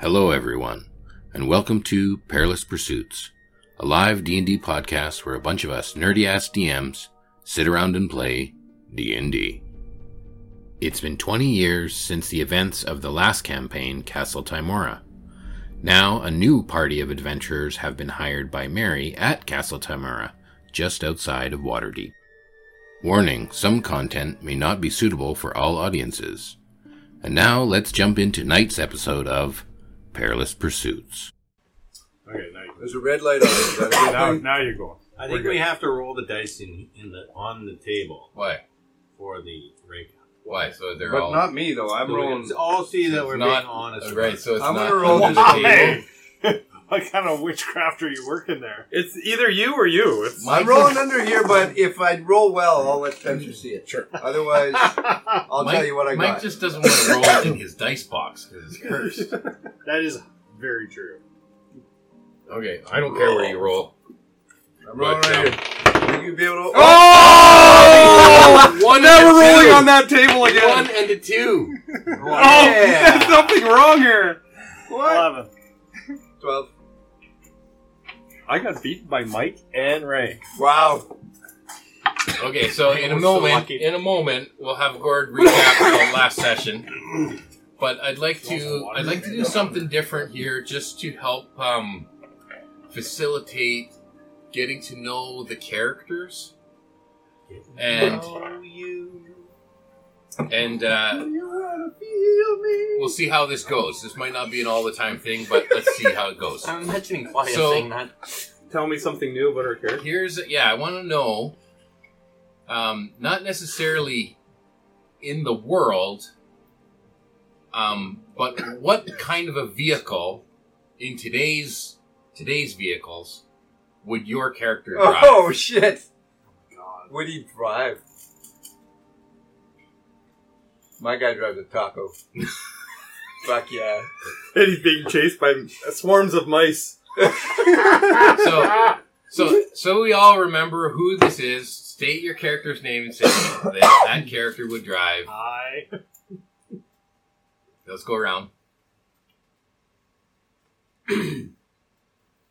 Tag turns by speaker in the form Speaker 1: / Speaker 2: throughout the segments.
Speaker 1: Hello, everyone, and welcome to Perilous Pursuits, a live D&D podcast where a bunch of us nerdy-ass DMs sit around and play D&D. It's been 20 years since the events of the last campaign, Castle Timora. Now, a new party of adventurers have been hired by Mary at Castle Timora, just outside of Waterdeep. Warning, some content may not be suitable for all audiences. And now let's jump into tonight's episode of Perilous Pursuits.
Speaker 2: Okay, now, you-
Speaker 3: There's a red light on. Is that a good
Speaker 2: now,
Speaker 3: thing?
Speaker 2: now you're going.
Speaker 4: I
Speaker 3: We're
Speaker 4: think
Speaker 3: good.
Speaker 4: we have to roll the dice in, in the on the table
Speaker 1: Why?
Speaker 4: for the breakout.
Speaker 1: Why? So they're
Speaker 3: but
Speaker 1: all
Speaker 3: not me though. I'm rolling.
Speaker 4: Let's all see that we're
Speaker 1: not-
Speaker 4: being honest.
Speaker 1: right. So it's
Speaker 3: I'm
Speaker 1: not
Speaker 3: gonna roll
Speaker 1: on
Speaker 3: this
Speaker 1: the table.
Speaker 2: Hey, what kind of witchcraft are you working there?
Speaker 5: It's either you or you. It's
Speaker 1: My-
Speaker 3: I'm rolling under here, but if I roll well, I'll let Spencer see it. Sure. Otherwise, I'll
Speaker 1: Mm, Mike-
Speaker 3: tell you what I
Speaker 1: Mike
Speaker 3: got.
Speaker 1: just doesn't want to roll it in his dice box because it's cursed.
Speaker 2: That is very true.
Speaker 1: Okay, I don't care where you roll.
Speaker 3: I'm rolling
Speaker 1: Right,
Speaker 3: right here. You be able to.
Speaker 5: oh,
Speaker 1: One
Speaker 5: never rolling on that table again.
Speaker 1: One and a two.
Speaker 5: Oh, there's something wrong here.
Speaker 3: What?
Speaker 2: Eleven.
Speaker 3: Twelve.
Speaker 5: I got beaten by Mike and Ray.
Speaker 3: Wow.
Speaker 1: Okay, so in a
Speaker 5: We're so
Speaker 1: moment,
Speaker 5: lucky.
Speaker 1: in a moment, we'll have Gord recap the last session. But I'd like to, I'd like to do something different here, just to help um, facilitate getting to know the characters and
Speaker 4: Oh, you.
Speaker 1: and uh, we'll see how this goes. This might not be an all the time thing, but let's see how it goes.
Speaker 4: I'm imagining Claudia
Speaker 1: So-
Speaker 4: saying that.
Speaker 5: Tell me something new about our character.
Speaker 1: Here's yeah, I want to know, um, not necessarily in the world, um, but what kind of a vehicle in today's today's vehicles would your character drive?
Speaker 3: Oh shit. What do you drive? My guy drives a taco. Fuck yeah.
Speaker 5: And he's being chased by swarms of mice.
Speaker 1: So, so, so we all remember who this is. State your character's name and say that that character would drive.
Speaker 2: I
Speaker 1: Let's go around.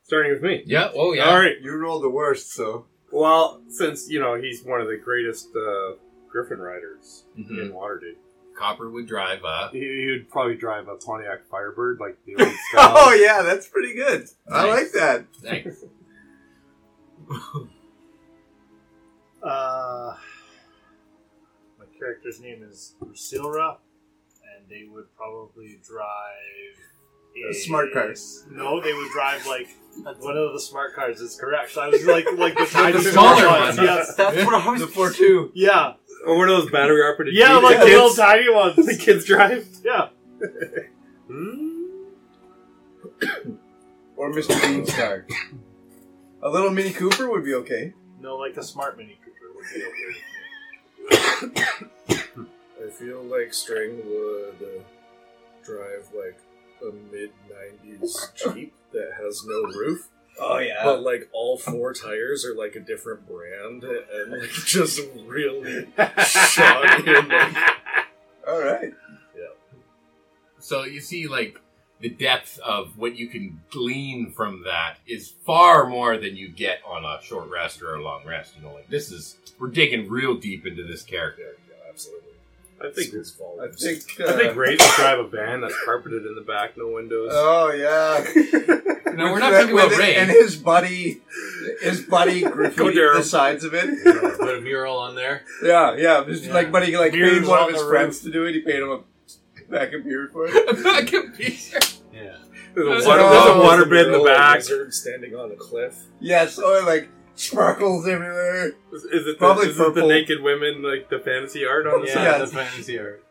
Speaker 5: Starting with me.
Speaker 1: Yeah. Oh yeah.
Speaker 5: All right.
Speaker 3: You rolled the worst, so.
Speaker 5: Well, since you know he's one of the greatest uh, Griffin riders
Speaker 1: Mhm.
Speaker 5: in Waterdeep,
Speaker 1: Copper would drive up.
Speaker 2: he, he would probably drive a Pontiac Firebird like the old style.
Speaker 3: Oh yeah, that's pretty good. I like
Speaker 1: Nice.
Speaker 3: that.
Speaker 1: Thanks.
Speaker 2: Uh, my character's name is Ursilra, and they would probably drive
Speaker 3: Uh, smart cars.
Speaker 2: No, they would drive like one of the smart cars. Is correct. So I was like, like the tiny
Speaker 1: smaller
Speaker 2: ones.
Speaker 1: one.
Speaker 2: Yes.
Speaker 4: That's what I was.
Speaker 3: The four two.
Speaker 2: Yeah,
Speaker 5: or Oh, one of those battery operated.
Speaker 2: yeah, like the little
Speaker 5: kids,
Speaker 2: tiny
Speaker 5: the
Speaker 2: ones.
Speaker 5: kids drive.
Speaker 2: Yeah, Hmm?
Speaker 3: Or Mr. Beanstar. a little Mini Cooper would be okay.
Speaker 2: no, like a smart Mini Cooper would be okay.
Speaker 6: I feel like String would uh, drive like a mid 90s Jeep that has no roof,
Speaker 3: Oh yeah.
Speaker 6: but like all four tires are like a different brand and like just really shot in. Like,
Speaker 3: All right.
Speaker 1: So you see, like the depth of what you can glean from that is far more than you get on a short rest or a long rest. You know, like this is we're digging real deep into this character.
Speaker 6: yeah, absolutely.
Speaker 5: I think.
Speaker 6: Speaks
Speaker 3: I
Speaker 6: volumes.
Speaker 3: think. Uh,
Speaker 5: I think Ray would drive a van that's carpeted in the back, no windows.
Speaker 3: Oh yeah.
Speaker 1: No, we're
Speaker 3: With
Speaker 1: not
Speaker 3: that-
Speaker 1: talking about
Speaker 3: with it-
Speaker 1: Ray.
Speaker 3: and his buddy. His buddy graffiti
Speaker 5: Go, Darryl.
Speaker 3: the sides of it.
Speaker 4: Put a mural on there.
Speaker 3: Yeah, yeah. Just
Speaker 4: Yeah.
Speaker 3: like buddy, like
Speaker 2: Beers
Speaker 3: paid one
Speaker 2: on
Speaker 3: of his
Speaker 2: the
Speaker 3: friends to do it. He paid him a pack of beer for it.
Speaker 1: That could be-
Speaker 4: Yeah.
Speaker 1: Oh,
Speaker 5: There's a water, there's a
Speaker 3: oh,
Speaker 5: water bed in the back. Is
Speaker 6: Wizard standing on a cliff.
Speaker 3: Yes, or like sparkles everywhere.
Speaker 5: is it
Speaker 3: Probably
Speaker 5: the, is it the
Speaker 3: purple.
Speaker 5: naked women like the fantasy art on the
Speaker 4: Yeah,
Speaker 5: side?
Speaker 3: Yeah.
Speaker 4: the fantasy art.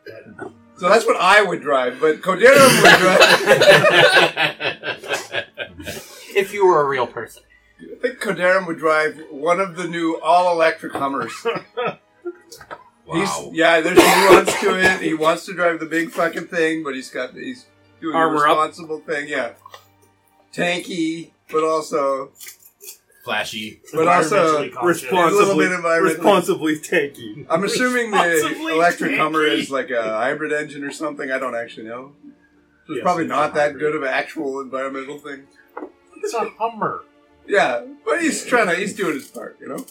Speaker 3: So that's what I would drive, but Codero would drive.
Speaker 4: If you were a real person.
Speaker 3: I think Coderum would drive one of the new all-electric Hummers.
Speaker 1: wow.
Speaker 3: He's, yeah, there's nuance to it. He wants to drive the big fucking thing, but he's got he's doing a
Speaker 5: Armor up.
Speaker 3: responsible thing. Yeah, tanky, but also
Speaker 1: flashy.
Speaker 3: But also,
Speaker 2: Environmentally conscious.
Speaker 3: a little
Speaker 5: responsibly,
Speaker 3: bit environment-
Speaker 5: responsibly tanky.
Speaker 3: I'm assuming the
Speaker 5: Responsibly
Speaker 3: electric
Speaker 5: tanky.
Speaker 3: Hummer is like a hybrid engine or something. I don't actually know. So it's
Speaker 2: Yes,
Speaker 3: probably
Speaker 2: it's
Speaker 3: not
Speaker 2: a
Speaker 3: that
Speaker 2: hybrid.
Speaker 3: good of an actual environmental thing.
Speaker 2: It's a Hummer.
Speaker 3: Yeah, but he's trying to. He's doing his part, you know.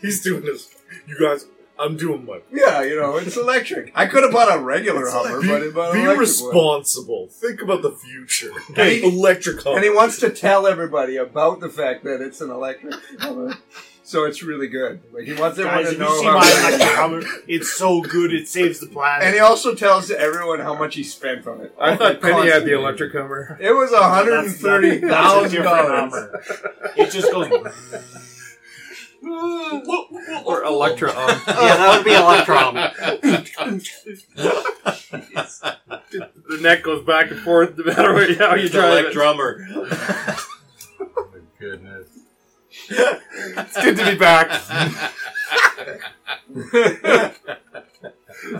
Speaker 7: He's doing this. You guys, I'm doing my.
Speaker 3: Yeah, you know, it's electric. I could have bought a regular
Speaker 7: It's like,
Speaker 3: Hummer,
Speaker 7: be-
Speaker 3: but I bought an
Speaker 7: be
Speaker 3: electric one.
Speaker 7: responsible. Think about the future.
Speaker 3: Hey.
Speaker 7: electric Hummer.
Speaker 3: And he wants to tell everybody about the fact that it's an electric Hummer. So it's really good. Like he wants
Speaker 2: Guys,
Speaker 3: everyone to
Speaker 2: if you
Speaker 3: know
Speaker 2: see
Speaker 3: how
Speaker 2: my
Speaker 3: good it
Speaker 2: electric
Speaker 3: is.
Speaker 2: Hummer, it's so good. It saves the planet.
Speaker 3: And he also tells everyone how much he spent on it.
Speaker 5: I thought Penny had the
Speaker 3: Constantly.
Speaker 5: electric Hummer.
Speaker 3: It was hundred and thirty thousand dollars.
Speaker 2: Hummer. It just goes.
Speaker 5: Or Electra um.
Speaker 8: yeah, that would be Electrum.
Speaker 5: The neck goes back and forth no matter what, how you drive it.
Speaker 1: drummer.
Speaker 8: Goodness.
Speaker 5: It's good to be back.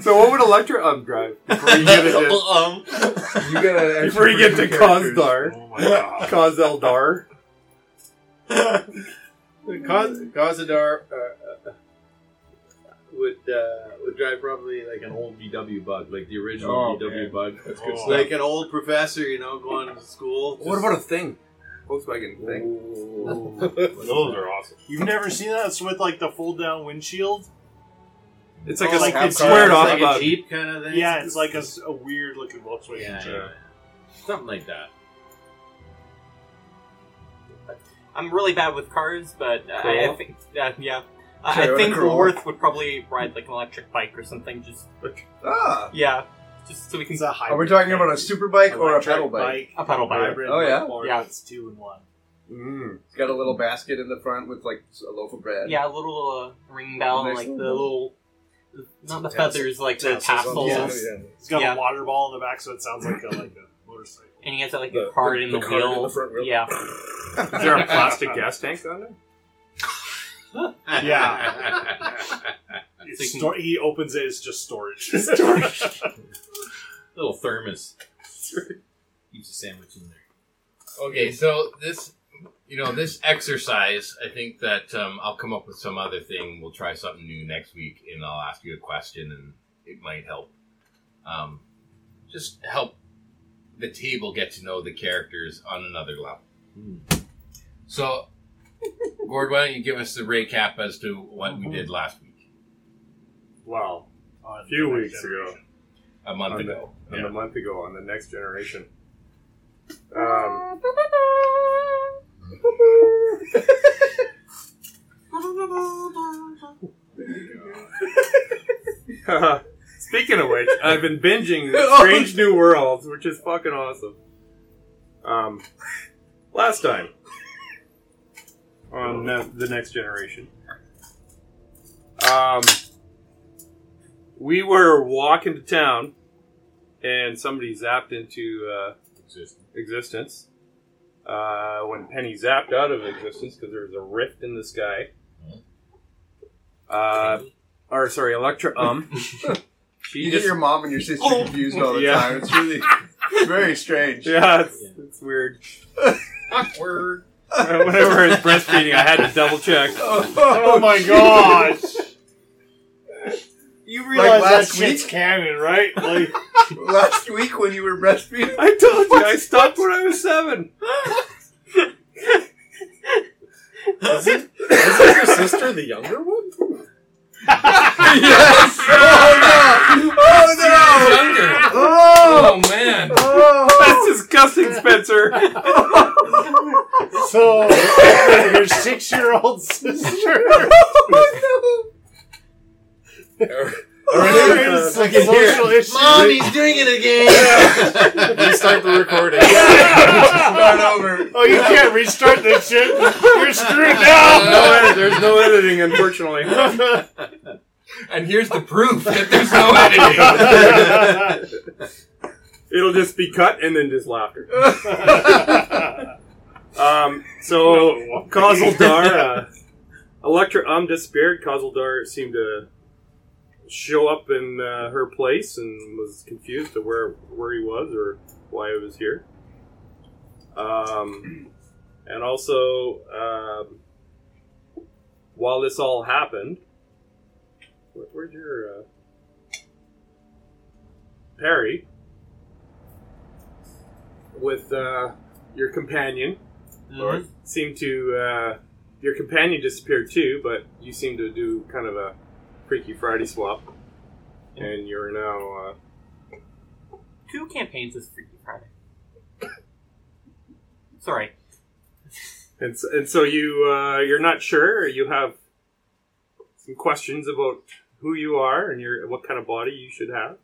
Speaker 5: So what would Electra um drive? Before you get, it,
Speaker 8: Um,
Speaker 3: You got an
Speaker 5: before you get to Khosdar.
Speaker 2: Oh my god.
Speaker 5: Khos Eldar. Khos-
Speaker 8: Gazadar uh, uh, would uh, would drive probably like an old VW Bug, like the original
Speaker 3: Oh,
Speaker 8: VW
Speaker 3: man.
Speaker 8: Bug,
Speaker 3: That's
Speaker 2: good stuff.
Speaker 8: like an old professor, you know, going to school.
Speaker 5: What about a thing? Volkswagen thing.
Speaker 2: Those are awesome. You've never seen that? It's with like the fold down windshield.
Speaker 5: It's like
Speaker 2: Oh,
Speaker 5: a
Speaker 2: like
Speaker 5: it's
Speaker 2: a-
Speaker 5: squared
Speaker 2: it's
Speaker 5: off
Speaker 8: like
Speaker 5: about
Speaker 8: a Jeep kind of thing?
Speaker 2: Yeah, it's like a, weird looking Volkswagen.
Speaker 8: Yeah,
Speaker 2: Jeep.
Speaker 8: yeah. something like that.
Speaker 4: I'm really bad with cars, but uh, I, I
Speaker 5: Corolla?
Speaker 4: think uh, yeah. Uh,
Speaker 3: Toyota
Speaker 4: I think
Speaker 3: Corolla.
Speaker 4: Worth would probably ride like an electric bike or something. Just
Speaker 3: Ah,
Speaker 4: yeah, just so we can
Speaker 2: It's a
Speaker 3: are
Speaker 2: hybrid.
Speaker 3: we talking about a super bike or a
Speaker 2: Electric
Speaker 3: pedal bike?
Speaker 4: a pedal bike.
Speaker 2: Hybrid.
Speaker 3: Oh, yeah?
Speaker 2: Or
Speaker 4: Yeah.
Speaker 2: It's two in one.
Speaker 5: Mm.
Speaker 3: It's got a little basket in the front with like a loaf of bread.
Speaker 4: Yeah, a little uh, ring bell,
Speaker 3: Nice
Speaker 4: like the
Speaker 3: little-
Speaker 4: little not the
Speaker 7: Tassel-
Speaker 4: feathers, like the
Speaker 7: Tassels on
Speaker 4: tassels.
Speaker 7: the-
Speaker 3: tassels.
Speaker 7: yeah, yeah.
Speaker 2: It's got
Speaker 4: Yeah.
Speaker 2: a water ball in the back, so it sounds like a like a motorcycle.
Speaker 4: And he has like
Speaker 7: The-
Speaker 4: a card in
Speaker 7: the
Speaker 4: the,
Speaker 7: card in
Speaker 4: wheel.
Speaker 7: the front wheel.
Speaker 4: Yeah,
Speaker 5: Is there a plastic gas tank on there?
Speaker 2: Yeah.
Speaker 4: So you
Speaker 2: It's
Speaker 4: can-
Speaker 2: sto- he opens it. It's just storage.
Speaker 8: Little thermos. Keeps a sandwich in there.
Speaker 1: Okay, so this, you know, this exercise, I think that um, I'll come up with some other thing. We'll try something new next week, and I'll ask you a question, and it might help. Um, just help the table get to know the characters on another level. So, Gord, why don't you give us the recap as to what we did last week,
Speaker 5: Wow.
Speaker 2: On
Speaker 5: Few
Speaker 2: the
Speaker 5: weeks
Speaker 2: next
Speaker 5: ago.
Speaker 2: generation.
Speaker 1: a month
Speaker 5: On the-
Speaker 1: ago?
Speaker 5: and a month ago on the next generation. Um, Speaking of which, I've been binging the Strange New Worlds, which is fucking awesome. Um, last time on uh, the next generation, um, we were walking to town, and somebody zapped into uh, existence. Uh, when Penny zapped out of existence because there was a rift in the sky. Uh, or sorry, Electra. Um, she
Speaker 3: You get
Speaker 5: just
Speaker 3: your mom and your sister confused all the
Speaker 5: Yeah.
Speaker 3: time. It's really it's very strange.
Speaker 5: yeah, it's, it's weird.
Speaker 1: Awkward.
Speaker 5: Whenever it's breastfeeding, I had to double check.
Speaker 3: Oh,
Speaker 2: Oh my gosh!
Speaker 5: You
Speaker 3: realize
Speaker 2: that
Speaker 3: last
Speaker 2: shit's canon, right? Like,
Speaker 3: Last week when you were breastfeeding,
Speaker 5: I told you I stopped when I was seven.
Speaker 7: Is that your sister, the younger one?
Speaker 3: yes. Oh no! Oh no!
Speaker 1: Younger.
Speaker 3: Oh!
Speaker 1: Oh man.
Speaker 5: That's disgusting, Spencer.
Speaker 2: so your six-year-old sister. There is like social issues.
Speaker 1: Mom, he's doing it again.
Speaker 7: Restart the recording.
Speaker 3: Start over.
Speaker 2: Oh, you can't restart this shit. You're screwed now.
Speaker 5: No edit- there's no editing, unfortunately.
Speaker 1: and here's the proof that there's no editing.
Speaker 5: It'll just be cut and then just laughter. Um, so Kozildar, uh, Electra Um disappeared. Kozildar seemed to show up in uh, her place and was confused to where where he was or why he was here. Um, And also, um, while this all happened, where, where'd your uh, Perry with uh, your companion
Speaker 4: Mhm.
Speaker 5: seemed to uh, your companion disappeared too, but you seem to do kind of a Freaky Friday swap, and you're now uh,
Speaker 4: Two campaigns this Freaky Friday. Sorry.
Speaker 5: and so, and so you uh, you're not sure. You have some questions about who you are and your what kind of body you should have.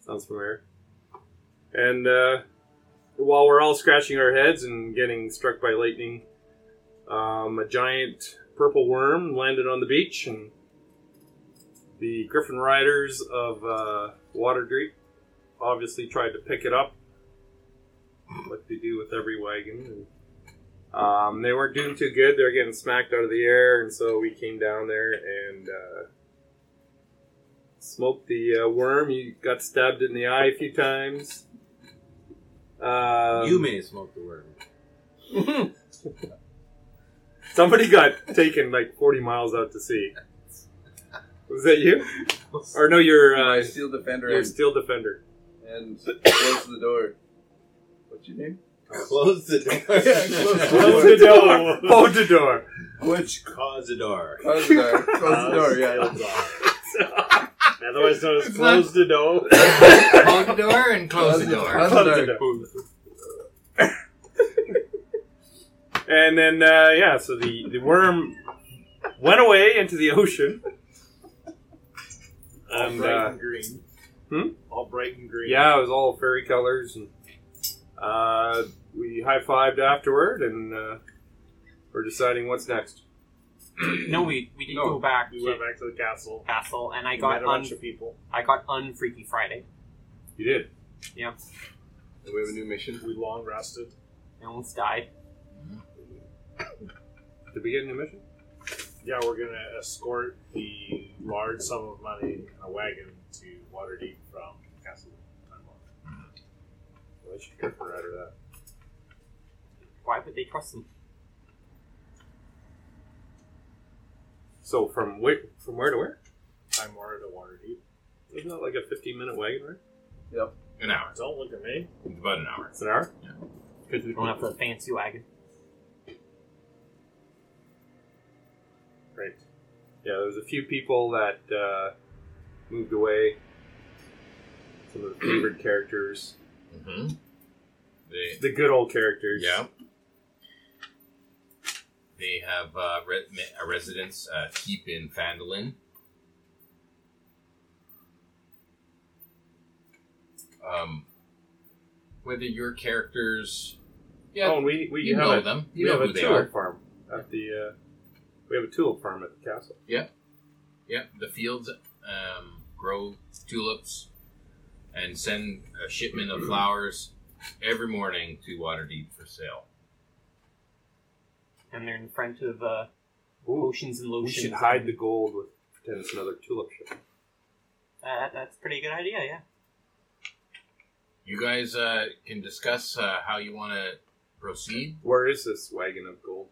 Speaker 5: Sounds familiar. And uh, while we're all scratching our heads and getting struck by lightning, um, a giant purple worm landed on the beach, and the Griffin Riders of uh, Waterdeep obviously tried to pick it up, like they do with every wagon. And um, they weren't doing too good. They were getting smacked out of the air, and so we came down there and uh, smoked the uh, worm. You got stabbed in the eye a few times. Um,
Speaker 9: you may smoke the worm.
Speaker 5: Somebody got taken like 40 miles out to sea. Was that you? Or no, your
Speaker 3: I
Speaker 5: uh,
Speaker 3: steal defender
Speaker 5: your
Speaker 3: and,
Speaker 5: steel defender.
Speaker 3: and close the door. What's your name?
Speaker 9: Close the
Speaker 5: Close
Speaker 9: door.
Speaker 5: the door. Hold the door.
Speaker 9: Which cause a door?
Speaker 3: Close the door. Close the door. Yeah.
Speaker 2: Otherwise known as
Speaker 1: It's
Speaker 2: close the door.
Speaker 1: Hold the door and close the door.
Speaker 3: Close the door.
Speaker 5: And then uh, yeah, so the the worm went away into the ocean.
Speaker 2: All
Speaker 5: And,
Speaker 2: bright
Speaker 5: uh,
Speaker 2: and green.
Speaker 5: Hmm?
Speaker 2: All bright and green.
Speaker 5: Yeah, it was all fairy colors, and uh, we high fived afterward, and uh, we're deciding what's next.
Speaker 4: No, we, we did
Speaker 2: No,
Speaker 4: go back
Speaker 2: We
Speaker 4: to
Speaker 2: went back to the castle.
Speaker 4: Castle, and I
Speaker 2: We
Speaker 4: got
Speaker 2: met a
Speaker 4: un
Speaker 2: bunch of people.
Speaker 4: I got unfreaky Friday.
Speaker 5: You did.
Speaker 4: Yeah,
Speaker 3: Do we have a new mission?
Speaker 2: We long rested.
Speaker 4: I almost died.
Speaker 5: Did we get a new mission?
Speaker 2: Yeah, we're gonna escort the large sum of money in a wagon to Waterdeep from Castle Timelock.
Speaker 5: I should get her out of that.
Speaker 4: Why would they trust him?
Speaker 5: So from where, from where to where?
Speaker 2: Time War to Waterdeep.
Speaker 5: Isn't that like a 15 minute wagon ride?
Speaker 1: An hour.
Speaker 2: Don't look at me.
Speaker 1: It's about an hour.
Speaker 5: It's an hour?
Speaker 4: Because we don't have the fancy wagon.
Speaker 5: Great. Yeah, there was a few people that uh, moved away. Some of the favorite characters.
Speaker 1: Mm-hmm. They,
Speaker 5: The good old characters.
Speaker 1: yeah. They have uh, re- me- a residence uh, keep in Fandolin. Um, whether your characters, yeah,
Speaker 5: Oh, and we, we
Speaker 1: you
Speaker 5: have
Speaker 1: know
Speaker 5: a,
Speaker 1: them,
Speaker 5: We
Speaker 1: you know
Speaker 5: have
Speaker 1: who
Speaker 5: a
Speaker 1: they are.
Speaker 5: tulip farm at the. Uh, we have a tulip farm at the castle.
Speaker 1: Yeah, the fields um, grow tulips and send a shipment of flowers every morning to Waterdeep for sale.
Speaker 4: And they're in front of uh, potions and
Speaker 5: We
Speaker 4: lotions.
Speaker 5: should hide the gold with pretend it's another tulip shop.
Speaker 4: Uh, that- that's a pretty good idea, yeah.
Speaker 1: You guys uh, can discuss uh, how you want to proceed.
Speaker 5: Where is this wagon of gold?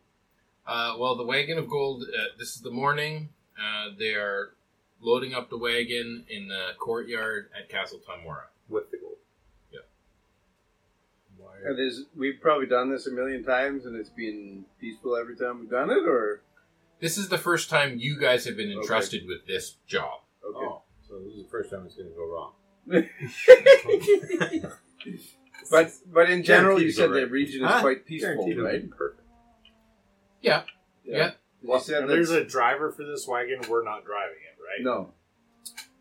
Speaker 1: Uh, well, the wagon of gold. Uh, this is the morning. Uh, they are loading up the wagon in the courtyard at Castle Tamora.
Speaker 5: With the gold.
Speaker 3: And is we've probably done this a million times, and it's been peaceful every time we've done it, or
Speaker 1: This is the first time you guys have been
Speaker 3: Okay.
Speaker 1: entrusted with this job.
Speaker 3: okay.
Speaker 9: Oh, so this is the first time it's going to go wrong.
Speaker 3: But but in general,
Speaker 9: Guaranteed to
Speaker 3: you said
Speaker 9: go
Speaker 3: the
Speaker 9: right.
Speaker 3: region is
Speaker 9: Huh?
Speaker 3: quite peaceful,
Speaker 5: Guaranteed to
Speaker 3: right?
Speaker 5: Perfect.
Speaker 1: Yeah, yeah.
Speaker 3: You said
Speaker 2: And there's
Speaker 3: that.
Speaker 2: a driver for this wagon. We're not driving it, right?
Speaker 3: No,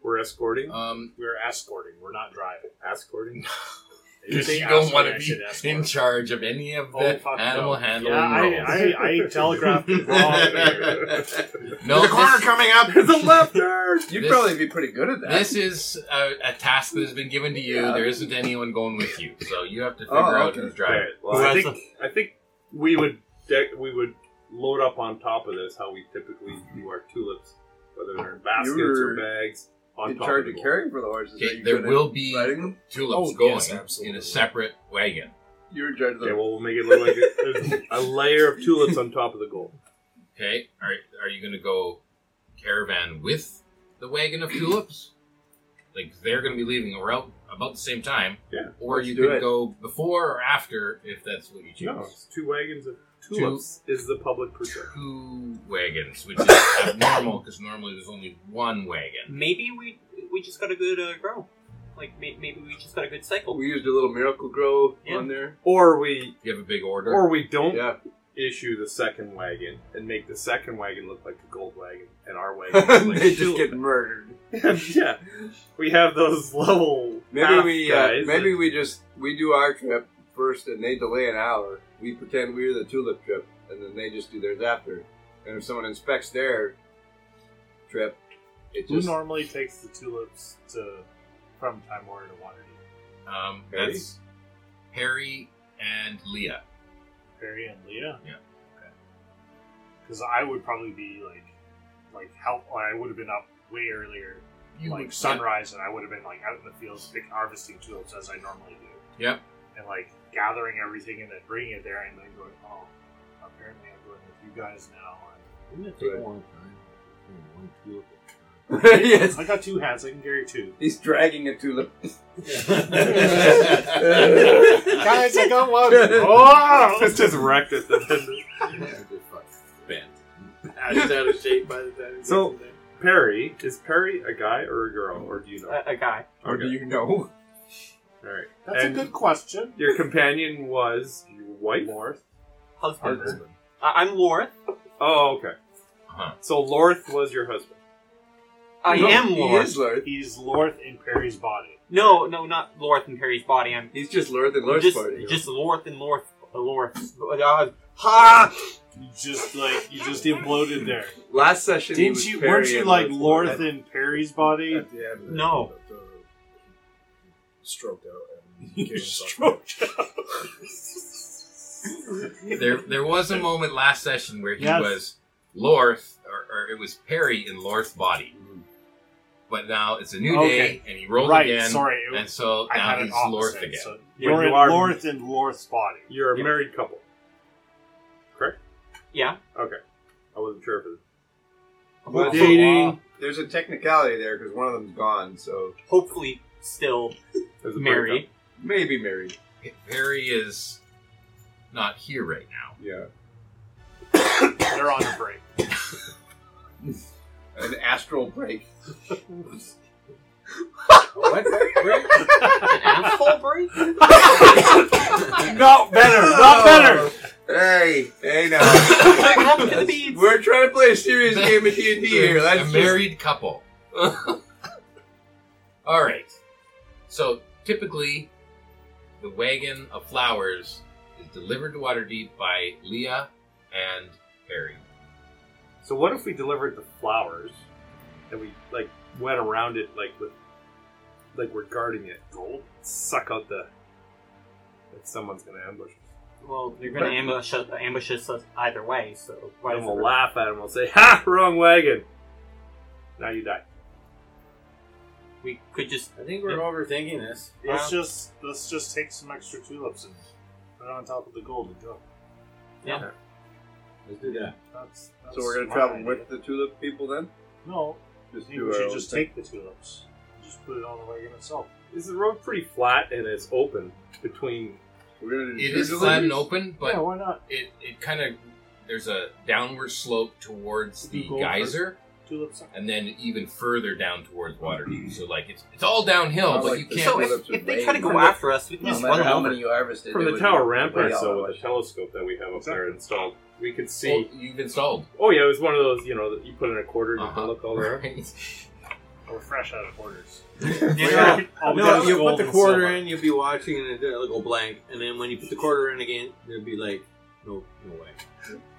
Speaker 5: We're escorting.
Speaker 1: Um,
Speaker 2: We're escorting. We're not driving.
Speaker 5: escorting.
Speaker 1: you
Speaker 2: think
Speaker 1: don't
Speaker 2: escort,
Speaker 1: want
Speaker 2: I
Speaker 1: to be
Speaker 2: should escort.
Speaker 1: in charge of any of
Speaker 2: Oh,
Speaker 1: the
Speaker 2: fuck no.
Speaker 1: animal handling
Speaker 2: Yeah,
Speaker 1: roles.
Speaker 2: I, I, I telegraphed it wrong. here.
Speaker 1: no,
Speaker 5: There's a corner
Speaker 1: this,
Speaker 5: coming up. There's a left turn.
Speaker 3: you'd
Speaker 1: This-
Speaker 3: probably be pretty good at that.
Speaker 1: this is a, a task that has been given to you.
Speaker 3: Yeah.
Speaker 1: There isn't anyone going with you, so you have to figure
Speaker 3: Oh,
Speaker 1: out
Speaker 3: okay.
Speaker 1: who's driving.
Speaker 5: Well,
Speaker 4: Who
Speaker 5: I
Speaker 4: has
Speaker 5: think I think we would dec- we would load up on top of this how we typically do our tulips, whether they're in baskets or
Speaker 3: You're
Speaker 5: bags. On
Speaker 3: in
Speaker 5: top
Speaker 3: charge
Speaker 5: of
Speaker 3: of
Speaker 5: the gold.
Speaker 3: carrying for the horses. are
Speaker 1: Okay,
Speaker 3: you
Speaker 1: there
Speaker 3: good at
Speaker 1: will be
Speaker 3: riding them?
Speaker 1: tulips
Speaker 10: Oh,
Speaker 1: going
Speaker 10: yes,
Speaker 1: in
Speaker 10: absolutely.
Speaker 1: a separate wagon.
Speaker 3: You're in charge of the.
Speaker 5: Okay, well, we'll make it look like it- there's a layer of tulips on top of the gold.
Speaker 1: Okay, are, are you going to go caravan with the wagon of tulips? Like they're going to be leaving around about the same time.
Speaker 5: Yeah,
Speaker 1: Or
Speaker 5: let's
Speaker 1: you
Speaker 5: do
Speaker 1: can
Speaker 5: it.
Speaker 1: go before or after if that's what you choose.
Speaker 5: No, it's two wagons of tulips is the public pursuit.
Speaker 1: Two wagons, which is abnormal because normally there's only one wagon.
Speaker 4: Maybe we we just got a good uh, grow. Like may, maybe we just got a good cycle.
Speaker 3: we used a little miracle grow
Speaker 4: Yeah.
Speaker 3: on there.
Speaker 5: Or we,
Speaker 1: You have a big order.
Speaker 5: or we don't
Speaker 3: Yeah.
Speaker 5: issue the second wagon and make the second wagon look like the gold wagon and our wagon. look like
Speaker 3: they
Speaker 5: the
Speaker 3: just
Speaker 5: tulip
Speaker 3: get murdered.
Speaker 5: wagon. yeah, we have those level.
Speaker 3: Maybe
Speaker 5: half
Speaker 3: we uh,
Speaker 5: guys
Speaker 3: maybe
Speaker 5: that-
Speaker 3: we just we do our trip first, and they delay an hour. We pretend we're the tulip trip, and then they just do theirs after. And if someone inspects their trip, it
Speaker 11: Who
Speaker 3: just
Speaker 11: normally takes the tulips to from Time Warrior to Waterdeep?
Speaker 1: Um,
Speaker 3: Harry?
Speaker 1: that's Harry and Leah.
Speaker 11: Perry and Leah.
Speaker 1: Yeah.
Speaker 11: Okay. Because I would probably be like, like help. I would have been up way earlier,
Speaker 1: You
Speaker 11: like
Speaker 1: would-
Speaker 11: sunrise, and I would have been like out in the fields, pick, harvesting tulips as I normally do,
Speaker 1: Yep.
Speaker 11: and like gathering everything and then bringing it there, and then going, oh, apparently I'm going with you guys now.
Speaker 3: take
Speaker 12: one
Speaker 3: yes,
Speaker 11: I got two hats. I can carry two.
Speaker 3: he's dragging a tulip.
Speaker 11: guys, I got one.
Speaker 5: It's
Speaker 11: Oh!
Speaker 5: just wrecked at the
Speaker 1: Bent.
Speaker 12: Ashed out of shape by the time. it
Speaker 5: So-
Speaker 12: gets in
Speaker 5: Perry is Perry a guy or a girl or do you know?
Speaker 4: A, a guy.
Speaker 3: Or do you know?
Speaker 5: All right.
Speaker 11: That's
Speaker 5: And-
Speaker 11: a good question.
Speaker 5: Your companion was your wife.
Speaker 11: Lorth.
Speaker 4: Husband.
Speaker 11: Partner.
Speaker 4: I, I'm Lorth.
Speaker 5: Oh, okay.
Speaker 1: Uh-huh.
Speaker 5: So Lorth was your husband.
Speaker 4: I
Speaker 3: No,
Speaker 4: am
Speaker 3: he
Speaker 4: Lorth.
Speaker 3: is Lorth.
Speaker 11: He's Lorth in Perry's body.
Speaker 4: No, no, not Lorth and Perry's body. I'm
Speaker 3: He's just Lorth and Lorth's
Speaker 4: just
Speaker 3: party.
Speaker 4: just Lorth and Lorth. uh, Lorth. Uh, ha!
Speaker 11: You just like you just imploded there.
Speaker 3: Last session, he
Speaker 11: Didn't
Speaker 3: was
Speaker 11: you?
Speaker 3: Perry
Speaker 11: Weren't you
Speaker 3: and
Speaker 11: like
Speaker 3: Lorth.
Speaker 11: Lorth in Perry's body?
Speaker 2: At the end,
Speaker 4: No.
Speaker 2: uh, stroked out and became
Speaker 11: Stroked out.
Speaker 1: There, there was a moment last session where he
Speaker 11: Yes.
Speaker 1: was Lorth, or, or it was Perry in Lorth's body. But now it's a new day,
Speaker 11: Mm-hmm. Okay.
Speaker 1: and he rolled
Speaker 11: right,
Speaker 1: again,
Speaker 11: sorry. It
Speaker 1: and so
Speaker 11: I
Speaker 1: now
Speaker 11: had an
Speaker 1: he's
Speaker 11: opposite.
Speaker 1: Lorth again.
Speaker 11: So
Speaker 5: Yeah,
Speaker 11: you're
Speaker 5: you
Speaker 11: in
Speaker 5: are-
Speaker 11: Lorth and Lorth's body.
Speaker 5: You're a
Speaker 1: Yeah.
Speaker 5: married couple.
Speaker 4: Yeah.
Speaker 5: Okay. I wasn't sure if it
Speaker 3: Well,
Speaker 4: uh,
Speaker 5: Dating.
Speaker 3: There's a technicality there because one of them's gone, so
Speaker 4: Hopefully, still
Speaker 5: it was a
Speaker 4: married.
Speaker 3: maybe married.
Speaker 1: Perry is not here right now.
Speaker 3: Yeah,
Speaker 11: They're on a break.
Speaker 3: an astral break.
Speaker 12: What?
Speaker 4: An asshole break.
Speaker 5: Not better. Not better.
Speaker 3: Hey, hey now.
Speaker 4: What happened to the beads?
Speaker 3: We're trying to play a serious game of D and D here.
Speaker 1: a
Speaker 3: Let's just
Speaker 1: married couple. All right. So typically, the wagon of flowers is delivered to Waterdeep by Leah and Perry.
Speaker 5: So what if we delivered the flowers and we like went around it like with like we're guarding it. Gold. Suck out the that someone's gonna ambush. us.
Speaker 4: Well, they're gonna ambush us, ambush us either way. So why
Speaker 5: And
Speaker 4: does
Speaker 5: we'll
Speaker 4: it-
Speaker 5: laugh at him. We'll say, "Ha! Wrong wagon." Now you die.
Speaker 4: we could just
Speaker 12: I think we're overthinking this.
Speaker 11: Let's just let's just take some extra tulips and put it on top of the gold and go.
Speaker 12: Let's do that.
Speaker 11: That's, that's
Speaker 3: So we're gonna
Speaker 11: my
Speaker 3: travel
Speaker 11: idea.
Speaker 3: with the tulip people then?
Speaker 11: No, I
Speaker 3: Just
Speaker 11: think we should just take the tulips. Just put it on the wagon itself.
Speaker 5: Is the road pretty flat and it's open between?
Speaker 3: We're gonna do
Speaker 1: It
Speaker 3: two
Speaker 1: is flat and
Speaker 3: deliveries?
Speaker 1: open, but
Speaker 11: yeah, why not?
Speaker 1: it, it kind of there's a downward slope towards the
Speaker 11: Gold
Speaker 1: geyser
Speaker 11: Tulips. are-
Speaker 1: and then even further down towards Waterdeep. So like it's it's all downhill,
Speaker 3: Not
Speaker 1: but
Speaker 3: like
Speaker 1: you
Speaker 3: the
Speaker 1: can't.
Speaker 4: so
Speaker 3: do
Speaker 4: if,
Speaker 3: that to
Speaker 4: if they
Speaker 3: Ray.
Speaker 4: try to go
Speaker 3: From the-
Speaker 4: after us, we can
Speaker 3: No
Speaker 4: just
Speaker 3: matter
Speaker 4: run
Speaker 3: how
Speaker 4: them
Speaker 3: many
Speaker 4: over.
Speaker 3: you harvested,
Speaker 5: From
Speaker 3: it
Speaker 5: the
Speaker 3: would
Speaker 5: tower
Speaker 3: be way
Speaker 5: ramparts,
Speaker 3: out
Speaker 5: though,
Speaker 3: of
Speaker 5: with the
Speaker 3: it.
Speaker 5: telescope that we have up there installed, we could
Speaker 1: Oh,
Speaker 5: see.
Speaker 1: you've installed.
Speaker 5: Oh yeah, it was one of those you know that you put in a quarter and you
Speaker 1: Uh-huh.
Speaker 5: can look all around.
Speaker 11: Oh, We're fresh out of orders.
Speaker 4: You
Speaker 12: Yeah.
Speaker 4: know,
Speaker 11: All we
Speaker 12: No,
Speaker 11: got is
Speaker 12: you put
Speaker 11: gold
Speaker 12: the
Speaker 11: and
Speaker 12: quarter
Speaker 11: silver.
Speaker 12: in, you'll be watching, and it'll go blank. And then when you put the quarter in again, it'll be like, no, no way.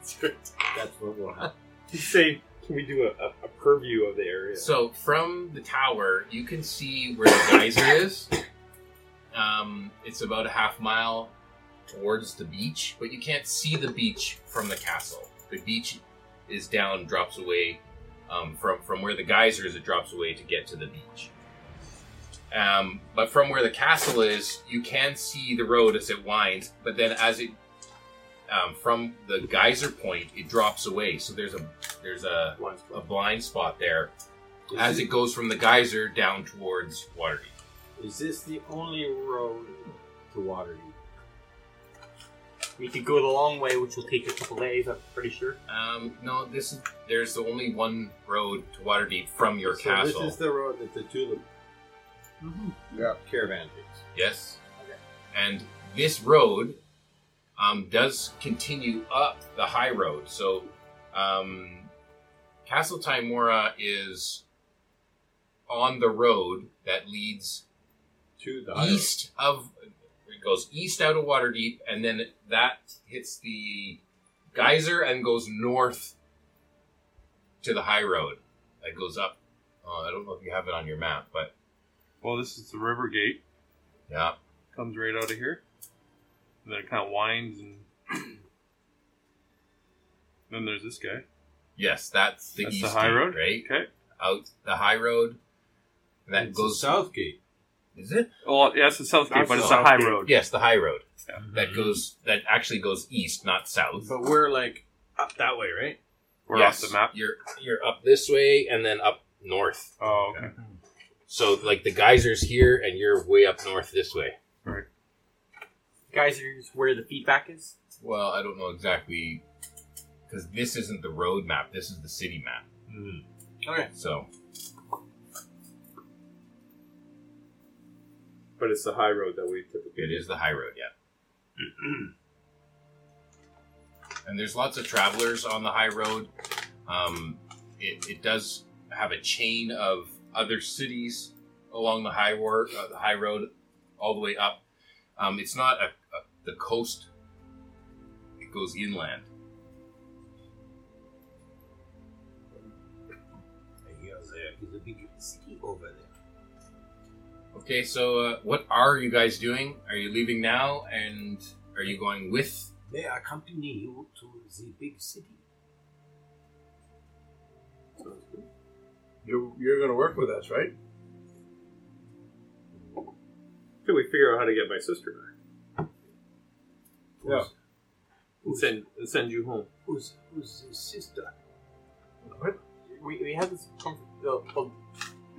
Speaker 12: That's what will happen.
Speaker 5: You say, "Can we do a, a, a purview of the area?"
Speaker 1: So from the tower, you can see where the geyser is. Um, it's about a half mile towards the beach, but you can't see the beach from the castle. The beach is down, drops away um, from from where the geyser is. It drops away to get to the beach. Um, but from where the castle is, you can see the road as it winds. But then, as it um, from the geyser point, it drops away. So there's a there's a, a blind spot there as it goes from the geyser down towards Waterdeep.
Speaker 13: Is this the only road to Waterdeep?
Speaker 4: We could go the long way, which will take a couple days, I'm pretty sure.
Speaker 1: Um, no, this is there's only one road to Waterdeep from your
Speaker 13: so
Speaker 1: castle.
Speaker 13: This is the road that the tulip
Speaker 3: Yeah.
Speaker 13: caravan takes.
Speaker 1: Yes. And this road um, does continue up the high road. So um, Castle Timora is on the road that leads
Speaker 13: To the high road.
Speaker 1: east of. It goes east out of Waterdeep, and then that hits the geyser and goes north to the high road. That goes up. Uh, I don't know if you have it on your map, but
Speaker 12: Well, this is the river gate.
Speaker 1: yeah.
Speaker 12: Comes right out of here. And then it kind of winds and. then there's this guy.
Speaker 1: Yes, that's the
Speaker 12: That's
Speaker 1: east
Speaker 12: the high
Speaker 1: gate,
Speaker 12: road?
Speaker 1: right?
Speaker 12: Okay.
Speaker 1: out the high road that
Speaker 13: It's the
Speaker 1: goes
Speaker 13: south gate.
Speaker 1: Is it?
Speaker 12: Well, yeah, it's the south gate,
Speaker 1: That's
Speaker 12: but it's
Speaker 1: the
Speaker 12: a high road.
Speaker 1: Yes, the high road
Speaker 12: Yeah.
Speaker 1: that
Speaker 13: Mm-hmm.
Speaker 1: goes that actually goes east, not south.
Speaker 13: But we're like up that way, right?
Speaker 12: We're
Speaker 1: Yes,
Speaker 12: off the map.
Speaker 1: You're you're up this way and then up north.
Speaker 12: Oh, okay.
Speaker 1: So like the geysers here, and you're way up north this way.
Speaker 4: Guys, here's where the feedback is.
Speaker 1: Well, I don't know exactly because this isn't the road map. This is the city map.
Speaker 13: Okay.
Speaker 1: So
Speaker 12: But it's the high road that we typically.
Speaker 1: it is the high road, yeah. and there's lots of travelers on the high road. Um, it, it does have a chain of other cities along the high, war, uh, the high road all the way up. Um, it's not a, a, the coast, it goes inland.
Speaker 13: There's a big city over there.
Speaker 1: Okay, so uh, what are you guys doing? Are you leaving now and are you going with?
Speaker 13: They accompany you to the big city.
Speaker 3: You're, you're going to work with us, right?
Speaker 12: Can we figure out how to get my sister back?
Speaker 3: Yeah.
Speaker 12: And send and send you home.
Speaker 13: Who's who's his sister?
Speaker 4: We, we had this. Con- uh, well,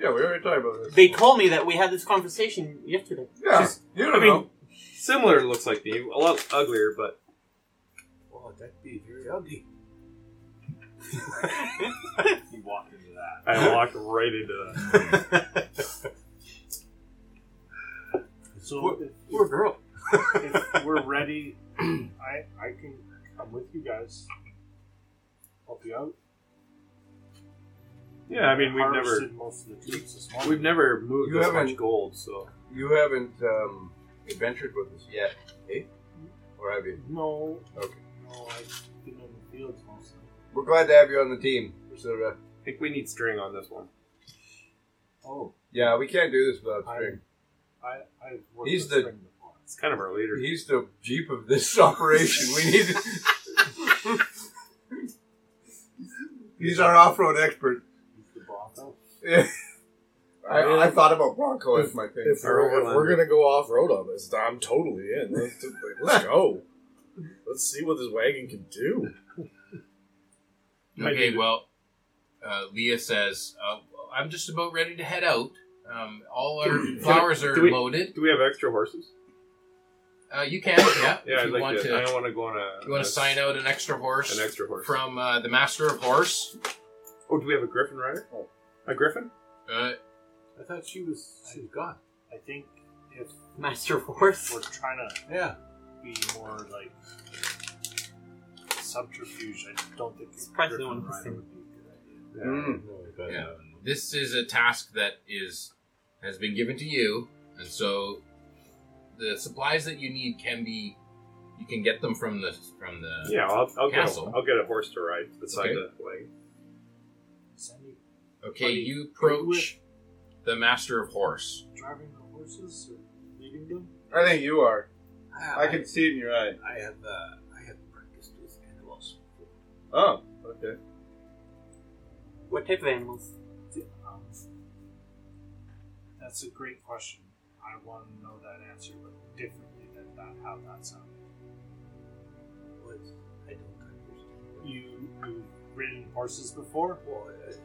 Speaker 3: Yeah, we already talked about this.
Speaker 4: they told me that we had this conversation yesterday.
Speaker 3: Yeah,
Speaker 4: She's-
Speaker 3: you don't
Speaker 12: I
Speaker 3: know.
Speaker 12: mean, similar looks like me, a lot uglier, but
Speaker 13: Oh, that'd be very ugly.
Speaker 5: You walk into that.
Speaker 12: I walked right into that.
Speaker 5: So
Speaker 4: Poor girl.
Speaker 5: if we're ready, I I can come with you guys. Help you out.
Speaker 12: Yeah, I mean we've never
Speaker 5: Harvested most of the troops this morning.
Speaker 12: we've never moved
Speaker 3: You
Speaker 12: this
Speaker 3: haven't-
Speaker 12: much gold, so
Speaker 3: You haven't um, adventured with us yet, eh? Or have you?
Speaker 5: No,
Speaker 3: Okay.
Speaker 5: no, I've been in the fields mostly.
Speaker 3: We're glad to have you on the team. uh, Priscilla.
Speaker 12: I think we need string on this one.
Speaker 5: Oh,
Speaker 3: Yeah, we can't do this without
Speaker 5: I-
Speaker 3: String.
Speaker 5: I I've worked
Speaker 3: He's
Speaker 5: with
Speaker 3: the-
Speaker 5: Spring before.
Speaker 12: It's kind of our leader.
Speaker 3: He's the jeep of this operation. We need. He's our off-road expert.
Speaker 5: He's the boss. Oh,
Speaker 3: I, I thought about Bronco as my thing.
Speaker 2: If we're, if we're gonna go off road on this, I'm totally in. Let's, do- like, let's go. Let's see what this wagon can do.
Speaker 1: Okay, well, uh, Leah says, uh, I'm just about ready to head out. Um, all our flowers are
Speaker 12: do we-
Speaker 1: loaded.
Speaker 12: Do we have extra horses?
Speaker 1: Uh, you can, yeah.
Speaker 12: Yeah,
Speaker 1: if
Speaker 12: I'd
Speaker 1: you
Speaker 12: like
Speaker 1: want
Speaker 12: to,
Speaker 1: to,
Speaker 12: I don't want to go on a.
Speaker 1: you want
Speaker 12: a-
Speaker 1: to sign out an extra horse
Speaker 12: an extra horse.
Speaker 1: from uh, the master of horse.
Speaker 12: oh, do we have a griffin rider?
Speaker 5: Oh.
Speaker 12: A griffin?
Speaker 1: Uh,
Speaker 13: I thought she was she was gone.
Speaker 5: I think if
Speaker 4: Master of
Speaker 5: if
Speaker 4: Horse.
Speaker 5: we're trying to
Speaker 13: Yeah.
Speaker 5: be more like subterfuge, I don't think a
Speaker 4: Surprised no
Speaker 5: Griffin
Speaker 4: one was
Speaker 5: rider
Speaker 4: in.
Speaker 5: would be a good idea.
Speaker 3: Mm.
Speaker 1: yeah.
Speaker 12: um,
Speaker 1: This is a task that is has been given to you, and so the supplies that you need can be you can get them from the from the
Speaker 12: Yeah, I'll, I'll get a,
Speaker 1: Castle.
Speaker 12: I'll get a horse to ride beside
Speaker 1: Okay.
Speaker 12: the wagon.
Speaker 5: Send you
Speaker 1: Okay,
Speaker 5: Are you
Speaker 1: you
Speaker 5: pretty
Speaker 1: approach the master of horse.
Speaker 5: driving the horses or leading them?
Speaker 3: I think you are. I can see it in your eye.
Speaker 13: I have uh, I have practiced with animals.
Speaker 3: Oh, okay.
Speaker 4: What type of animals?
Speaker 5: Um, uh, That's a great question. I want to know that answer, but differently than that, how that sounded.
Speaker 13: What? I don't understand.
Speaker 5: You, you've ridden horses before,
Speaker 13: Well, it's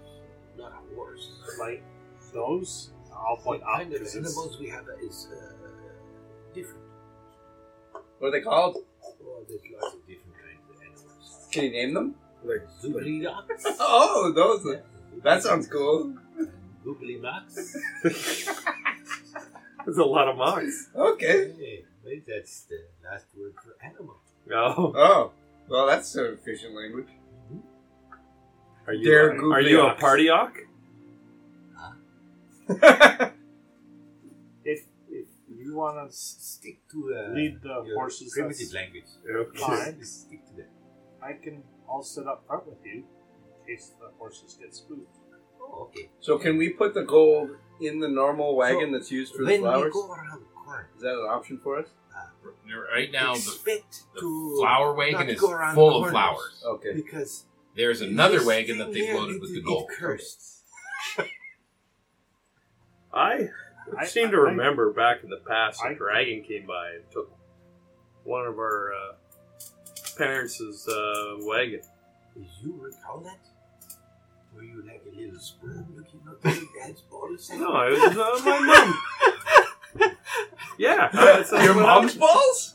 Speaker 13: not a horse.
Speaker 5: like those. I'll point
Speaker 13: What
Speaker 5: out
Speaker 13: kind of
Speaker 5: because it's
Speaker 13: animals we have is uh, different.
Speaker 3: What are they called?
Speaker 13: Oh, there's lots of different kinds of animals.
Speaker 3: Can you name them?
Speaker 2: Like,
Speaker 13: Zoobly ducks.
Speaker 3: Oh, those. That sounds cool.
Speaker 13: Googly Max.
Speaker 12: There's a lot of mocks.
Speaker 3: Okay.
Speaker 13: Hey, wait, that's the last word for animal.
Speaker 12: No.
Speaker 3: Oh, well, that's an efficient language.
Speaker 12: Are you,
Speaker 3: They're
Speaker 12: are you a
Speaker 3: googlyoks.
Speaker 12: party ock?
Speaker 5: if if you want to
Speaker 13: Stick to uh,
Speaker 5: lead the
Speaker 13: your
Speaker 5: horses,
Speaker 13: primitive
Speaker 5: that's
Speaker 13: language.
Speaker 5: fine.
Speaker 13: Just Stick to that.
Speaker 5: I can. I'll sit up front with you in case the horses get spooked.
Speaker 13: Oh, okay.
Speaker 3: So, can we put the gold in the normal wagon
Speaker 13: So,
Speaker 3: that's used for the
Speaker 13: When we
Speaker 3: flowers?
Speaker 13: go around the corner,
Speaker 3: Is that an option for us?
Speaker 13: uh,
Speaker 1: Right now, the,
Speaker 13: expect
Speaker 1: the
Speaker 13: to
Speaker 1: flower wagon
Speaker 13: not
Speaker 1: is
Speaker 13: go around
Speaker 1: full
Speaker 13: corners,
Speaker 1: of flowers.
Speaker 3: Okay.
Speaker 13: because
Speaker 1: There's another
Speaker 13: this
Speaker 1: wagon that
Speaker 13: thing
Speaker 1: they've
Speaker 13: here
Speaker 1: loaded
Speaker 13: is
Speaker 1: with
Speaker 13: a
Speaker 1: the
Speaker 13: bit
Speaker 1: gold.
Speaker 13: Cursed.
Speaker 12: I
Speaker 5: I-
Speaker 12: seem to
Speaker 5: I-
Speaker 12: remember back in the past a
Speaker 5: I-
Speaker 12: dragon came by and took one of our uh, parents' uh, wagon.
Speaker 13: Did you recall that? Were you like a little sperm looking at your dad's balls?
Speaker 12: No, it was uh, my mom. yeah, that's- that's
Speaker 3: Your
Speaker 12: what
Speaker 3: mom's balls?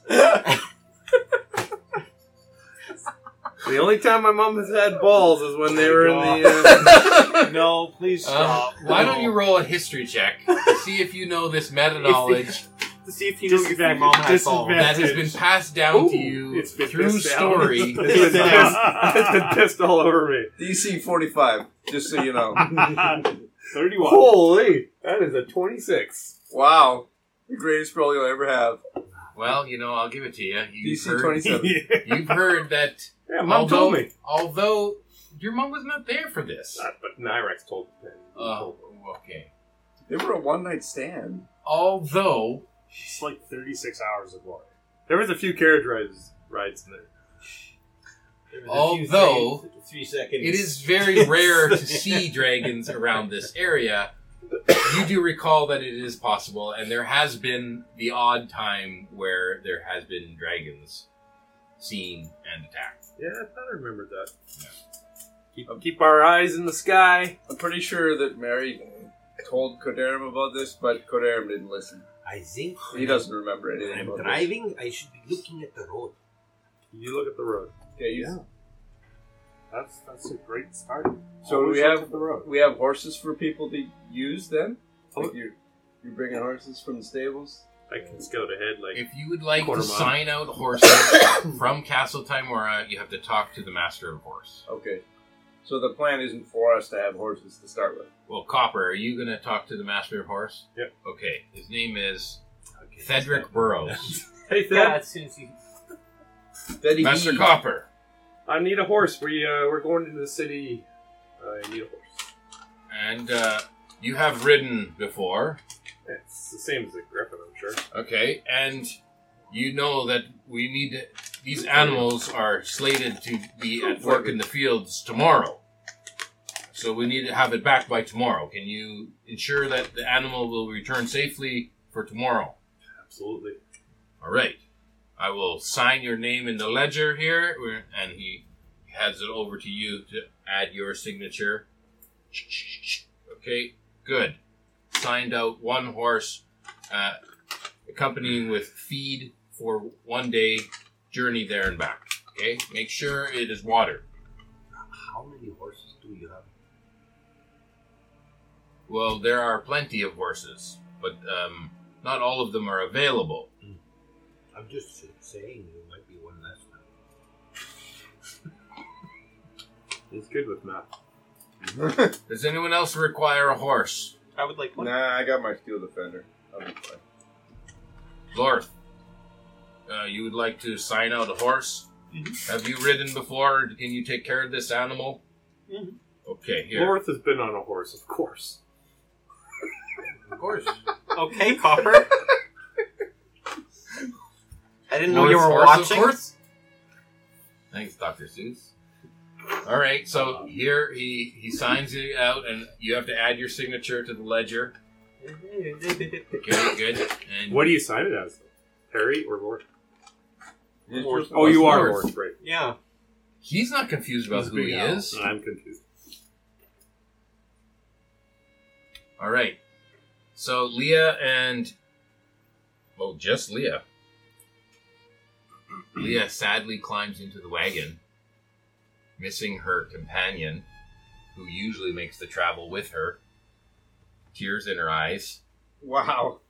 Speaker 12: I- The only time my mom has had balls is when they were in the. Uh,
Speaker 3: That's
Speaker 5: No, please
Speaker 1: Um,
Speaker 5: stop.
Speaker 1: why
Speaker 5: No.
Speaker 1: don't you roll a history check to see if you know this meta knowledge
Speaker 4: To see if you know if your
Speaker 5: Disadvantage.
Speaker 4: mom has balls.
Speaker 5: Disadvantage.
Speaker 1: that has been passed down
Speaker 5: Ooh,
Speaker 1: to you
Speaker 5: it's been
Speaker 1: through
Speaker 5: passed down.
Speaker 1: story?
Speaker 12: it's, been pissed, it's been pissed all over me.
Speaker 3: DC 45, just so you know.
Speaker 5: 31.
Speaker 12: Holy, that is a twenty-six.
Speaker 3: Wow. The greatest roll you'll ever have.
Speaker 1: Well, you know, I'll give it to you. You've
Speaker 3: DC
Speaker 1: heard,
Speaker 3: 27.
Speaker 1: you've heard that
Speaker 12: Yeah, mom told me.
Speaker 1: although your mom was not there for this.
Speaker 12: Uh, but Nyrex told me.
Speaker 1: Oh, okay.
Speaker 3: They were a one night stand.
Speaker 1: Although
Speaker 5: It's like 36 hours of work.
Speaker 12: There was a few carriage rides rides in there.
Speaker 1: Although,
Speaker 13: three, three seconds,
Speaker 1: it is very rare to see dragons around this area, you do recall that it is possible, and there has been the odd time where there has been dragons seen and attacked.
Speaker 12: Yeah, I thought I remembered that.
Speaker 1: Yeah.
Speaker 12: Keep, keep our eyes in the sky.
Speaker 3: I'm pretty sure that Mary told Koderim about this, but Koderim didn't listen.
Speaker 13: I think
Speaker 3: He doesn't remember
Speaker 13: When
Speaker 3: anything
Speaker 13: I'm
Speaker 3: about this.
Speaker 13: driving, I should be looking at the road.
Speaker 12: You look at the road.
Speaker 3: Okay, you-
Speaker 5: That's that's a great start.
Speaker 3: So
Speaker 5: Always
Speaker 3: we
Speaker 5: look
Speaker 3: have-
Speaker 5: at the road.
Speaker 3: We have horses for people to use then? Like you're, you're bringing horses from the stables?
Speaker 12: I can scout ahead like
Speaker 1: If you would like to
Speaker 12: Quarter mile.
Speaker 1: sign out horses from Castle Timora, you have to talk to the Master of Horse.
Speaker 3: Okay. So the plan isn't for us to have horses to start with.
Speaker 1: Well, Copper, are you going to talk to the Master of Horse?
Speaker 12: Yep.
Speaker 1: Okay. His name is
Speaker 13: Okay,
Speaker 1: Cedric Burrows.
Speaker 12: Hey Thad,
Speaker 4: Yeah, as soon as you.
Speaker 3: Daddy
Speaker 1: Master
Speaker 3: Yee.
Speaker 1: Copper.
Speaker 12: I need a horse. We uh, we're going into the city. I need a horse.
Speaker 1: And uh, you have ridden before.
Speaker 12: It's the same as a griffin, I'm sure.
Speaker 1: Okay. And you know that we need to, these animals are slated to be at work in the fields tomorrow. So we need to have it back by tomorrow. Can you ensure that the animal will return safely for tomorrow?
Speaker 12: Absolutely.
Speaker 1: All right. I will sign your name in the ledger here, where- and he hands it over to you to add your signature. Okay, good. Signed out one horse, uh, accompanying with feed for one day journey there and back. Okay, make sure it is watered.
Speaker 13: How many horses do you have?
Speaker 1: Well, there are plenty of horses, but um, not all of them are available.
Speaker 13: I'm just saying there might be one less now.
Speaker 12: He's good with math.
Speaker 1: Does anyone else require a horse?
Speaker 4: I would like one.
Speaker 3: Nah, I got my steel defender. I'll be fine.
Speaker 1: Lorth, uh, you would like to sign out a horse?
Speaker 4: Mhm.
Speaker 1: Have you ridden before? Can you take care of this animal?
Speaker 4: Mhm.
Speaker 1: Okay, here.
Speaker 12: Lorth has been on a horse, of course.
Speaker 13: Of course.
Speaker 4: Okay, Copper. I didn't know you
Speaker 1: Lorth's
Speaker 4: were
Speaker 1: horse, of
Speaker 4: watching.
Speaker 1: course. Thanks, Dr. Seuss. All right, so here he, he signs you out, and you have to add your signature to the ledger. Okay, good. And
Speaker 12: What do you sign it as? Perry or Lord?
Speaker 1: Lord-
Speaker 12: Oh, you are
Speaker 1: Lord.
Speaker 12: Lord, right.
Speaker 4: yeah.
Speaker 1: He's not confused about who he is.
Speaker 12: I'm confused.
Speaker 1: All right. So Leah and well, just Leah. Leah sadly climbs into the wagon, missing her companion, who usually makes the travel with her. Tears in her eyes,
Speaker 3: Wow.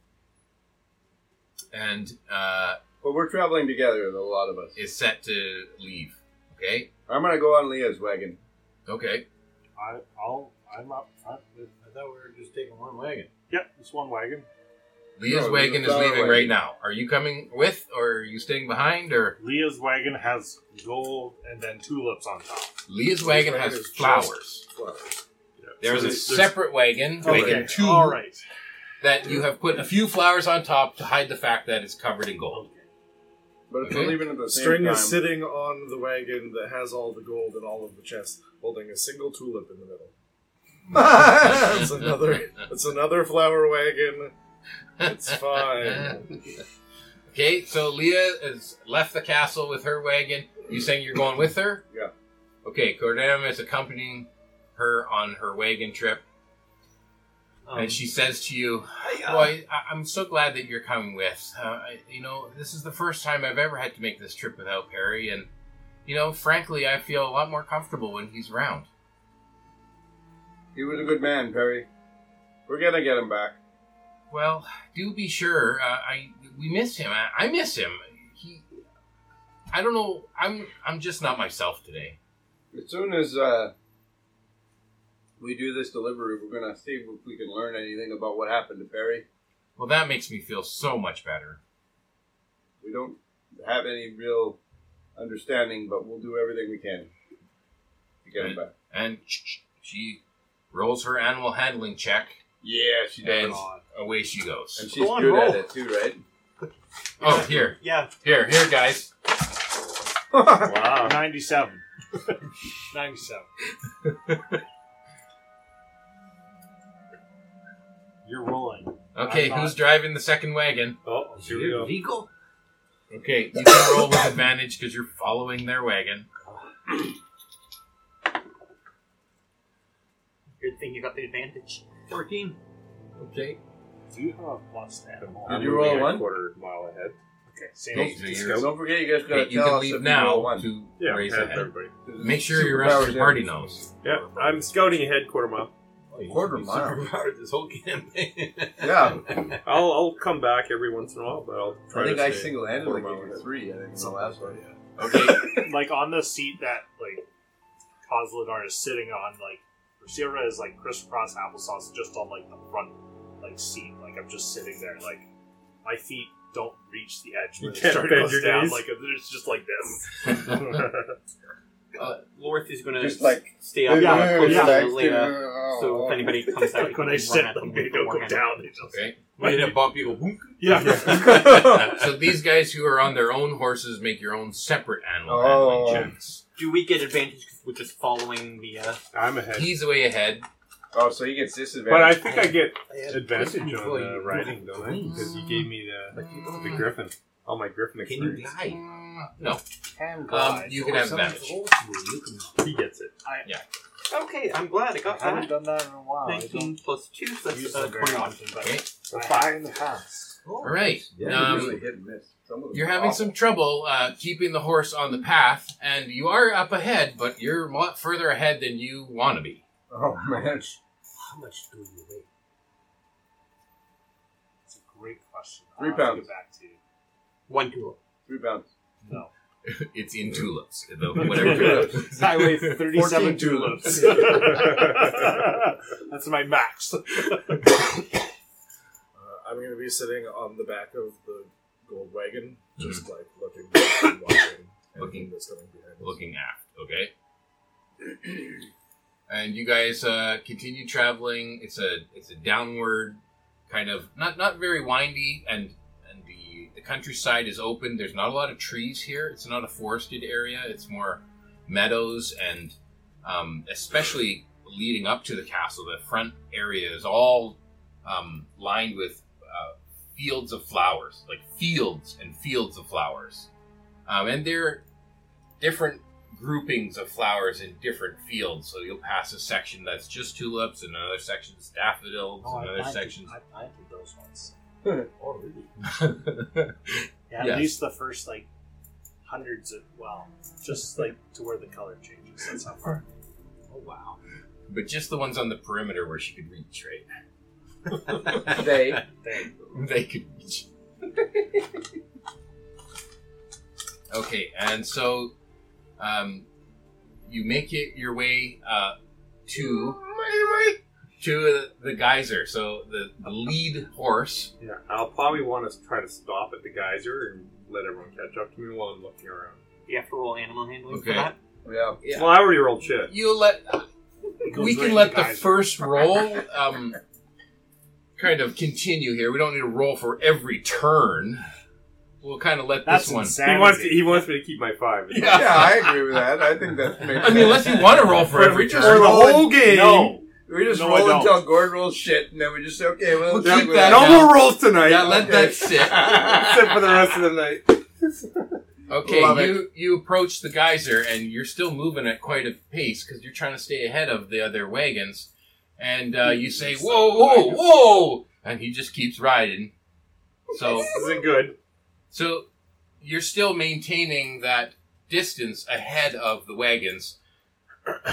Speaker 1: and uh,
Speaker 3: But we're traveling together, the lot of us.
Speaker 1: is set to leave. Okay.
Speaker 3: I'm gonna go on Leah's wagon.
Speaker 1: Okay.
Speaker 5: I, I'll, I'm up front. with-
Speaker 13: I thought we were just taking one wagon.
Speaker 5: Yep, just one wagon.
Speaker 1: Leah's
Speaker 3: No,
Speaker 1: wagon
Speaker 3: Leah's
Speaker 1: is
Speaker 3: on her
Speaker 1: leaving
Speaker 3: way.
Speaker 1: right now. Are you coming with, or are you staying behind, or
Speaker 5: Leah's wagon has gold and then tulips on top.
Speaker 1: Leah's wagon
Speaker 2: wagon
Speaker 1: has
Speaker 2: is just-
Speaker 1: flowers. There's a separate wagon, wagon two,
Speaker 5: All right.
Speaker 1: that you have put a few flowers on top to hide the fact that it's covered in gold.
Speaker 3: But if
Speaker 1: Okay.
Speaker 3: we're leaving at the same
Speaker 2: String
Speaker 3: time,
Speaker 2: is sitting on the wagon that has all the gold and all of the chests, holding a single tulip in the middle. That's another. That's another flower wagon. It's fine.
Speaker 1: Okay, so Leah has left the castle with her wagon. You saying you're going with her?
Speaker 3: Yeah.
Speaker 1: Okay, Cordam is accompanying her on her wagon trip,
Speaker 4: Um,
Speaker 1: and she says to you,
Speaker 4: I, uh,
Speaker 1: "Boy, I- I'm so glad that you're coming with. Uh, I, you know, this is the first time I've ever had to make this trip without Perry, and you know, frankly, I feel a lot more comfortable when he's around."
Speaker 3: he was a good man, Perry. We're gonna get him back.
Speaker 1: Well, do be sure. Uh, I we miss him. I, I miss him. He. I don't know. I'm I'm just not myself today.
Speaker 3: As soon as uh, we do this delivery, we're gonna see if we can learn anything about what happened to Perry.
Speaker 1: Well, that makes me feel so much better.
Speaker 3: We don't have any real understanding, but we'll do everything we can to get him back.
Speaker 1: And she rolls her animal handling check,
Speaker 3: Yeah, she
Speaker 1: and
Speaker 3: does.
Speaker 1: away she goes.
Speaker 3: And she's
Speaker 4: Go on,
Speaker 3: good at
Speaker 4: roll.
Speaker 3: it too, right?
Speaker 1: oh, here,
Speaker 4: yeah.
Speaker 1: here, here, guys.
Speaker 12: Wow.
Speaker 5: 97. 97. You're rolling.
Speaker 1: Okay,
Speaker 5: I'm not-
Speaker 1: who's driving the second wagon?
Speaker 12: Oh, here we go.
Speaker 1: Legal. Okay, you can roll with advantage because you're following their wagon.
Speaker 4: Good thing you got the advantage.
Speaker 13: 14.
Speaker 1: Okay.
Speaker 5: Do you have a plus animal?
Speaker 3: Did
Speaker 12: I'm
Speaker 3: you roll
Speaker 12: moving a
Speaker 3: one?
Speaker 12: Quarter mile ahead.
Speaker 5: Okay, same.
Speaker 1: Okay, so you're-
Speaker 3: Don't forget, you guys gotta
Speaker 1: okay, you
Speaker 3: tell
Speaker 1: can
Speaker 3: us if
Speaker 1: leave
Speaker 3: you roll
Speaker 1: now
Speaker 3: one.
Speaker 1: to
Speaker 12: Yeah,
Speaker 1: raise
Speaker 12: ahead of
Speaker 1: ahead.
Speaker 12: everybody.
Speaker 1: Make sure your rest of
Speaker 3: Superpowers
Speaker 1: your party
Speaker 3: damage.
Speaker 1: knows.
Speaker 12: Yeah, I'm scouting ahead quarter mile.
Speaker 3: Quarter mile.
Speaker 13: this whole campaign.
Speaker 3: Yeah,
Speaker 12: I'll I'll come back every once in a while, but I'll try
Speaker 3: I think
Speaker 12: to
Speaker 3: I
Speaker 12: stay
Speaker 3: single-handedly
Speaker 12: quarter
Speaker 3: gave you
Speaker 12: mile
Speaker 3: three. I think in the last one.
Speaker 1: Okay.
Speaker 5: like on the seat that like Kozlodar is sitting on, like Sierra is like crisscross applesauce just on like the front like seat. Like I'm just sitting there, like my feet don't reach the edge
Speaker 12: You
Speaker 5: when they
Speaker 12: can't
Speaker 5: start
Speaker 12: bend
Speaker 5: goes
Speaker 12: your
Speaker 5: down.
Speaker 12: knees?
Speaker 5: Like it's just like this.
Speaker 4: Lorth is gonna
Speaker 3: Just like-
Speaker 4: stay up
Speaker 5: Yeah,
Speaker 4: close
Speaker 5: yeah.
Speaker 4: to Leia. uh, So if anybody comes out,
Speaker 5: like when I sit, like they don't go down. They just
Speaker 1: Okay.
Speaker 13: When you hit a bump, you go, boom.
Speaker 5: yeah.
Speaker 1: So these guys who are on their own horses make your own separate animal
Speaker 3: Oh.
Speaker 1: handling checks.
Speaker 4: Do we get advantage because we're just following the? Uh,
Speaker 12: I'm ahead,
Speaker 1: He's way ahead.
Speaker 3: Oh, so he gets disadvantage.
Speaker 12: but I think I get
Speaker 13: had
Speaker 12: advantage
Speaker 13: Listen,
Speaker 12: on uh,
Speaker 13: boy,
Speaker 12: riding, don't I? Because you gave me the the griffin, all my griffin
Speaker 13: Can you
Speaker 12: experience.
Speaker 13: glide?
Speaker 1: No.
Speaker 3: Ah,
Speaker 1: Um, you can have advantage.
Speaker 12: He gets it.
Speaker 4: okay, I'm glad I got
Speaker 5: I haven't
Speaker 4: that.
Speaker 5: done that in a while. I don't
Speaker 4: Nineteen plus two, so
Speaker 5: use
Speaker 4: that's uh,
Speaker 5: them very
Speaker 4: twenty-one.
Speaker 5: often, but
Speaker 1: Okay.
Speaker 5: I fire in the past.
Speaker 1: All right.
Speaker 3: Yeah,
Speaker 1: um,
Speaker 3: you really hit and miss. Some of them
Speaker 1: You're
Speaker 3: are
Speaker 1: having
Speaker 3: awful.
Speaker 1: some trouble uh, keeping the horse on the path, and you are up ahead, but you're a lot further ahead than you want to be.
Speaker 3: Oh man,
Speaker 13: How much do you weigh?
Speaker 5: It's a great question.
Speaker 3: Three
Speaker 5: I'll have to
Speaker 3: pounds.
Speaker 5: Get back to you.
Speaker 4: One two. oh.
Speaker 3: three pounds.
Speaker 5: No.
Speaker 1: It's in tulips, the- whatever tulips.
Speaker 5: Highway
Speaker 3: 14
Speaker 5: 37
Speaker 3: tulips.
Speaker 5: tulips. That's my max.
Speaker 2: Uh, I'm gonna be sitting on the back of the gold wagon, just like looking, and watching,
Speaker 1: Hmm.
Speaker 2: looking
Speaker 1: Looking-
Speaker 2: that's coming behind. us.
Speaker 1: looking aft. Okay. And you guys uh, continue traveling. It's a it's a downward kind of not not very windy, and and the the countryside is open. There's not a lot of trees here. It's not a forested area. It's more meadows and um, especially leading up to the castle. The front area is all um, lined with uh, fields of flowers, like fields and fields of flowers. Um, and they're different groupings of flowers in different fields. So you'll pass a section that's just tulips, and another section is daffodils,
Speaker 5: Oh, I
Speaker 1: another
Speaker 5: planted-
Speaker 1: section.
Speaker 5: I planted those ones.
Speaker 13: Oh, really?
Speaker 5: Yeah, at
Speaker 1: Yes.
Speaker 5: least the first like hundreds of well, just like to where the color changes. That's how far.
Speaker 1: oh wow! But just the ones on the perimeter where she could reach, right?
Speaker 3: They.
Speaker 5: They
Speaker 1: they could reach. okay, and so um, you make it your way uh, to to the geyser. So the, the lead horse.
Speaker 12: Yeah, I'll probably want to try to stop at the geyser and let everyone catch up to me while I'm looking around.
Speaker 4: You have to roll animal handling
Speaker 1: Okay.
Speaker 4: for that.
Speaker 3: Yeah.
Speaker 1: Yeah.
Speaker 12: Well, I already rolled shit.
Speaker 1: You let
Speaker 5: goes
Speaker 1: we
Speaker 5: right
Speaker 1: can let
Speaker 5: in
Speaker 1: the
Speaker 5: geyser.
Speaker 1: first roll um, kind of continue here. We don't need to roll for every turn. We'll kind of let
Speaker 5: That's
Speaker 1: this one.
Speaker 5: insanity.
Speaker 12: He wants, he wants me to keep my five.
Speaker 1: Yeah.
Speaker 3: yeah, I agree with that. I think that makes
Speaker 1: I mean, unless you want to roll for every
Speaker 12: For
Speaker 1: turn.
Speaker 12: the whole game.
Speaker 5: no.
Speaker 3: We just
Speaker 5: No, I
Speaker 3: roll
Speaker 5: don't.
Speaker 3: until Gord rolls shit, and then we just say, okay, well,
Speaker 1: We'll
Speaker 3: let's
Speaker 1: keep
Speaker 3: stick with
Speaker 1: that
Speaker 12: No
Speaker 1: Yeah.
Speaker 12: more rolls tonight.
Speaker 1: Yeah, let that sit.
Speaker 12: Except for the rest of the night.
Speaker 1: Okay,
Speaker 3: Love it.
Speaker 1: you you approach the geyser and you're still moving at quite a pace because you're trying to stay ahead of the other wagons, and uh, you say whoa whoa whoa, and he just keeps riding. So
Speaker 12: This isn't good.
Speaker 1: so you're still maintaining that distance ahead of the wagons.
Speaker 12: Okay,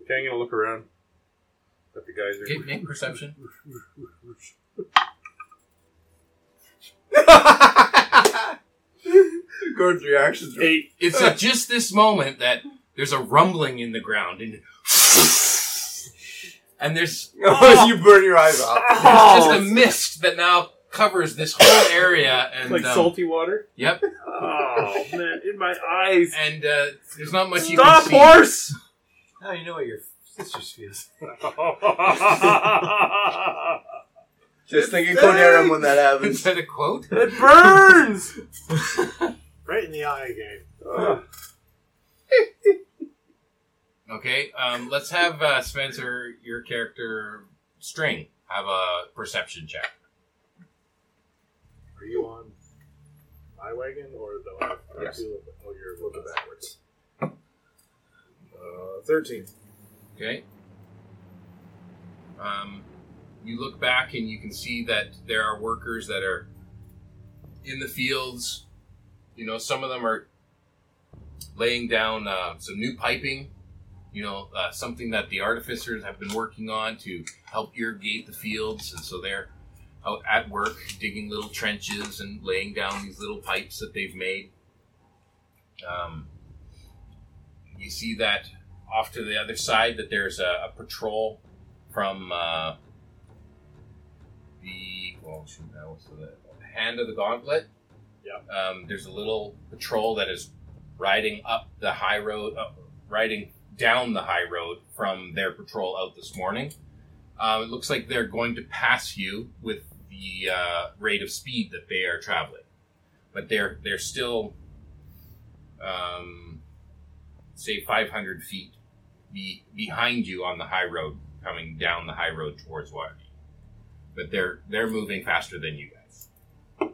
Speaker 12: I'm gonna look around at the geyser.
Speaker 1: Okay, make perception.
Speaker 3: Gord's reactions. Are,
Speaker 12: Eight.
Speaker 1: It's at just this moment that there's a rumbling in the ground and and there's
Speaker 3: you burn your eyes out.
Speaker 1: There's just a mist that now covers this whole area, and
Speaker 12: like
Speaker 1: um,
Speaker 12: salty water.
Speaker 1: Yep,
Speaker 12: Oh man, in my eyes.
Speaker 1: and uh, there's not much
Speaker 12: Stop,
Speaker 1: you can see.
Speaker 12: horse!
Speaker 13: Now you know what your sister's feels.
Speaker 3: Just thinking Coderum when that
Speaker 1: Is
Speaker 3: happens.
Speaker 1: that a quote?
Speaker 12: It burns.
Speaker 5: right in the eye again.
Speaker 12: Ugh.
Speaker 1: Okay, um, let's have uh, Spencer, your character String, have a perception check.
Speaker 5: Are you on my wagon or the? Or
Speaker 1: Yes.
Speaker 5: you- Oh, you're looking backwards.
Speaker 2: Uh, 13.
Speaker 1: Okay. Um, you look back and you can see that there are workers that are in the fields. You know, some of them are laying down uh, some new piping. You know, uh, something that the artificers have been working on to help irrigate the fields, and so they're out at work digging little trenches and laying down these little pipes that they've made. Um, you see that off to the other side that there's a, a patrol from uh, the well, shoot, that was the hand of the gauntlet. Yeah. Um, there's a little patrol that is riding up the high road, uh, riding down the high road from their patrol out this morning. Uh, it looks like they're going to pass you with the uh, rate of speed that they are traveling, but they're they're still. Um, say 500 feet be, behind you on the high road, coming down the high road towards Waterdeep. But they're they're moving faster than you guys.
Speaker 2: I'll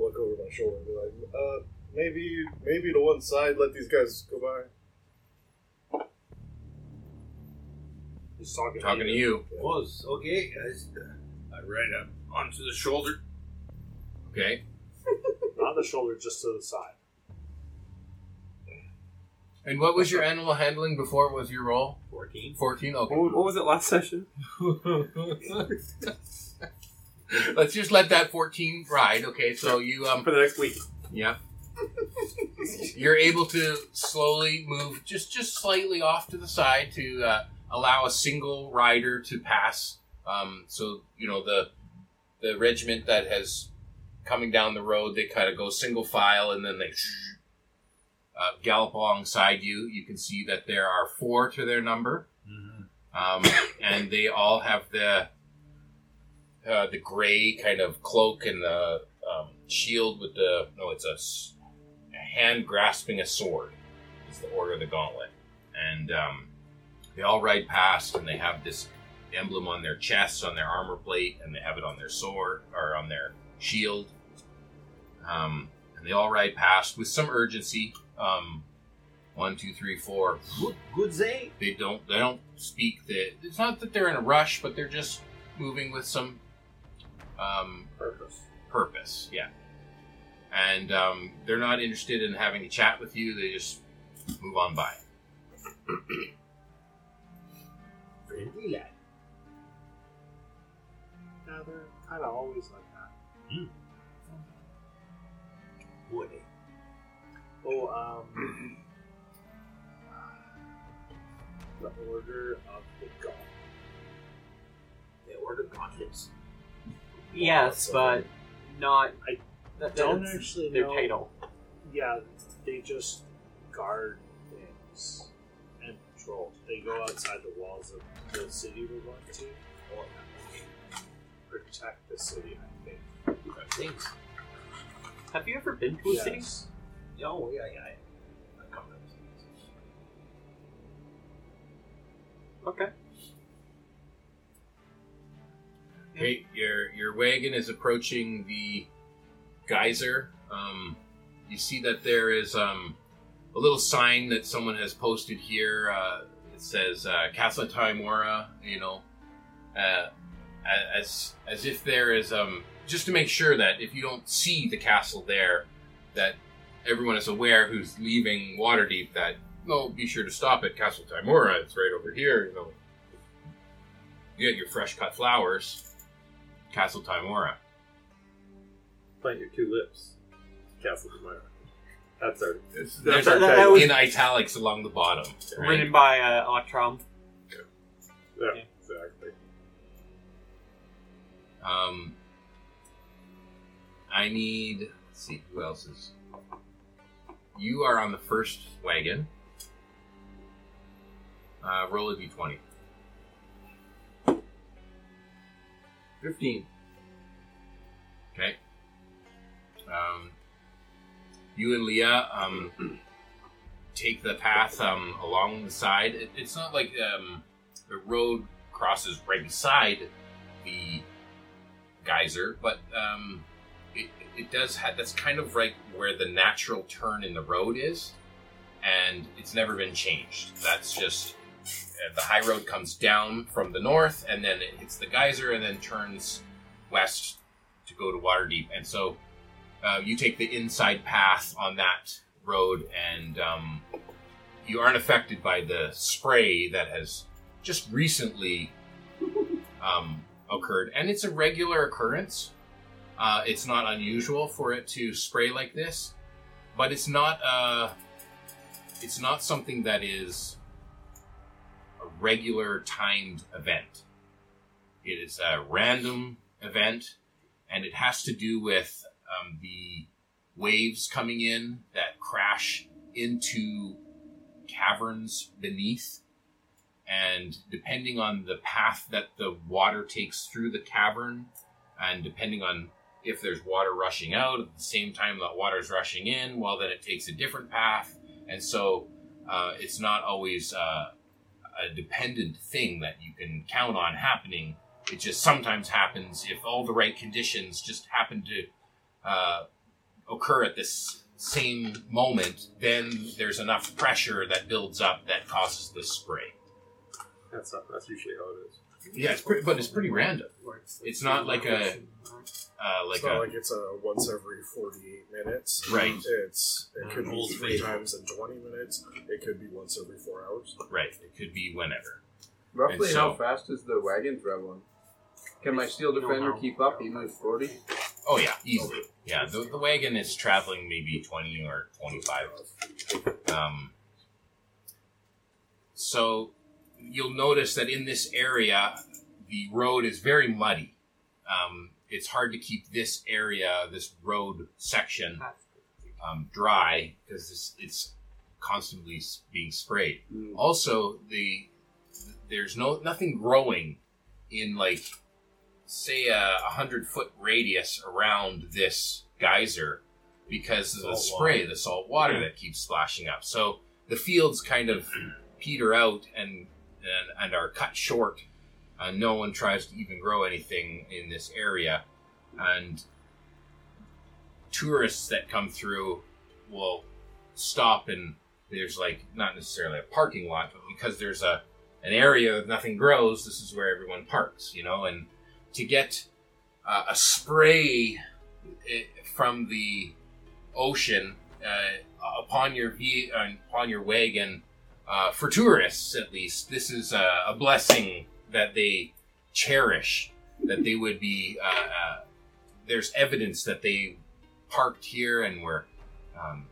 Speaker 2: look over my shoulder and be like, uh, maybe, maybe to one side, let these guys go by.
Speaker 5: He's talking.
Speaker 1: Talking to you.
Speaker 13: Was okay, guys. I ran up onto the shoulder.
Speaker 1: Okay.
Speaker 5: Not the shoulder, just to the side.
Speaker 1: And what was your animal handling before? What was your roll?
Speaker 13: 14.
Speaker 1: 14? Okay.
Speaker 12: What, what was it last session?
Speaker 13: Oh.
Speaker 1: Let's just let that 14 ride. Okay. So you, um,
Speaker 12: For the next week.
Speaker 1: yeah. You're able to slowly move just, just slightly off to the side to, uh, allow a single rider to pass. Um, so you know the the regiment that has coming down the road, they kind of go single file and then they uh, gallop alongside you. You can see that there are four to their number, um, and they all have the uh, the gray kind of cloak and the um, shield with the no, it's a, s- a hand grasping a sword. It's the order of the gauntlet, and um, They all ride past, and they have this emblem on their chest, on their armor plate, and they have it on their sword or on their shield. Um, and they all ride past with some urgency. Um, one, two, three, four.
Speaker 13: Good, good day.
Speaker 1: They don't. They don't speak. The, it's not that they're in a rush, but they're just moving with some um,
Speaker 5: Purpose.
Speaker 1: purpose. Yeah. And um, they're not interested in having a chat with you. They just move on by.
Speaker 13: Friendly lad.
Speaker 5: Yeah, they're kind of always like that.
Speaker 13: Would
Speaker 5: Oh, um. the Order of the God.
Speaker 13: They order gauntlets.
Speaker 4: Yes, but not.
Speaker 5: I
Speaker 4: that,
Speaker 5: Don't
Speaker 4: that's
Speaker 5: actually
Speaker 4: their
Speaker 5: know.
Speaker 4: title.
Speaker 5: Yeah, they just guard things and patrol. They go outside the walls of the city we're going to or protect the city, I think.
Speaker 13: Thanks.
Speaker 4: Have you ever been to a city?
Speaker 5: Yes.
Speaker 13: Oh, yeah, yeah. yeah. I come to this.
Speaker 4: Okay.
Speaker 1: Okay, your your wagon is approaching the geyser. Um, you see that there is um, a little sign that someone has posted here. Uh, it says uh, Casa Taimura. You know, uh, a- as as if there is um, just to make sure that if you don't see the castle there, that everyone is aware who's leaving Waterdeep that no, be sure to stop at Castle Taimura. It's right over here. You know, you get your fresh cut flowers. Castle Timora.
Speaker 12: Plant your two lips. Castle Demire. That's our.
Speaker 1: There's
Speaker 12: That's our
Speaker 4: that- that
Speaker 12: tagline.
Speaker 4: was-
Speaker 1: in italics along the bottom. right?
Speaker 4: Written by uh, Autram.
Speaker 12: Yeah, exactly.
Speaker 1: Um, I need. Let's see who else is. You are on the first wagon. Uh, roll a d20.
Speaker 13: Fifteen.
Speaker 1: Okay. Um, you and Leah um, take the path um, along the side. It, it's not like um, the road crosses right beside the geyser, but um, it, it does have. That's kind of right where the natural turn in the road is, and it's never been changed. That's just. uh, The high road comes down from the north, and then it hits the geyser, and then turns west to go to Waterdeep, and so uh, you take the inside path on that road, and um, you aren't affected by the spray that has just recently um, occurred, and it's a regular occurrence. Uh, it's not unusual for it to spray like this, but it's not uh, it's not something that is a regular timed event. It is a random event and it has to do with um, the waves coming in that crash into caverns beneath. And depending on the path that the water takes through the cavern, and depending on if there's water rushing out at the same time that water's rushing in, well, then it takes a different path. And so uh, it's not always uh, a dependent thing that you can count on happening it just sometimes happens if all the right conditions just happen to uh, occur at this same moment then there's enough pressure that builds up that causes this spray
Speaker 12: That's not. That's usually how it is.
Speaker 1: yeah it's pretty, but it's pretty random it's not like a uh, like
Speaker 2: it's not
Speaker 1: a
Speaker 2: like it's a once every 48 minutes.
Speaker 1: Right. Uh,
Speaker 2: It's it could
Speaker 13: Old
Speaker 2: be three
Speaker 13: faithful.
Speaker 2: times in 20 minutes. It could be once every four hours.
Speaker 1: right it could be whenever
Speaker 3: Roughly,
Speaker 1: And so-
Speaker 3: how fast is the wagon traveling? Can my steel defender keep up even at forty?
Speaker 1: oh yeah easily yeah the, the wagon is traveling maybe 20 or 25 um, so you'll notice that in this area, the road is very muddy. Um, it's hard to keep this area, this road section, um, dry because it's, it's constantly s- being sprayed. Also, the there's no nothing growing in like say a, a hundred foot radius around this geyser because of the
Speaker 5: Salt
Speaker 1: spray, the salt water that keeps splashing up. So the fields kind of peter out and and, and are cut short. Uh, no one tries to even grow anything in this area, and tourists that come through will stop and there's like not necessarily a parking lot, but because there's a an area that nothing grows, this is where everyone parks, you know. And to get uh, a spray uh, from the ocean uh, upon your ve- uh, upon your wagon uh, for tourists at least this is a, a blessing that they cherish that they would be uh, uh, there's evidence that they parked here and were um,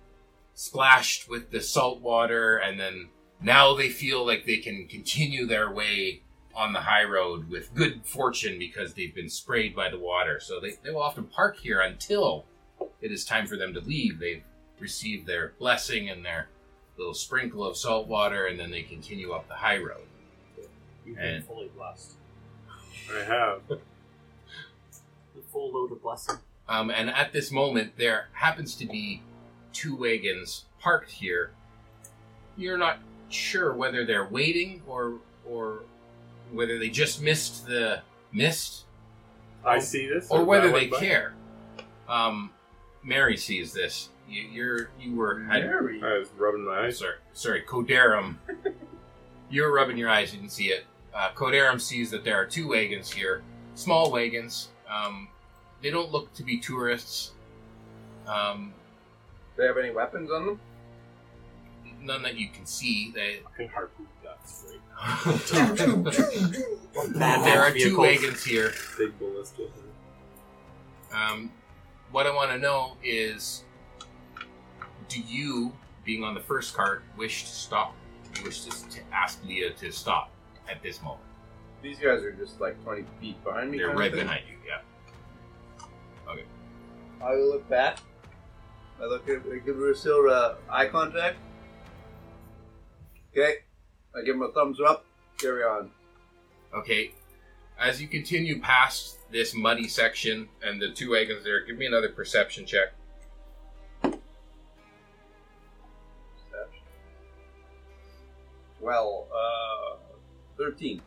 Speaker 1: splashed with the salt water and then now they feel like they can continue their way on the high road with good fortune because they've been sprayed by the water so they, they will often park here until it is time for them to leave they've receive their blessing and their little sprinkle of salt water, and then they continue up the high road.
Speaker 5: You've been
Speaker 1: And-
Speaker 5: fully blessed.
Speaker 12: I have.
Speaker 4: The full load of blessing.
Speaker 1: Um, and at this moment, there happens to be two wagons parked here. You're not sure whether they're waiting or or whether they just missed the mist
Speaker 12: I see this.
Speaker 1: or
Speaker 12: as I
Speaker 1: whether
Speaker 12: went
Speaker 1: they
Speaker 12: by.
Speaker 1: care. Um, Mary sees this. You, you're you were had
Speaker 2: Mary.
Speaker 12: I was rubbing my
Speaker 1: Oh,
Speaker 12: eyes.
Speaker 1: sorry, sorry, Coderum. you were rubbing your eyes, you didn't see it. Uh, Coderum sees that there are two wagons here, small wagons. Um, they don't look to be tourists. Um,
Speaker 3: they have any weapons on them?
Speaker 1: none that you can see. They,
Speaker 5: Fucking harpoon guts, right?
Speaker 1: that there are two wagons here.
Speaker 12: Big ballista.
Speaker 1: Um, what I want to know is, do you, being on the first cart, wish to stop? You wish to, to ask Leah to stop at this moment?
Speaker 3: These guys are just like 20 feet behind me.
Speaker 1: They're
Speaker 3: kind of
Speaker 1: right
Speaker 3: thing.
Speaker 1: behind you. Yeah.
Speaker 3: I look back. I look at I give Rusil uh, eye contact. Okay. I give him a thumbs up. Carry on.
Speaker 1: Okay. As you continue past this muddy section and the two wagons there, give me another perception check.
Speaker 3: Well, uh, 13.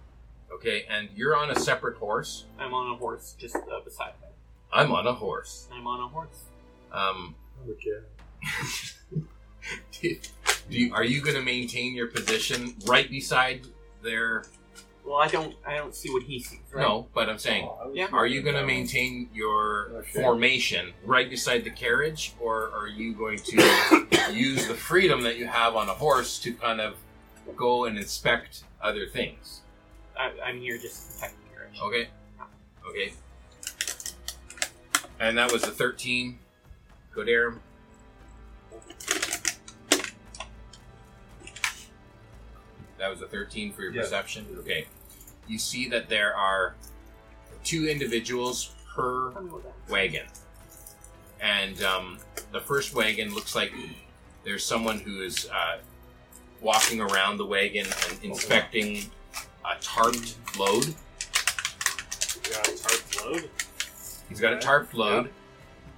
Speaker 1: Okay, and you're on a separate horse.
Speaker 4: I'm on a horse just uh, beside him.
Speaker 1: I'm on a horse.
Speaker 4: I'm on a horse.
Speaker 1: Um, do, do you, are you going to maintain your position right beside their?
Speaker 4: Well, I don't. I don't see what he sees. Right?
Speaker 1: No, but I'm saying,
Speaker 3: Oh, I was
Speaker 4: Yeah.
Speaker 1: are you going to
Speaker 3: Um,
Speaker 1: maintain your
Speaker 3: Okay.
Speaker 1: formation right beside the carriage, or are you going to use the freedom that you have on a horse to kind of go and inspect other things?
Speaker 4: I, I'm here just to protect the carriage.
Speaker 1: Okay. Okay. And that was the 13. Godarum. That was a 13 for your
Speaker 2: Yeah.
Speaker 1: perception. Okay. You see that there are two individuals per
Speaker 4: Tell me what that is.
Speaker 1: wagon. And um, the first wagon looks like there's someone who is uh, walking around the wagon and inspecting a tarped load.
Speaker 5: You got a tarp load?
Speaker 1: He's got a
Speaker 5: Okay.
Speaker 1: tarp load.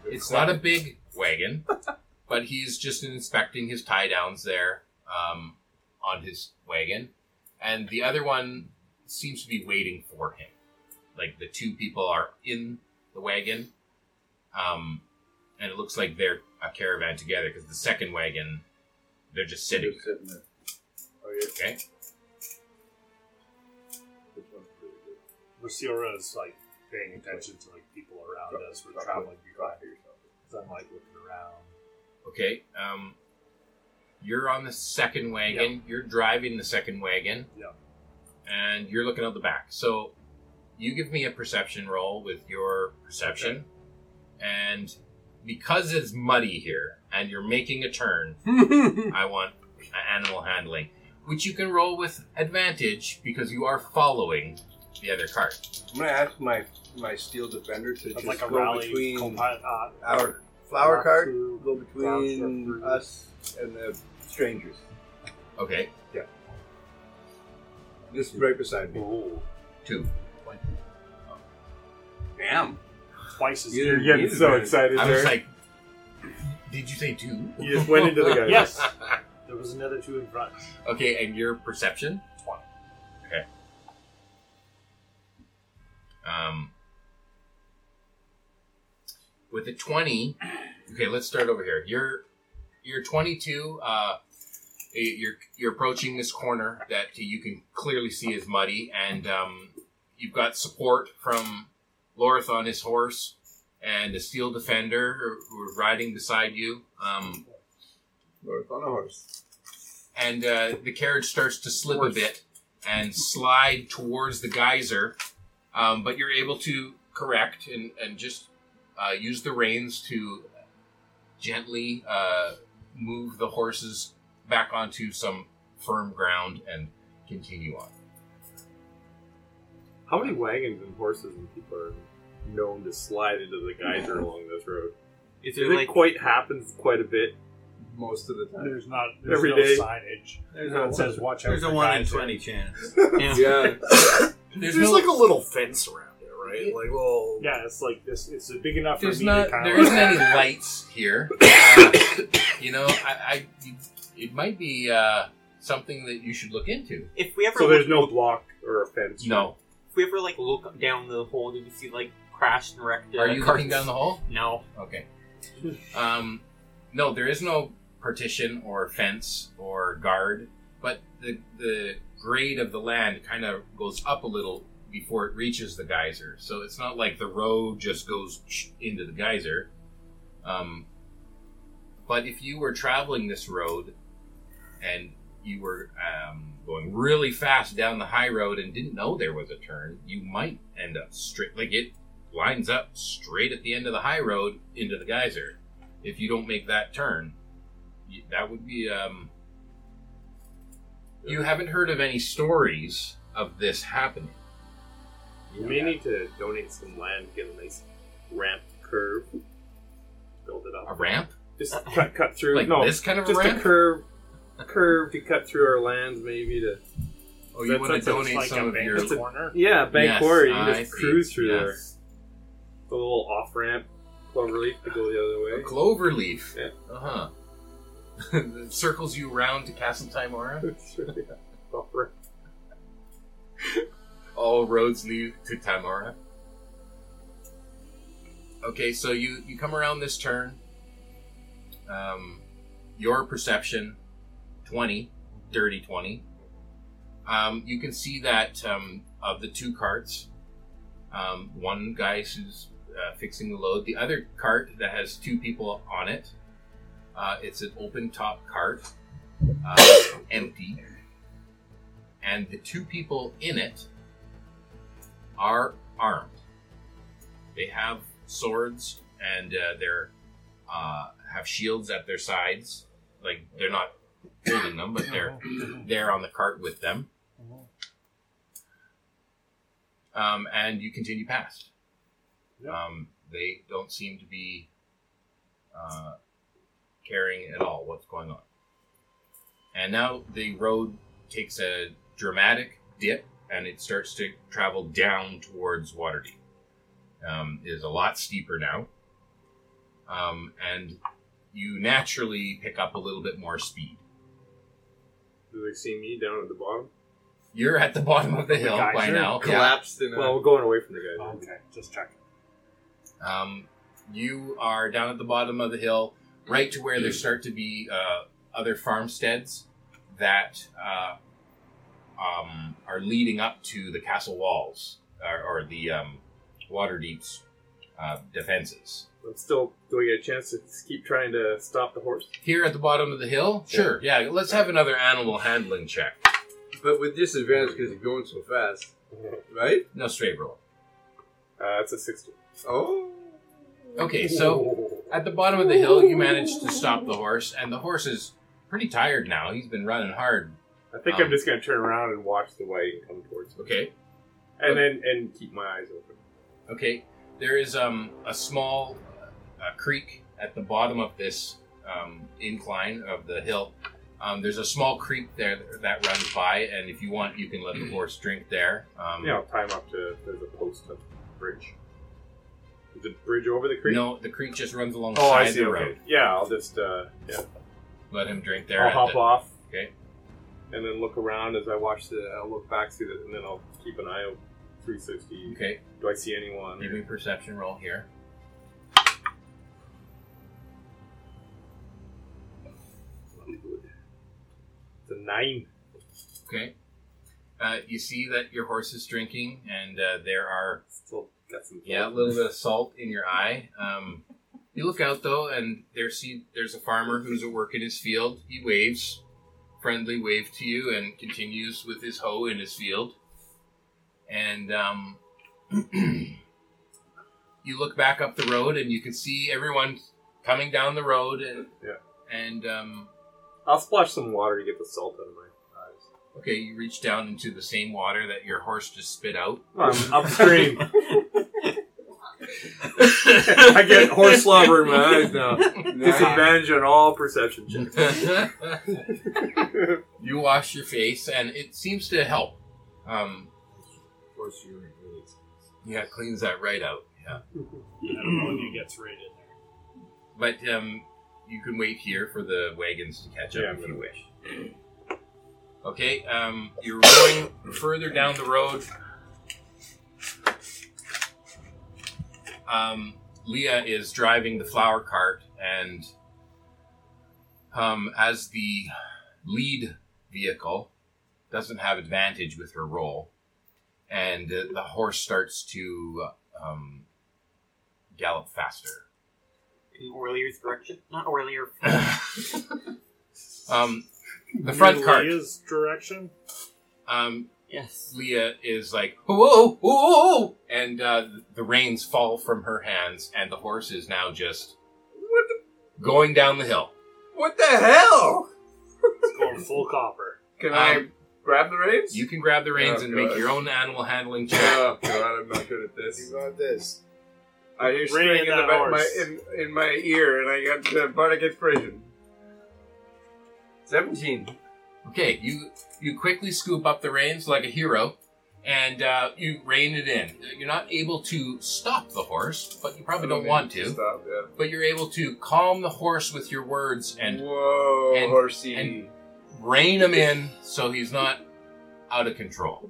Speaker 3: Good
Speaker 1: It's
Speaker 3: call.
Speaker 1: not a big wagon, but he's just inspecting his tie downs there um, on his wagon. And the other one seems to be waiting for him. Like the two people are in the wagon. Um, and it looks like they're a caravan together because the second wagon, they're just sitting.
Speaker 3: Just sitting there. Oh, yeah.
Speaker 1: Okay.
Speaker 3: This one's pretty good.
Speaker 5: Rasiora is like paying attention to like people around us. We're traveling behind because I'm like looking around.
Speaker 1: Okay. Um, you're on the second wagon. You're driving the second wagon.
Speaker 5: Yep.
Speaker 1: And you're looking out the back. So you give me a perception roll with your perception. And because it's muddy here and you're making a turn, I want a- animal handling, which you can roll with advantage because you are following the other cart.
Speaker 3: I'm going to ask my, my steel defender to
Speaker 5: It's
Speaker 3: just
Speaker 5: like a
Speaker 3: go
Speaker 5: rally
Speaker 3: between
Speaker 5: compi- uh,
Speaker 3: our flower cart,
Speaker 5: to-
Speaker 3: go between us and the strangers.
Speaker 1: Okay.
Speaker 3: Just right beside me.
Speaker 1: Two.
Speaker 3: Damn.
Speaker 5: twice as
Speaker 3: You're
Speaker 12: You're
Speaker 5: good.
Speaker 3: getting
Speaker 12: getting
Speaker 3: He's so
Speaker 12: so
Speaker 3: very-
Speaker 12: excited
Speaker 1: I
Speaker 12: there.
Speaker 1: was like, did you say two?
Speaker 12: you just went into the guy.
Speaker 5: Yes, there was another two in front.
Speaker 1: Okay, and your perception?
Speaker 5: Twenty.
Speaker 1: Um, with a twenty, okay, let's start over here. You're you're twenty two. Uh, eh, you're you're approaching this corner that you can clearly see is muddy, and um, you've got support from Lorith on his horse and a steel defender who are riding beside you. Um,
Speaker 3: North on a horse.
Speaker 1: and uh, the carriage starts to slip a bit and slide towards the geyser. Um, but you're able to correct and, and just uh, use the reins to gently uh, move the horses back onto some firm ground and continue on.
Speaker 12: How many wagons and horses and people are known to slide into the geyser along this road?
Speaker 4: Is
Speaker 12: It
Speaker 4: there like
Speaker 12: quite happens quite a bit.
Speaker 3: Most of the time.
Speaker 5: There's not there's
Speaker 12: Every
Speaker 5: no
Speaker 12: day.
Speaker 5: signage.
Speaker 13: There's
Speaker 5: No, it
Speaker 13: a,
Speaker 5: says watch out.
Speaker 13: there's a
Speaker 5: for
Speaker 13: one in
Speaker 5: guys."
Speaker 13: twenty chance.
Speaker 3: Yeah.
Speaker 2: There's,
Speaker 1: no-
Speaker 2: like a little fence around it, right? Like little.
Speaker 5: Yeah, it's like this. It's big enough for
Speaker 1: There's
Speaker 5: me
Speaker 1: not.
Speaker 5: to kind
Speaker 1: There
Speaker 5: of.
Speaker 1: isn't any lights here. Uh, you know, I, I. It might be uh, something that you should look into.
Speaker 4: if we ever
Speaker 12: So there's
Speaker 4: look,
Speaker 12: no block or a fence.
Speaker 1: No.
Speaker 4: if we ever like look down the hole, do we see like crashed and wrecked? uh,
Speaker 1: Are you
Speaker 4: cars?
Speaker 1: looking down the hall?
Speaker 4: No.
Speaker 1: Okay. Um, no, there is no partition or fence or guard, but the the grade of the land kind of goes up a little before it reaches the geyser. So it's not like the road just goes into the geyser. Um, but if you were traveling this road and you were um, going really fast down the high road and didn't know there was a turn, you might end up straight like it lines up straight at the end of the high road into the geyser. If you don't make that turn, you, that would be. Um, you haven't heard of any stories of this happening.
Speaker 12: You may need to donate some land, get a nice ramp curve, build it
Speaker 1: A
Speaker 12: up.
Speaker 1: ramp,
Speaker 12: Just cut, cut through.
Speaker 1: Uh, like
Speaker 12: no,
Speaker 1: this kind of a
Speaker 12: just a
Speaker 1: ramp.
Speaker 12: curve, curve to cut through our lands, maybe to
Speaker 1: oh, you want to
Speaker 12: that's- that's
Speaker 1: donate
Speaker 5: like
Speaker 1: some
Speaker 5: a
Speaker 1: of your?
Speaker 5: bank corner.
Speaker 12: yeah,
Speaker 1: Yes,
Speaker 12: bank quarry. You can
Speaker 1: I
Speaker 12: just
Speaker 1: see.
Speaker 12: cruise through there.
Speaker 1: Yes.
Speaker 12: The little off ramp, clover leaf to go the other
Speaker 1: A
Speaker 12: way.
Speaker 1: clover leaf.
Speaker 12: Yeah.
Speaker 1: Uh huh. that circles you around to Castle Timora.
Speaker 12: Yeah, off ramp.
Speaker 1: all roads lead to Tamara. Okay, so you you come around this turn. Um, your perception, twenty, dirty twenty. Um, you can see that um, of the two carts, um, one guy who's uh, fixing the load, the other cart that has two people on it. Uh, it's an open top cart, uh, empty, and the two people in it are armed. They have swords and uh, they're uh, have shields at their sides. Like they're not holding them, but they're there on the cart with them. Um, and you continue past.
Speaker 5: Yep.
Speaker 1: Um, they don't seem to be uh, caring at all what's going on. And now the road takes a dramatic dip and it starts to travel down towards Waterdeep. Um, it is a lot steeper now. Um, and you naturally pick up a little bit more speed.
Speaker 12: Do they see me down at the bottom?
Speaker 1: You're at the bottom of the hill by
Speaker 5: geyser
Speaker 1: now. Yeah.
Speaker 3: Collapsed in a.
Speaker 12: Well, we're going away from the guy.
Speaker 5: Okay, just check.
Speaker 1: Um, you are down at the bottom of the hill, right to where there start to be uh, other farmsteads that uh, um, are leading up to the castle walls or, or the um, Waterdeep's uh, defenses.
Speaker 12: I'm still. Do we get a chance to keep trying to stop the horse?
Speaker 1: Here at the bottom of the hill? Sure. Yeah, let's have another animal handling check.
Speaker 3: but with disadvantage because you're going so fast. Right?
Speaker 1: No straight roll.
Speaker 12: Uh, it's a sixteen.
Speaker 3: Oh.
Speaker 1: Okay, so at the bottom of the hill, you manage to stop the horse, and the horse is pretty tired now. He's been running hard.
Speaker 12: I think
Speaker 1: Um,
Speaker 12: I'm just gonna turn around and watch the wagon come towards me,
Speaker 1: Okay,
Speaker 12: and then and keep my eyes open.
Speaker 1: okay. There is um, a small uh, creek at the bottom of this um, incline of the hill. Um, there's a small creek there that runs by, and if you want, you can let the horse drink there. Um,
Speaker 12: Yeah, I'll tie him up to there's a post up bridge. The bridge over the creek.
Speaker 1: No, the creek just runs alongside
Speaker 12: Oh, I see.
Speaker 1: the road.
Speaker 12: Okay. Yeah, I'll just uh, yeah.
Speaker 1: Let him drink there.
Speaker 12: I'll
Speaker 1: at
Speaker 12: hop
Speaker 1: the-
Speaker 12: off.
Speaker 1: Okay.
Speaker 12: and then look around as I watch the. I'll look back see that, and then I'll keep an eye out 360.
Speaker 1: Okay,
Speaker 12: Do I see anyone?
Speaker 1: give me a perception roll here.
Speaker 12: It's a nine.
Speaker 1: Okay. Uh, you see that your horse is drinking, and uh, there are
Speaker 12: Still got some.
Speaker 1: yeah a little bit of salt in your eye. Um, you look out though, and there see there's a farmer who's at work in his field. He waves, friendly wave to you, and continues with his hoe in his field. And um, you look back up the road, and you can see everyone coming down the road, and
Speaker 12: Yeah.
Speaker 1: and um,
Speaker 12: I'll splash some water to get the salt out of my
Speaker 1: okay, you reach down into the same water that your horse just spit out.
Speaker 12: eyes. I'm upstream. I get horse slobber in my eyes now. Disadvantage on all perception checks.
Speaker 1: you wash your face, and it seems to help. Um,
Speaker 13: Of course, you're really
Speaker 1: yeah, it cleans that right out. Yeah,
Speaker 5: I don't know if it gets right in there.
Speaker 1: but um, you can wait here for the wagons to catch up
Speaker 12: Yeah, I'm
Speaker 1: if
Speaker 12: gonna
Speaker 1: you wish. Okay, um, you're going further down the road. Um, Leah is driving the flower cart, and um, as the lead vehicle doesn't have advantage with her roll, and uh, the horse starts to um, gallop faster.
Speaker 4: In Orlier's direction? Not Orlier.
Speaker 1: um, the front
Speaker 5: In
Speaker 1: cart,
Speaker 5: Leah's direction.
Speaker 1: um,
Speaker 4: yes.
Speaker 1: Leah is like, whoa, whoa, whoa, and uh, the reins fall from her hands, and the horse is now just going down the hill.
Speaker 3: What the hell?
Speaker 5: It's going full copper.
Speaker 3: Can I
Speaker 1: Um,
Speaker 3: grab the reins?
Speaker 1: You can grab the reins
Speaker 3: Oh,
Speaker 1: and
Speaker 3: God.
Speaker 1: make your own animal handling check.
Speaker 3: Oh god, I'm not good at this.
Speaker 2: You got this.
Speaker 3: I hear
Speaker 5: Rein
Speaker 3: screaming in the
Speaker 5: that
Speaker 3: back of my
Speaker 5: horse.
Speaker 3: in, in my ear, and I got the bardic inspiration. Seventeen.
Speaker 1: Okay, you you quickly scoop up the reins like a hero, and uh, you rein it in. You're not able to stop the horse, but you probably don't want to.
Speaker 3: Stop, yeah.
Speaker 1: But you're able to calm the horse with your words and
Speaker 3: Whoa,
Speaker 1: and-
Speaker 3: horsey.
Speaker 1: and- rein him in so he's not out of control.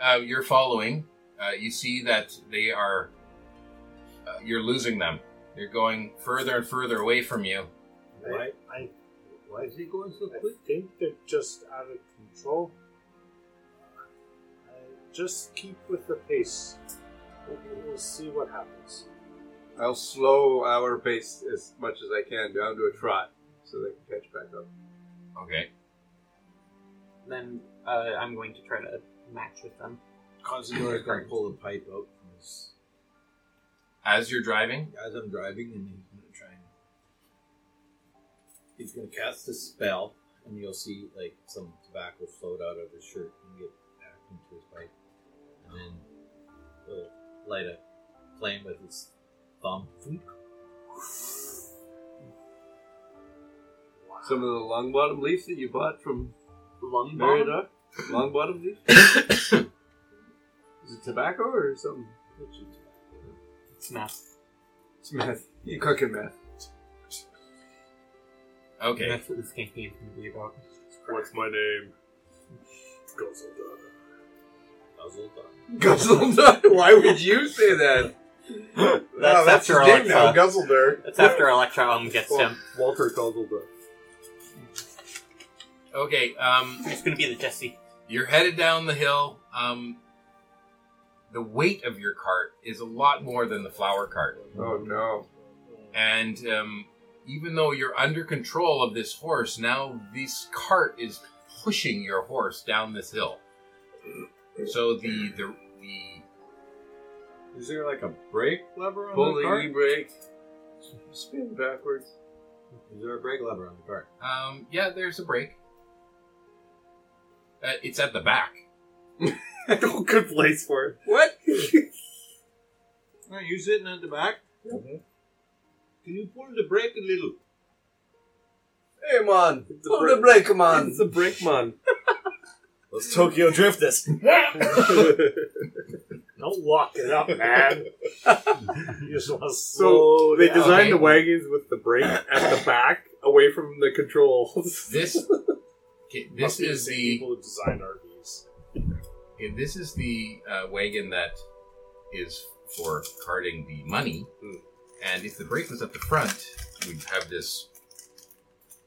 Speaker 1: Uh, you're following. Uh, you see that they are. Uh, you're losing them. They're going further and further away from you.
Speaker 5: Why- I,
Speaker 13: Why is he going so
Speaker 5: I
Speaker 13: quick?
Speaker 5: think they're just out of control. I just keep with the pace. We'll, we'll see what happens.
Speaker 3: I'll slow our pace as much as I can down to a trot so they can catch back up.
Speaker 1: Okay.
Speaker 4: Then uh, I'm going to try to match with them.
Speaker 13: Considore's gonna pull the pipe out from his
Speaker 1: As you're driving,
Speaker 13: as I'm driving, and he's gonna try and he's gonna cast a spell, and you'll see like some tobacco float out of his shirt and get back into his pipe, and then he'll light a flame with his thumb.
Speaker 3: Some of the long bottom leaf that you bought from
Speaker 4: Lung
Speaker 3: Mary
Speaker 4: bomb?
Speaker 3: Doc? Long bottom leaf? Is it tobacco or something?
Speaker 4: It's math.
Speaker 3: It's meth. You cooking meth.
Speaker 1: okay.
Speaker 4: That's what this campaign's going to be about.
Speaker 12: What's my name?
Speaker 13: Puzzled on.
Speaker 3: Guzzledon? Why would you say that? that's,
Speaker 4: That's after
Speaker 3: his name now,
Speaker 4: Alexa.
Speaker 3: Guzzledon.
Speaker 4: That's after Electron gets him.
Speaker 12: Walter Guzzlebrook.
Speaker 1: Okay. Um,
Speaker 4: It's going to be the Jesse.
Speaker 1: you're headed down the hill. Um, the weight of your cart is a lot more than the flower cart.
Speaker 3: Oh no.
Speaker 1: And um, even though you're under control of this horse, now this cart is pushing your horse down this hill. So the the, the
Speaker 13: Is there like a brake lever on
Speaker 3: Pull
Speaker 13: the
Speaker 3: the
Speaker 13: cart?
Speaker 3: e brake. Spin backwards.
Speaker 13: Is there a brake lever on the cart?
Speaker 1: um, yeah, there's a break. Uh, it's at the back.
Speaker 12: Good place for it.
Speaker 3: What?
Speaker 13: Are you sitting at the back? Mm-hmm. Can you pull the brake a little?
Speaker 3: Hey man,
Speaker 12: It's a
Speaker 3: pull
Speaker 12: brick-
Speaker 3: the brake, man.
Speaker 12: It's a brick man.
Speaker 2: Let's Tokyo drift this.
Speaker 5: Don't lock it up, man. you just want to
Speaker 12: So
Speaker 5: slow
Speaker 12: they
Speaker 5: down.
Speaker 12: designed
Speaker 1: okay.
Speaker 12: the wagons with the brake at the back away from the controls.
Speaker 1: This okay, this
Speaker 5: Must be
Speaker 1: is
Speaker 5: same
Speaker 1: the
Speaker 5: people who designed RVs.
Speaker 1: okay, this is the uh, wagon that is for carting the money. And if the brake was at the front, we'd have this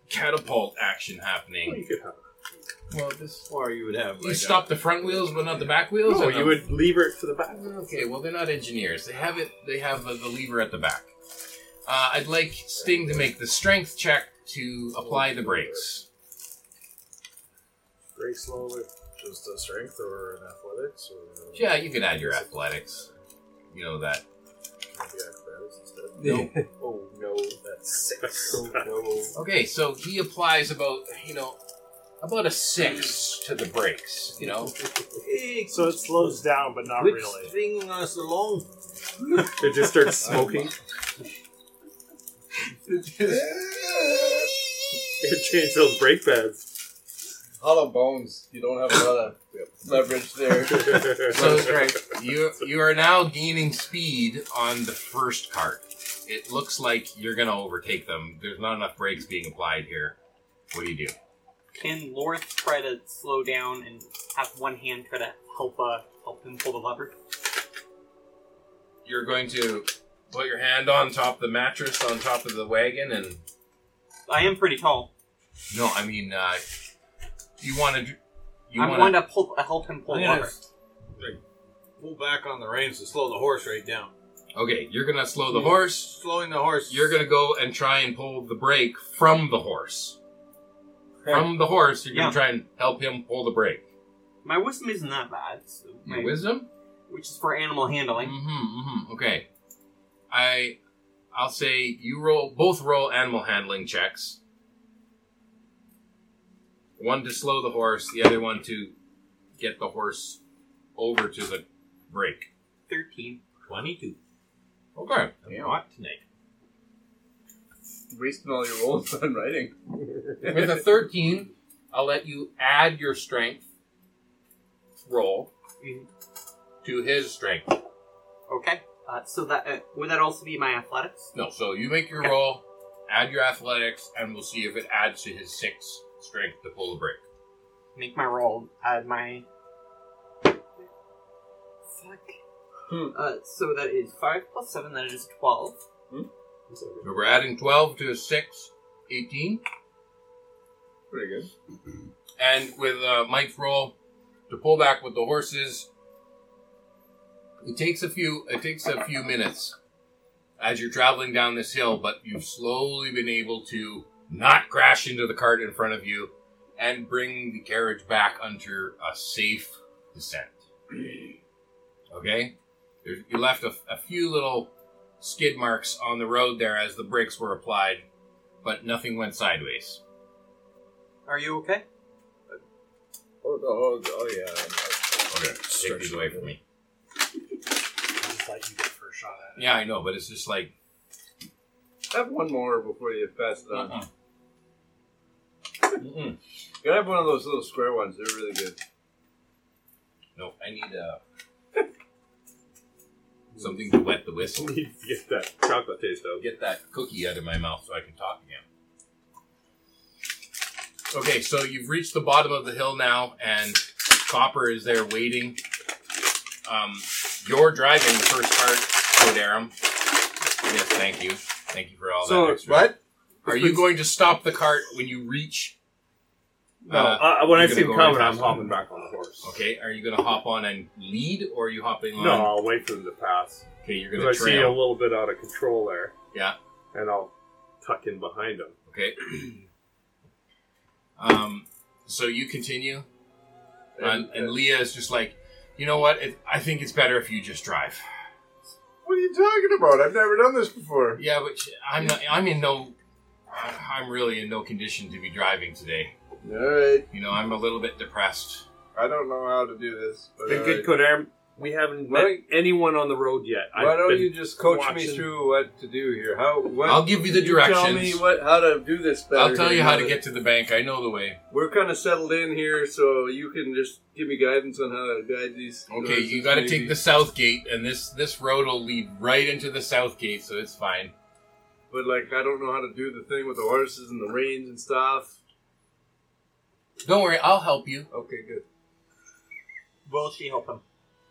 Speaker 1: catapult action
Speaker 5: Well,
Speaker 1: happening.
Speaker 5: you could have
Speaker 1: Well, this
Speaker 13: Or you would have
Speaker 1: you
Speaker 13: like
Speaker 1: stop the front wheels but not the back wheels.
Speaker 12: uh, no,
Speaker 1: or
Speaker 12: you would lever it to the back.
Speaker 1: Okay, well they're not engineers. They have it. They have uh, the lever at the back. Uh, I'd like Sting to make the strength check to apply the brakes.
Speaker 5: Very slowly.
Speaker 2: Just a strength or an athletics or
Speaker 1: Yeah, you can add your athletics. You know that.
Speaker 2: Maybe acrobatics instead.
Speaker 1: No.
Speaker 3: Oh no, that's six. Oh no.
Speaker 1: Okay, so he applies about you know about a six to the brakes. You know,
Speaker 5: So it slows down, but not
Speaker 13: which
Speaker 5: really.
Speaker 13: thing lasts long?
Speaker 12: It just starts smoking. it changed those brake pads.
Speaker 3: Hollow bones. You don't have a lot of leverage there. So
Speaker 1: So-
Speaker 3: strength.
Speaker 1: you you are now gaining speed on the first cart. It looks like you're gonna overtake them. There's not enough brakes being applied here. What do you do?
Speaker 4: Can Lorth try to slow down and have one hand try to help uh, help him pull the lever?
Speaker 1: You're going to put your hand on top of the mattress, on top of the wagon, and
Speaker 4: I am pretty tall.
Speaker 1: no, I mean, uh, you want to. You
Speaker 4: I'm
Speaker 1: want
Speaker 4: going to pull, uh, help him pull
Speaker 13: I'm
Speaker 4: the
Speaker 13: gonna
Speaker 4: lever.
Speaker 13: pull back on the reins to slow the horse right down.
Speaker 1: to. Okay, you're gonna slow the horse.
Speaker 13: Slowing the horse.
Speaker 1: You're gonna go and try and pull the brake from the horse. From the horse, you're gonna
Speaker 4: Yeah.
Speaker 1: try and help him pull the brake.
Speaker 4: My wisdom isn't that bad, so
Speaker 1: Your
Speaker 4: my-
Speaker 1: wisdom?
Speaker 4: which is for animal handling.
Speaker 1: Mm-hmm, hmm Okay. I I'll say you roll both roll animal handling checks. One to slow the horse, the other one to get the horse over to the brake.
Speaker 4: Thirteen.
Speaker 13: 22.
Speaker 1: Okay.
Speaker 13: I'm hot tonight.
Speaker 3: Wasting all your rolls on writing.
Speaker 1: With a thirteen, I'll let you add your strength roll
Speaker 4: Mhm.
Speaker 1: to his strength.
Speaker 4: Okay. Uh, so that uh, would that also be my athletics?
Speaker 1: No, so you make your
Speaker 4: Okay.
Speaker 1: roll, add your athletics, and we'll see if it adds to his six strength to pull the brake.
Speaker 4: Make my roll. Add my. Fuck.
Speaker 3: Hmm.
Speaker 4: Uh, so that is five plus seven. That is twelve.
Speaker 1: So we're adding 12 to his 6, 18.
Speaker 3: Pretty good.
Speaker 1: And with uh, Mike's roll to pull back with the horses, it takes a few it takes a few minutes as you're traveling down this hill, but you've slowly been able to not crash into the cart in front of you and bring the carriage back under a safe descent. Okay, There's, you left a, a few little skid marks on the road there as the brakes were applied, but nothing went sideways.
Speaker 4: Are you okay?
Speaker 2: Oh, oh, oh yeah.
Speaker 1: Okay, take these away from me.
Speaker 5: I just let you get first shot at it.
Speaker 1: Yeah, I know, but it's just like
Speaker 3: Have one more before you pass it on.
Speaker 1: Mm-mm. Uh-uh. Mm-mm.
Speaker 3: You gotta have one of those little square ones. They're really good.
Speaker 1: No, I need uh, something to wet the whistle.
Speaker 12: You get that chocolate taste out.
Speaker 1: Get that cookie out of my mouth so I can talk again. Okay, so you've reached the bottom of the hill now, and Copper is there waiting. Um, you're driving the first part, Codarum. Yes, thank you. Thank you for all that.
Speaker 12: So,
Speaker 1: extra. Are you going to stop the cart when you reach?
Speaker 12: No,
Speaker 1: uh,
Speaker 12: uh, when I
Speaker 1: you're
Speaker 12: see him
Speaker 1: gonna go
Speaker 12: coming,
Speaker 1: right
Speaker 12: I'm
Speaker 1: past
Speaker 12: hopping
Speaker 1: him.
Speaker 12: back on the horse.
Speaker 1: Okay, are you going to hop on and lead, or are you hopping on?
Speaker 12: No, I'll wait for them to pass.
Speaker 1: Okay, you're
Speaker 12: Because
Speaker 1: going to
Speaker 12: I see a
Speaker 1: trail.
Speaker 12: little bit out of control there.
Speaker 1: Yeah.
Speaker 12: And I'll tuck in behind him.
Speaker 1: Okay. um, so you continue, and, and Leah is just like, you know what? It, I think it's better if you just drive.
Speaker 3: What are you talking about? I've never done this before.
Speaker 1: Yeah, but sh- I'm not. I'm in no. I- I'm really in no condition to be driving today.
Speaker 3: All right.
Speaker 1: You know, I'm a little bit depressed.
Speaker 3: I don't know how to do this. But
Speaker 12: Been
Speaker 3: all
Speaker 12: good,
Speaker 3: right.
Speaker 12: Codarm. We haven't
Speaker 3: Why
Speaker 12: met
Speaker 3: don't-
Speaker 12: anyone on the road yet.
Speaker 3: Why
Speaker 12: I've
Speaker 3: don't
Speaker 12: been-
Speaker 3: you just coach me
Speaker 12: watching-
Speaker 3: through what to do here? How? What,
Speaker 1: I'll give you the
Speaker 3: Tell me
Speaker 1: directions.
Speaker 3: what how to do this better.
Speaker 1: I'll tell
Speaker 3: here
Speaker 1: you how
Speaker 3: now
Speaker 1: to
Speaker 3: that-
Speaker 1: get to the bank. I know the way.
Speaker 3: We're kind of settled in here, so you can just give me guidance on how to guide these.
Speaker 1: Okay, you
Speaker 3: horses,
Speaker 1: got to
Speaker 3: maybe.
Speaker 1: take the south gate, and this this road will lead right into the south gate, so it's fine.
Speaker 3: but like I don't know how to do the thing with the horses and the reins and stuff.
Speaker 1: Don't worry, I'll help you.
Speaker 3: Okay, good.
Speaker 4: Will she help him?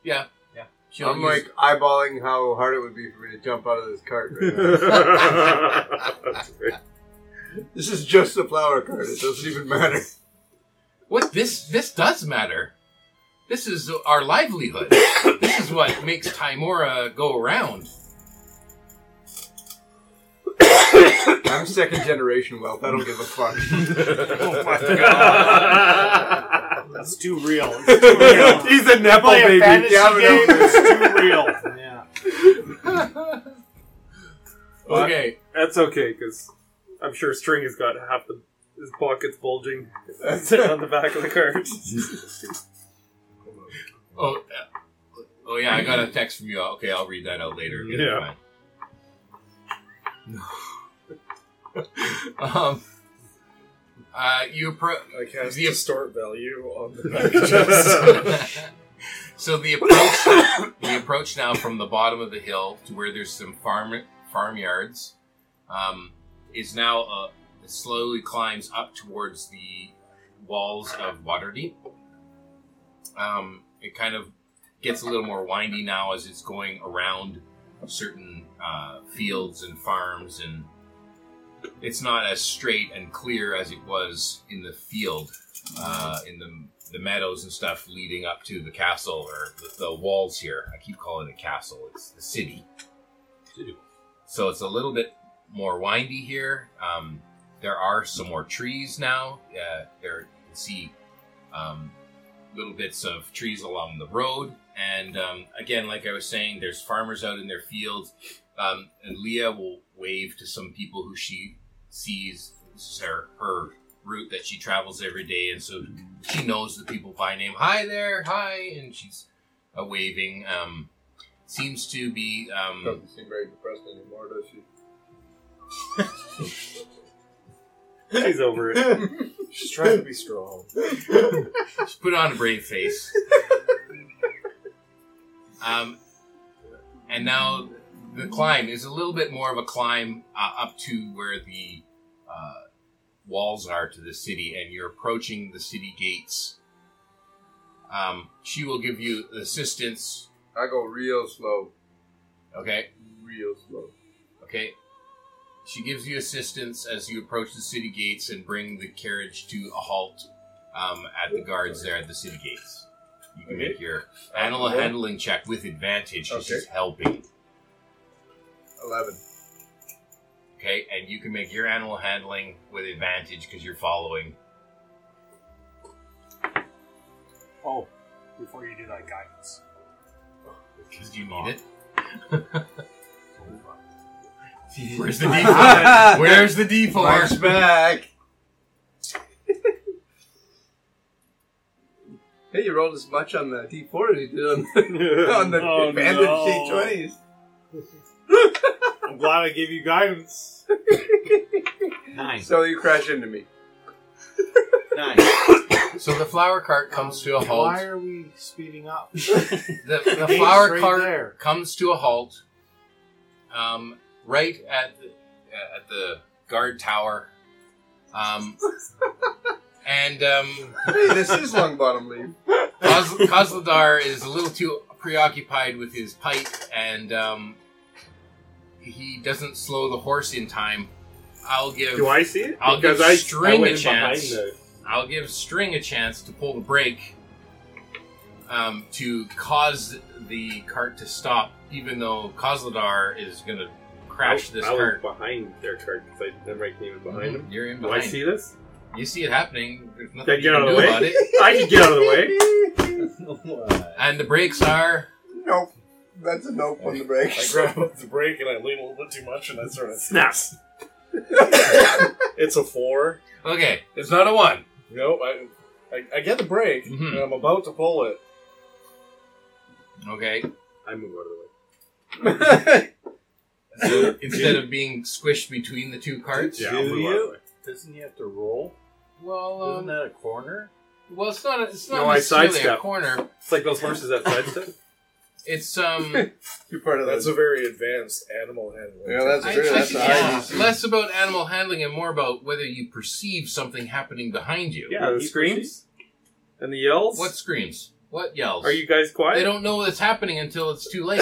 Speaker 1: Yeah.
Speaker 4: Yeah.
Speaker 1: She'll
Speaker 3: I'm
Speaker 1: use-
Speaker 3: like eyeballing how hard it would be for me to jump out of this cart right now.
Speaker 12: That's great.
Speaker 3: this is just a flower cart. It doesn't even matter.
Speaker 1: What this this does matter. This is our livelihood. this is what makes Timora go around.
Speaker 3: I'm second generation wealth. I don't give a fuck.
Speaker 5: Oh my
Speaker 12: God.
Speaker 5: It's too real. It's too real.
Speaker 12: He's a Nepal
Speaker 5: Play a
Speaker 12: baby.
Speaker 5: fantasy game. It's too real.
Speaker 4: Yeah.
Speaker 12: What?
Speaker 1: Okay.
Speaker 12: That's okay, because I'm sure String has got half the his pockets bulging sitting on the back of the cart.
Speaker 1: Oh, uh, oh yeah, I got a text from you. Okay, I'll read that out later. Okay,
Speaker 12: Yeah.
Speaker 1: fine. um, uh, you appro-
Speaker 2: I cast
Speaker 1: The-
Speaker 2: distort value on the packages.
Speaker 1: so the approach the approach now from the bottom of the hill to where there's some farm farmyards um, is now uh, it slowly climbs up towards the walls of Waterdeep. Um, it kind of gets a little more windy now as it's going around certain uh, fields and farms, and it's not as straight and clear as it was in the field uh, in the the meadows and stuff leading up to the castle or the, the walls here. I keep calling it castle. It's the city. So it's a little bit more windy here. Um, there are some more trees now. Uh, there you can see um, little bits of trees along the road. And um, again, like I was saying, there's farmers out in their fields. Um, and Leah will wave to some people who she sees. This is her, her route that she travels every day, and so she knows the people by name. Hi there, hi, and she's uh, waving. Um, seems to be um,
Speaker 3: Doesn't seem very depressed anymore, does she?
Speaker 12: She's over it.
Speaker 2: She's trying to be strong.
Speaker 1: Just put on a brave face. um, and now the climb is a little bit more of a climb uh, up to where the uh, walls are to the city, and you're approaching the city gates. Um, she will give you assistance.
Speaker 3: I go real slow,
Speaker 1: Okay,
Speaker 3: real slow.
Speaker 1: okay. She gives you assistance as you approach the city gates and bring the carriage to a halt um, at the guards there at the city gates. You can make your animal handling check with advantage because she's helping.
Speaker 3: Eleven.
Speaker 1: Okay, and you can make your animal handling with advantage because you're following.
Speaker 5: Oh, before you do that, guidance.
Speaker 1: Because you need it. Where's the D4?
Speaker 3: March
Speaker 1: Where's the D4?
Speaker 3: back. hey, you rolled as much on the D4 as you did on the, on the
Speaker 5: Oh,
Speaker 3: abandoned
Speaker 5: no.
Speaker 3: D20s.
Speaker 5: I'm glad I gave you guidance.
Speaker 4: Nice.
Speaker 3: So you crash into me.
Speaker 4: Nice.
Speaker 1: So the flower cart comes to a halt.
Speaker 5: are we speeding up?
Speaker 1: The, the flower
Speaker 5: right
Speaker 1: cart
Speaker 5: there.
Speaker 1: comes to a halt um, right at the, uh, at the guard tower. Um, and um,
Speaker 3: Hey, this is Longbottom Leaf.
Speaker 1: Cos- Coslodar is a little too preoccupied with his pipe, and um, he doesn't slow the horse in time. I'll give
Speaker 12: Do I see it?
Speaker 1: I'll give
Speaker 12: because I
Speaker 1: String
Speaker 12: I went
Speaker 1: a
Speaker 12: in
Speaker 1: chance.
Speaker 12: Behind the,
Speaker 1: I'll give String a chance to pull the brake um, to cause the cart to stop, even though Coslodar is going to crash
Speaker 12: I,
Speaker 1: this
Speaker 12: Oh, I was
Speaker 1: cart.
Speaker 12: behind their cart because I then right came in behind them.
Speaker 1: You're in
Speaker 12: Do
Speaker 1: behind.
Speaker 12: I see this?
Speaker 1: You see it happening. There's
Speaker 12: Then
Speaker 1: nothing
Speaker 12: get
Speaker 1: you can
Speaker 12: out of
Speaker 1: do
Speaker 12: the way.
Speaker 1: about it.
Speaker 12: I can get out of the way.
Speaker 13: What?
Speaker 1: And the brakes are.
Speaker 3: Nope. That's a nope on the break.
Speaker 2: I grab up the brake and I lean a little bit too much and I sort of
Speaker 12: Snaps.
Speaker 2: It's a four.
Speaker 1: Okay, it's not a one.
Speaker 2: Nope. I, I, I get the brake
Speaker 1: Mhm.
Speaker 2: and I'm about to pull it.
Speaker 1: Okay.
Speaker 12: I move out of the way.
Speaker 1: So instead of being squished between the two carts.
Speaker 12: Yeah, I'll move out of the way.
Speaker 13: Doesn't he have to roll?
Speaker 1: Well,
Speaker 13: Isn't
Speaker 1: um,
Speaker 13: that a corner?
Speaker 1: well, it's not. A, it's not
Speaker 12: No, I
Speaker 1: necessarily a
Speaker 12: sidestep.
Speaker 1: corner.
Speaker 12: It's like those horses that sidestep.
Speaker 1: It's um.
Speaker 2: You're part of that's a very advanced animal handling.
Speaker 3: Yeah, that's
Speaker 1: I,
Speaker 3: true.
Speaker 1: I
Speaker 3: That's
Speaker 1: think
Speaker 3: the high
Speaker 1: it's
Speaker 3: DC.
Speaker 1: less about animal handling and more about whether you perceive something happening behind you.
Speaker 12: Yeah, the
Speaker 5: he
Speaker 12: screams and the yells.
Speaker 1: What screams? What yells?
Speaker 12: Are you guys quiet?
Speaker 1: They don't know what's happening until it's too late.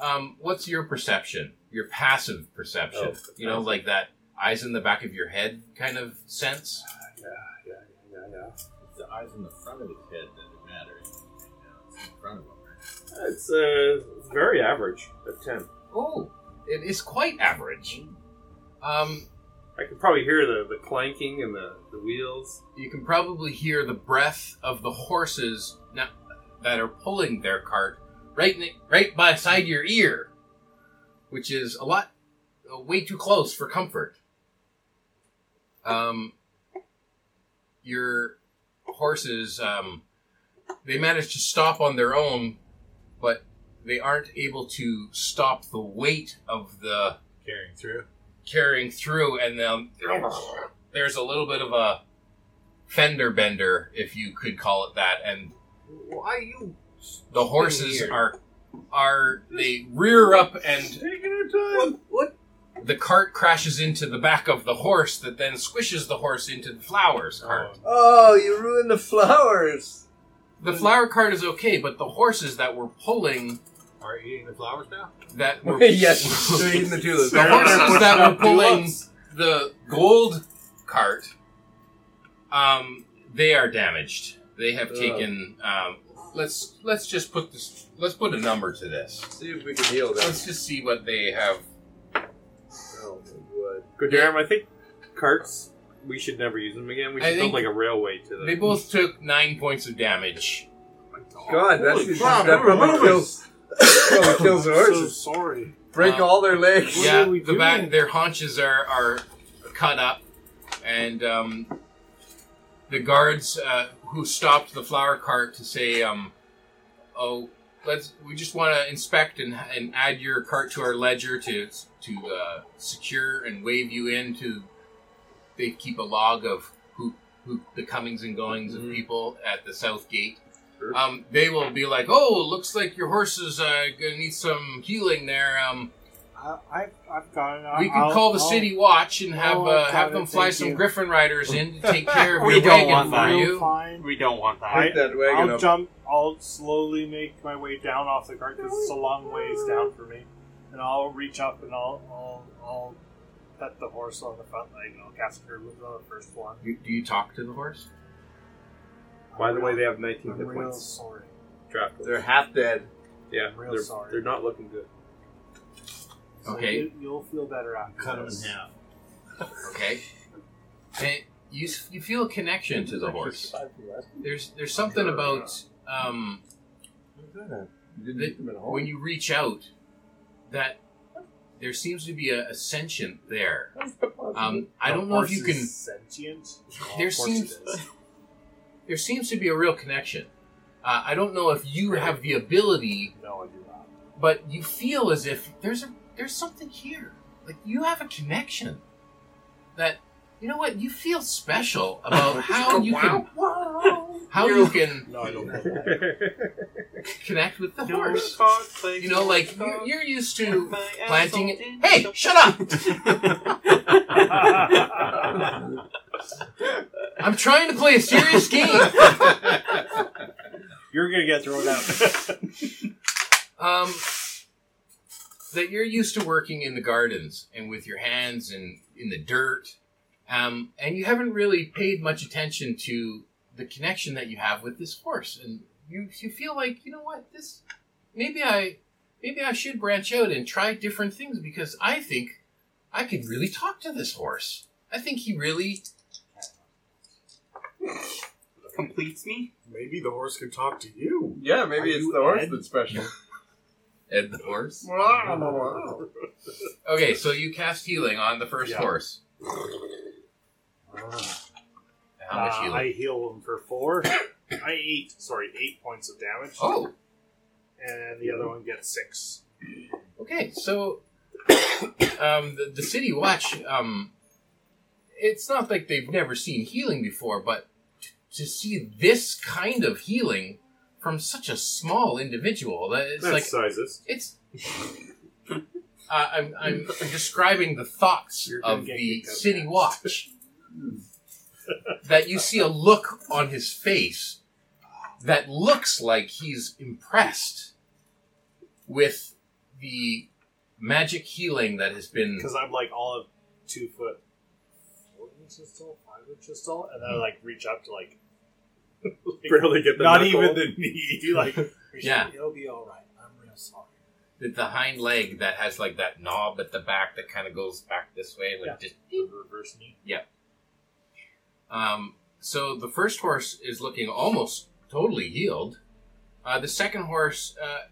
Speaker 1: um, what's your perception? Your passive perception.
Speaker 13: Oh,
Speaker 1: you know,
Speaker 13: passive.
Speaker 1: like that eyes in the back of your head kind of sense.
Speaker 12: Yeah, yeah, yeah,
Speaker 13: It's the eyes in the front of his head that matter. Right now, it's in front of him. Right?
Speaker 12: yeah. It's uh, very average at ten.
Speaker 1: Oh, it is quite average. Um,
Speaker 12: I could probably hear the, the clanking and the, the wheels.
Speaker 1: you can probably hear the breath of the horses now, that are pulling their cart right ne- right beside your ear, which is a lot uh, way too close for comfort. Um, your horses um, they manage to stop on their own, but they aren't able to stop the weight of the
Speaker 14: Carrying through.
Speaker 1: carrying through, and then there's a little bit of a fender bender, if you could call it that, and
Speaker 14: Why you
Speaker 1: the horses
Speaker 14: here?
Speaker 1: are are they rear up and
Speaker 12: Taking our time.
Speaker 14: what?
Speaker 1: the cart crashes into the back of the horse that then squishes the horse into the flowers cart.
Speaker 3: Oh, you ruined the flowers.
Speaker 1: The flower cart is okay, but the horses that were pulling
Speaker 14: Are you eating the flowers now?
Speaker 1: that were
Speaker 3: yes, they're eating the tulips.
Speaker 1: the horses that were pulling the gold cart, um, they are damaged. They have taken. Um, let's let's just put this. Let's put a number to this.
Speaker 3: See if we can heal them.
Speaker 1: Let's just see what they have.
Speaker 3: Oh, good.
Speaker 12: Good damn, I think carts. We should never use them again. We
Speaker 1: I
Speaker 12: should build
Speaker 1: think-
Speaker 12: like a railway to them.
Speaker 1: They both took nine points of damage.
Speaker 3: God, that's
Speaker 5: Holy crap,
Speaker 3: that
Speaker 5: we're
Speaker 3: probably
Speaker 5: moving.
Speaker 3: kills. probably kills the
Speaker 5: I'm so
Speaker 3: horses.
Speaker 5: sorry.
Speaker 3: Break
Speaker 1: Um,
Speaker 3: all their legs.
Speaker 5: What
Speaker 1: yeah,
Speaker 5: are we
Speaker 1: the back.
Speaker 5: doing?
Speaker 1: Their haunches are are cut up, and um, the guards uh, who stopped the flower cart to say, um, "Oh, let's. We just want to inspect and, and add your cart to our ledger to to uh, secure and wave you in to. They keep a log of who who the comings and goings
Speaker 5: Mm-hmm.
Speaker 1: of people at the south gate." Um, they will be like, "Oh, looks like your horse is uh, gonna need some healing there. Um,
Speaker 14: I, I've, I've got it.
Speaker 1: we
Speaker 14: I'll-
Speaker 1: can call the
Speaker 14: I'll-
Speaker 1: city watch and have
Speaker 14: Oh,
Speaker 1: uh,
Speaker 14: got
Speaker 1: have
Speaker 14: it,
Speaker 1: them fly
Speaker 14: thank
Speaker 1: some
Speaker 14: you.
Speaker 1: Griffin riders in to take care of
Speaker 4: We
Speaker 1: your
Speaker 4: don't
Speaker 1: wagon
Speaker 4: want
Speaker 1: for
Speaker 4: that.
Speaker 1: you.
Speaker 14: Fine.
Speaker 4: We don't want that.
Speaker 3: Pick that wagon
Speaker 14: I'll
Speaker 3: up.
Speaker 14: jump. I'll slowly make my way down off the cart because it's a long ways down for me, and I'll reach up and I'll I'll, I'll pet the horse on the front leg and I'll cast Cure Wounds on the first one.
Speaker 1: You- Do you talk to the horse?
Speaker 12: By the way, they have 19
Speaker 14: I'm
Speaker 12: hit
Speaker 14: real
Speaker 12: points.
Speaker 14: sorry.
Speaker 12: Draft.
Speaker 3: They're half dead.
Speaker 12: Yeah,
Speaker 14: I'm real
Speaker 12: they're,
Speaker 14: sorry.
Speaker 12: they're not looking good.
Speaker 14: So
Speaker 1: Okay.
Speaker 14: you, you'll feel better after
Speaker 13: Cut him
Speaker 14: this.
Speaker 13: in half.
Speaker 1: Okay. And you s- you feel a connection to the horse. There's there's something about um,
Speaker 3: You didn't
Speaker 1: They-
Speaker 3: eat them at all.
Speaker 1: when you reach out that there seems to be a, a sentient there. Um, I
Speaker 14: The
Speaker 1: don't know if you
Speaker 14: horse is
Speaker 1: can.
Speaker 14: Sentient.
Speaker 1: There
Speaker 14: Of course it
Speaker 1: seems
Speaker 14: is.
Speaker 1: there seems to be a real connection. Uh, I don't know if you have the ability
Speaker 14: No, I do not.
Speaker 1: but you feel as if there's a there's something here. Like you have a connection. That you know what you feel special about how you can how you can
Speaker 14: No, I don't. Know
Speaker 1: connect with the
Speaker 4: Your
Speaker 1: horse.
Speaker 4: cart plays
Speaker 1: You know, like
Speaker 4: my
Speaker 1: you're, you're used to
Speaker 4: asshole
Speaker 1: planting it.
Speaker 4: in
Speaker 1: Hey,
Speaker 4: the-
Speaker 1: shut up! I'm trying to play a serious game.
Speaker 14: You're gonna get thrown out.
Speaker 1: Um, that you're used to working in the gardens and with your hands and in the dirt, um, and you haven't really paid much attention to the connection that you have with this horse, and you you feel like you know what this maybe I maybe I should branch out and try different things because I think I could really talk to this horse. I think he really
Speaker 4: completes me.
Speaker 2: Maybe the horse can talk to you.
Speaker 3: Yeah, maybe it's the horse that's special.
Speaker 1: Ed the horse.
Speaker 2: Wow.
Speaker 1: Okay, so you cast healing on the first
Speaker 14: Yeah.
Speaker 1: horse. How much
Speaker 14: Uh,
Speaker 1: healing?
Speaker 14: I heal him for four,
Speaker 5: I eight. Sorry, eight points of damage,
Speaker 1: oh.
Speaker 14: and
Speaker 5: and the other one gets six.
Speaker 1: Okay, so um, the, the city watch. Um, it's not like they've never seen healing before, but t- to see this kind of healing from such a small individual. That It's
Speaker 12: That's
Speaker 1: like
Speaker 12: sizes.
Speaker 1: it's. Uh, I'm, I'm describing the thoughts
Speaker 5: You're gonna
Speaker 1: of
Speaker 5: get
Speaker 1: the
Speaker 5: kicked out of
Speaker 1: city
Speaker 5: that.
Speaker 1: watch. that you see a look on his face that looks like he's impressed with the magic healing that has been.
Speaker 5: because I'm like all of two foot, four inches tall, five inches tall, and then
Speaker 1: Hmm.
Speaker 5: I like reach up to like, like,
Speaker 12: Barely get the
Speaker 5: not
Speaker 12: knuckle.
Speaker 5: even the knee, like reach
Speaker 1: Yeah.
Speaker 5: up, it'll be all right. I'm real sorry.
Speaker 1: the, the hind leg that has like that knob at the back that kind of goes back this way, like
Speaker 5: Yeah.
Speaker 1: just.
Speaker 5: The reverse knee.
Speaker 1: Um, so the first horse is looking almost totally healed. Uh, the second horse uh,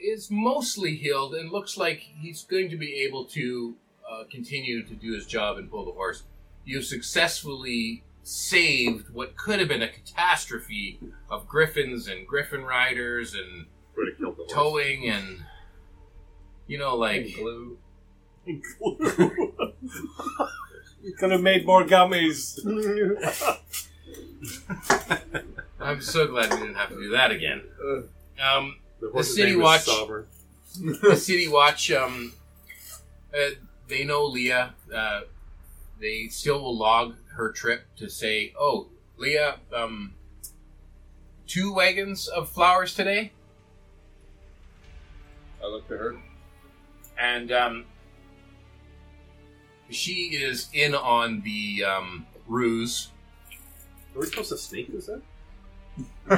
Speaker 1: is mostly healed and looks like he's going to be able to uh, continue to do his job and pull the horse. You've successfully saved what could have been a catastrophe of griffins and griffin riders and
Speaker 12: Would have killed the horse.
Speaker 1: towing and you know like
Speaker 13: Blue.
Speaker 14: Could have made more gummies.
Speaker 1: I'm so glad we didn't have to do that again. Um,
Speaker 12: The, horse's
Speaker 1: city
Speaker 12: name is
Speaker 1: watch-
Speaker 12: Sovereign.
Speaker 1: the city watch um uh, they know leah uh, they still will log her trip to say oh leah um two wagons of flowers today
Speaker 3: I looked at her.
Speaker 1: and um she is in on the um ruse
Speaker 12: Are we supposed to sneak this in?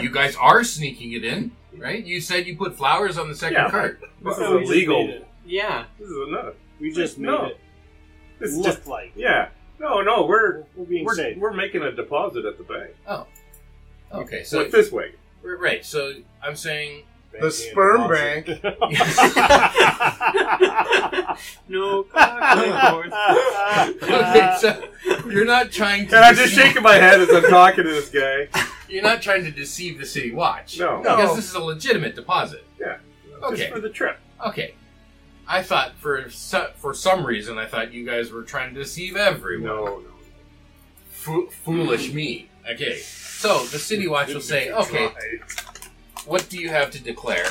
Speaker 1: you guys are sneaking it in right you said you put flowers on the second
Speaker 12: Yeah.
Speaker 1: card
Speaker 12: This
Speaker 14: No, we
Speaker 12: is
Speaker 14: just
Speaker 12: illegal.
Speaker 14: made it.
Speaker 4: Yeah.
Speaker 12: This is enough.
Speaker 14: We just made
Speaker 12: No.
Speaker 14: it
Speaker 12: This is
Speaker 14: look
Speaker 12: just
Speaker 14: like
Speaker 12: yeah. No, no, we're
Speaker 14: we're being
Speaker 12: we're,
Speaker 14: safe.
Speaker 12: we're making a deposit at the bank
Speaker 1: okay so
Speaker 12: with this wagon.
Speaker 1: right so i'm saying
Speaker 3: The sperm bank.
Speaker 4: no cock,
Speaker 1: okay so you're not trying to
Speaker 12: And I'm just
Speaker 1: deceive-
Speaker 12: shaking my head as I'm talking to this guy.
Speaker 1: You're not trying to deceive the city watch.
Speaker 12: No.
Speaker 1: Because this is a legitimate deposit.
Speaker 12: Yeah.
Speaker 1: Okay.
Speaker 12: Just for the trip.
Speaker 1: Okay. I thought for so, for some reason I thought you guys were trying to deceive everyone.
Speaker 12: No, no.
Speaker 1: Fo- foolish me. Okay. So the city watch will say, "Okay, what do you have to declare?"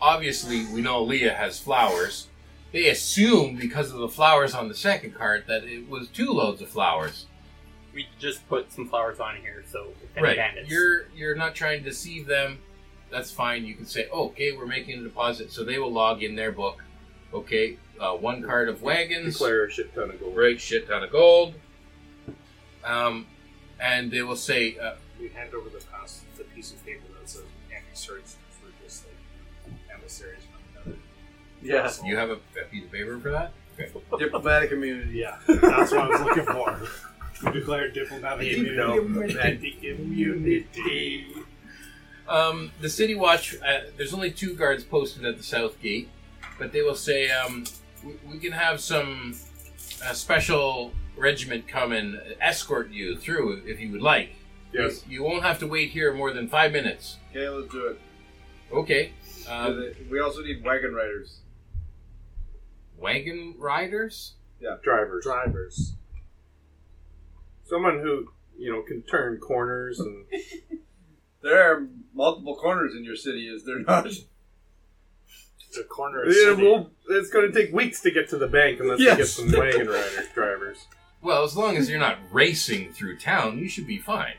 Speaker 1: Obviously, we know Leah has flowers. They assume because of the flowers on the second card that it was two loads of flowers.
Speaker 4: We just put some flowers on here, so if any
Speaker 1: Right.
Speaker 4: bandits.
Speaker 1: You're you're not trying to deceive them. That's fine. You can say, oh, okay, we're making a deposit, so they will log in their book. Okay, uh, one card of wagons,
Speaker 12: Declare a shit ton of gold.
Speaker 1: great shit ton of gold. Um, and they will say, uh,
Speaker 5: we hand over the pass, the piece of paper that says anti-search for just like emissaries from another.
Speaker 3: Yeah.
Speaker 5: vessel.
Speaker 1: you have a, a piece of paper for that.
Speaker 3: Diplomatic immunity.
Speaker 5: Yeah, that's what I was looking for. We declare diplomatic immunity. immunity.
Speaker 1: Um, the city watch. Uh, there's only two guards posted at the south gate, but they will say, um, we, "We can have some uh, special regiment come and escort you through if you would like."
Speaker 12: Yes.
Speaker 1: You won't have to wait here more than five minutes.
Speaker 3: Okay, let's do it.
Speaker 1: Okay. Um,
Speaker 3: we also need wagon riders.
Speaker 1: wagon riders?
Speaker 12: Drivers.
Speaker 5: Drivers.
Speaker 12: Someone who, you know, can turn corners and
Speaker 3: There are multiple corners in your city, is there not?
Speaker 5: It's a corner of
Speaker 12: Yeah,
Speaker 5: city.
Speaker 12: well, it's going to take weeks to get to the bank unless we get
Speaker 3: Yes.
Speaker 12: some wagon riders, drivers.
Speaker 1: Well, as long as you're not racing through town, you should be fine.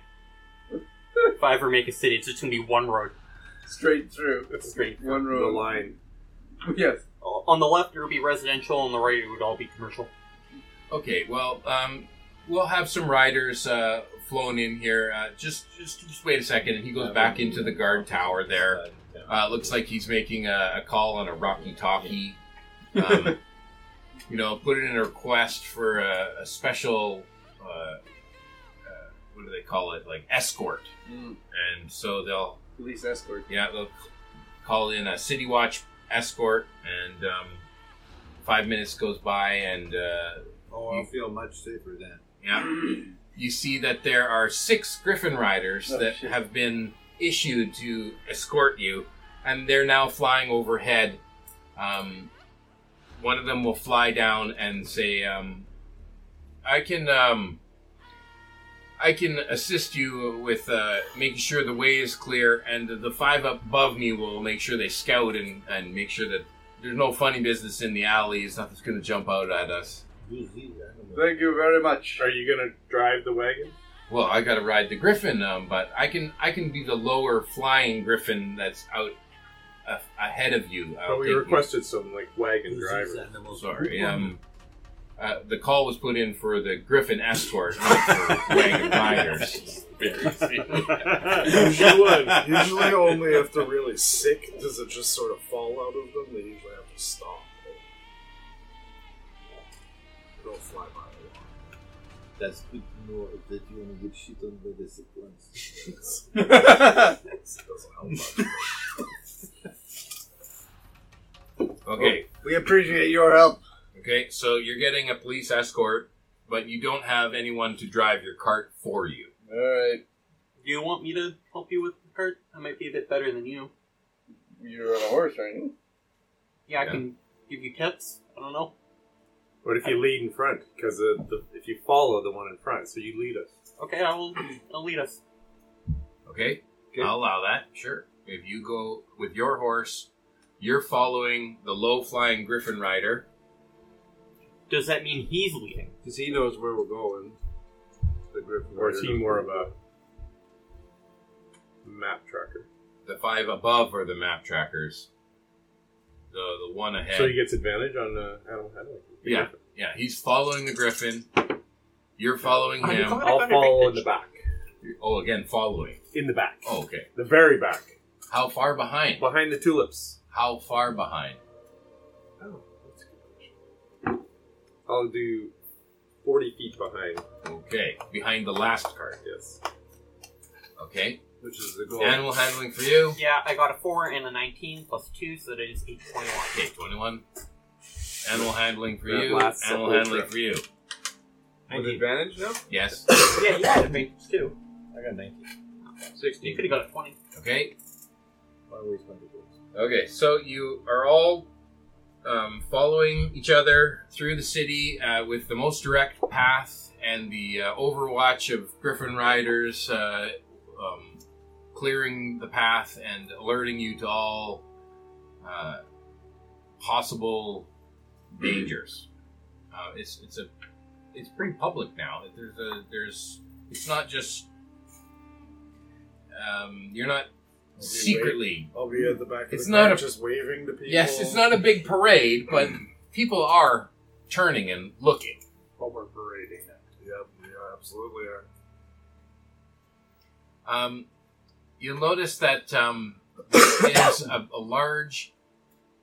Speaker 4: if I ever make a city, it's just gonna be one road.
Speaker 3: Straight through.
Speaker 12: Straight
Speaker 3: One
Speaker 12: the
Speaker 3: road.
Speaker 12: line.
Speaker 3: Yes.
Speaker 4: On the left, it would be residential, on the right, it would all be commercial.
Speaker 1: Okay, well, um, we'll have some riders uh, flown in here. Uh, just, just, just wait a second. And he goes back into the guard tower there. Uh, looks like he's making a, a call on a Rocky Talkie. Um, you know, put in a request for a, a special, uh, uh, what do they call it? Like escort.
Speaker 3: Mm.
Speaker 1: And so they'll,
Speaker 3: Police escort.
Speaker 1: yeah, they'll call in a City Watch escort, and um, five minutes goes by, and uh,
Speaker 13: Oh, I feel much safer then.
Speaker 1: yeah, you see that there are six Griffin riders
Speaker 3: Oh,
Speaker 1: that
Speaker 3: shit.
Speaker 1: have been issued to escort you, and they're now flying overhead. Um, one of them will fly down and say, um, "I can, um, I can assist you with uh, making sure the way is clear, and the five up above me will make sure they scout and, and make sure that there's no funny business in the alleys. Nothing's going to jump out at us.
Speaker 3: Thank you very much.
Speaker 12: Are you gonna drive the wagon?
Speaker 1: Well, I got to ride the griffin, um, but I can I can be the lower flying griffin that's out a ahead of you. I'll
Speaker 12: But we
Speaker 1: take you-
Speaker 12: requested some like wagon driver.
Speaker 1: Sorry, um, uh, the call was put in for the griffin escort, not for wagon riders.
Speaker 12: Usually would.
Speaker 2: Usually only if they're really sick does it just sort of fall out of them. They usually have to stop. They don't fly by a
Speaker 13: That's good to know that you only get shit on by the sick ones.
Speaker 2: lot. it doesn't help much.
Speaker 1: Okay,
Speaker 3: We appreciate your help.
Speaker 1: Okay, so you're getting a police escort, but you don't have anyone to drive your cart for you.
Speaker 3: All right,
Speaker 4: Do you want me to help you with the cart? I might be a bit better than you.
Speaker 3: you're on a horse, aren't you?
Speaker 4: Yeah, I
Speaker 1: Yeah.
Speaker 4: can give you tips. I don't know.
Speaker 12: What if you lead in front? Because uh, the, if you follow the one in front, so you lead us.
Speaker 4: Okay, I will. I'll lead us.
Speaker 1: Okay? I'll allow that, sure. If you go with your horse, you're following the low flying griffin rider.
Speaker 4: Does that mean he's leading?
Speaker 3: Because he knows where we're going. The Griffin.
Speaker 12: Or is he more of a map tracker?
Speaker 1: The five above are the map trackers. The the one ahead.
Speaker 12: So he gets advantage on uh, animal handling.
Speaker 1: yeah, yeah, he's following the griffin. You're following
Speaker 4: I'm
Speaker 1: him.
Speaker 4: glad-
Speaker 12: I'll follow in the back.
Speaker 1: Oh, again, following.
Speaker 12: In the back.
Speaker 1: Oh, okay.
Speaker 12: The very back.
Speaker 1: How far behind?
Speaker 12: Behind the tulips.
Speaker 1: How far behind?
Speaker 12: Oh, that's a good question. I'll do 40 feet behind,
Speaker 1: Okay, behind the last cart.
Speaker 12: yes.
Speaker 1: Okay,
Speaker 3: Which is the goal.
Speaker 1: animal handling for you.
Speaker 4: Yeah, I got a four and a nineteen plus two, so that is eight twenty-one.
Speaker 1: Okay, 21. Animal handling for
Speaker 12: That
Speaker 1: you.
Speaker 12: lasts the
Speaker 1: Animal
Speaker 12: whole
Speaker 1: handling
Speaker 12: trip.
Speaker 1: for you.
Speaker 3: With advantage now?
Speaker 1: Yes.
Speaker 4: yeah, you had advantage too.
Speaker 13: I got 19.
Speaker 4: You
Speaker 1: 16.
Speaker 4: could have got a twenty.
Speaker 1: Okay.
Speaker 13: Why waste my divorce?
Speaker 1: Okay, so you are all um, following each other through the city uh, with the most direct path and the uh, overwatch of Griffin Riders uh, um, clearing the path and alerting you to all uh, possible dangers. Uh, it's it's a it's pretty public now. There's a there's it's not just um, you're not
Speaker 2: wait.
Speaker 1: secretly
Speaker 2: I'll be at the back of
Speaker 1: It's
Speaker 2: the
Speaker 1: not
Speaker 2: car
Speaker 1: a-
Speaker 2: just waving to people.
Speaker 1: Yes, it's not a big parade, but people are turning and looking.
Speaker 5: But we're parading it.
Speaker 2: Yep, yeah, absolutely. Are.
Speaker 1: Um, you'll notice that um, there is a, a large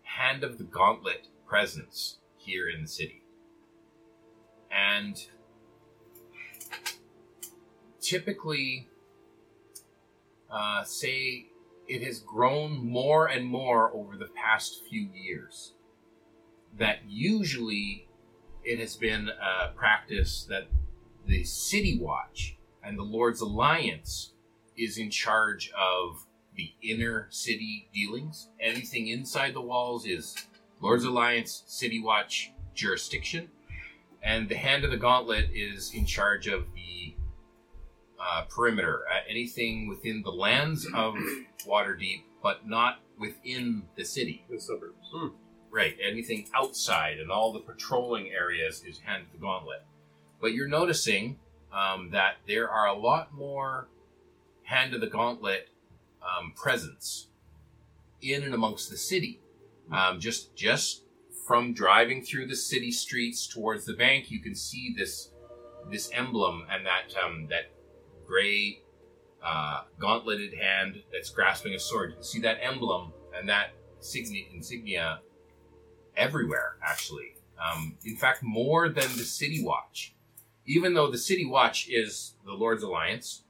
Speaker 1: Hand of the Gauntlet presence here in the city. And typically, uh, say, it has grown more and more over the past few years. That usually it has been a practice that the City Watch and the Lord's Alliance is in charge of the inner city dealings. Anything inside the walls is Lord's Alliance City Watch jurisdiction, and the Hand of the Gauntlet is in charge of the uh, perimeter. Uh, anything within the lands of Waterdeep, but not within the city.
Speaker 12: The suburbs.
Speaker 1: Hmm.
Speaker 2: Oh,
Speaker 1: Right. Anything outside and all the patrolling areas is hand to the gauntlet. But you're noticing um, that there are a lot more hand of the gauntlet um, presence in and amongst the city. Um, just just from driving through the city streets towards the bank, you can see this this emblem and that um, that gray uh, gauntleted hand that's grasping a sword. You can see that emblem and that signi- insignia everywhere, actually. Um, in fact, more than the City Watch. Even though the City Watch is the Lord's Alliance,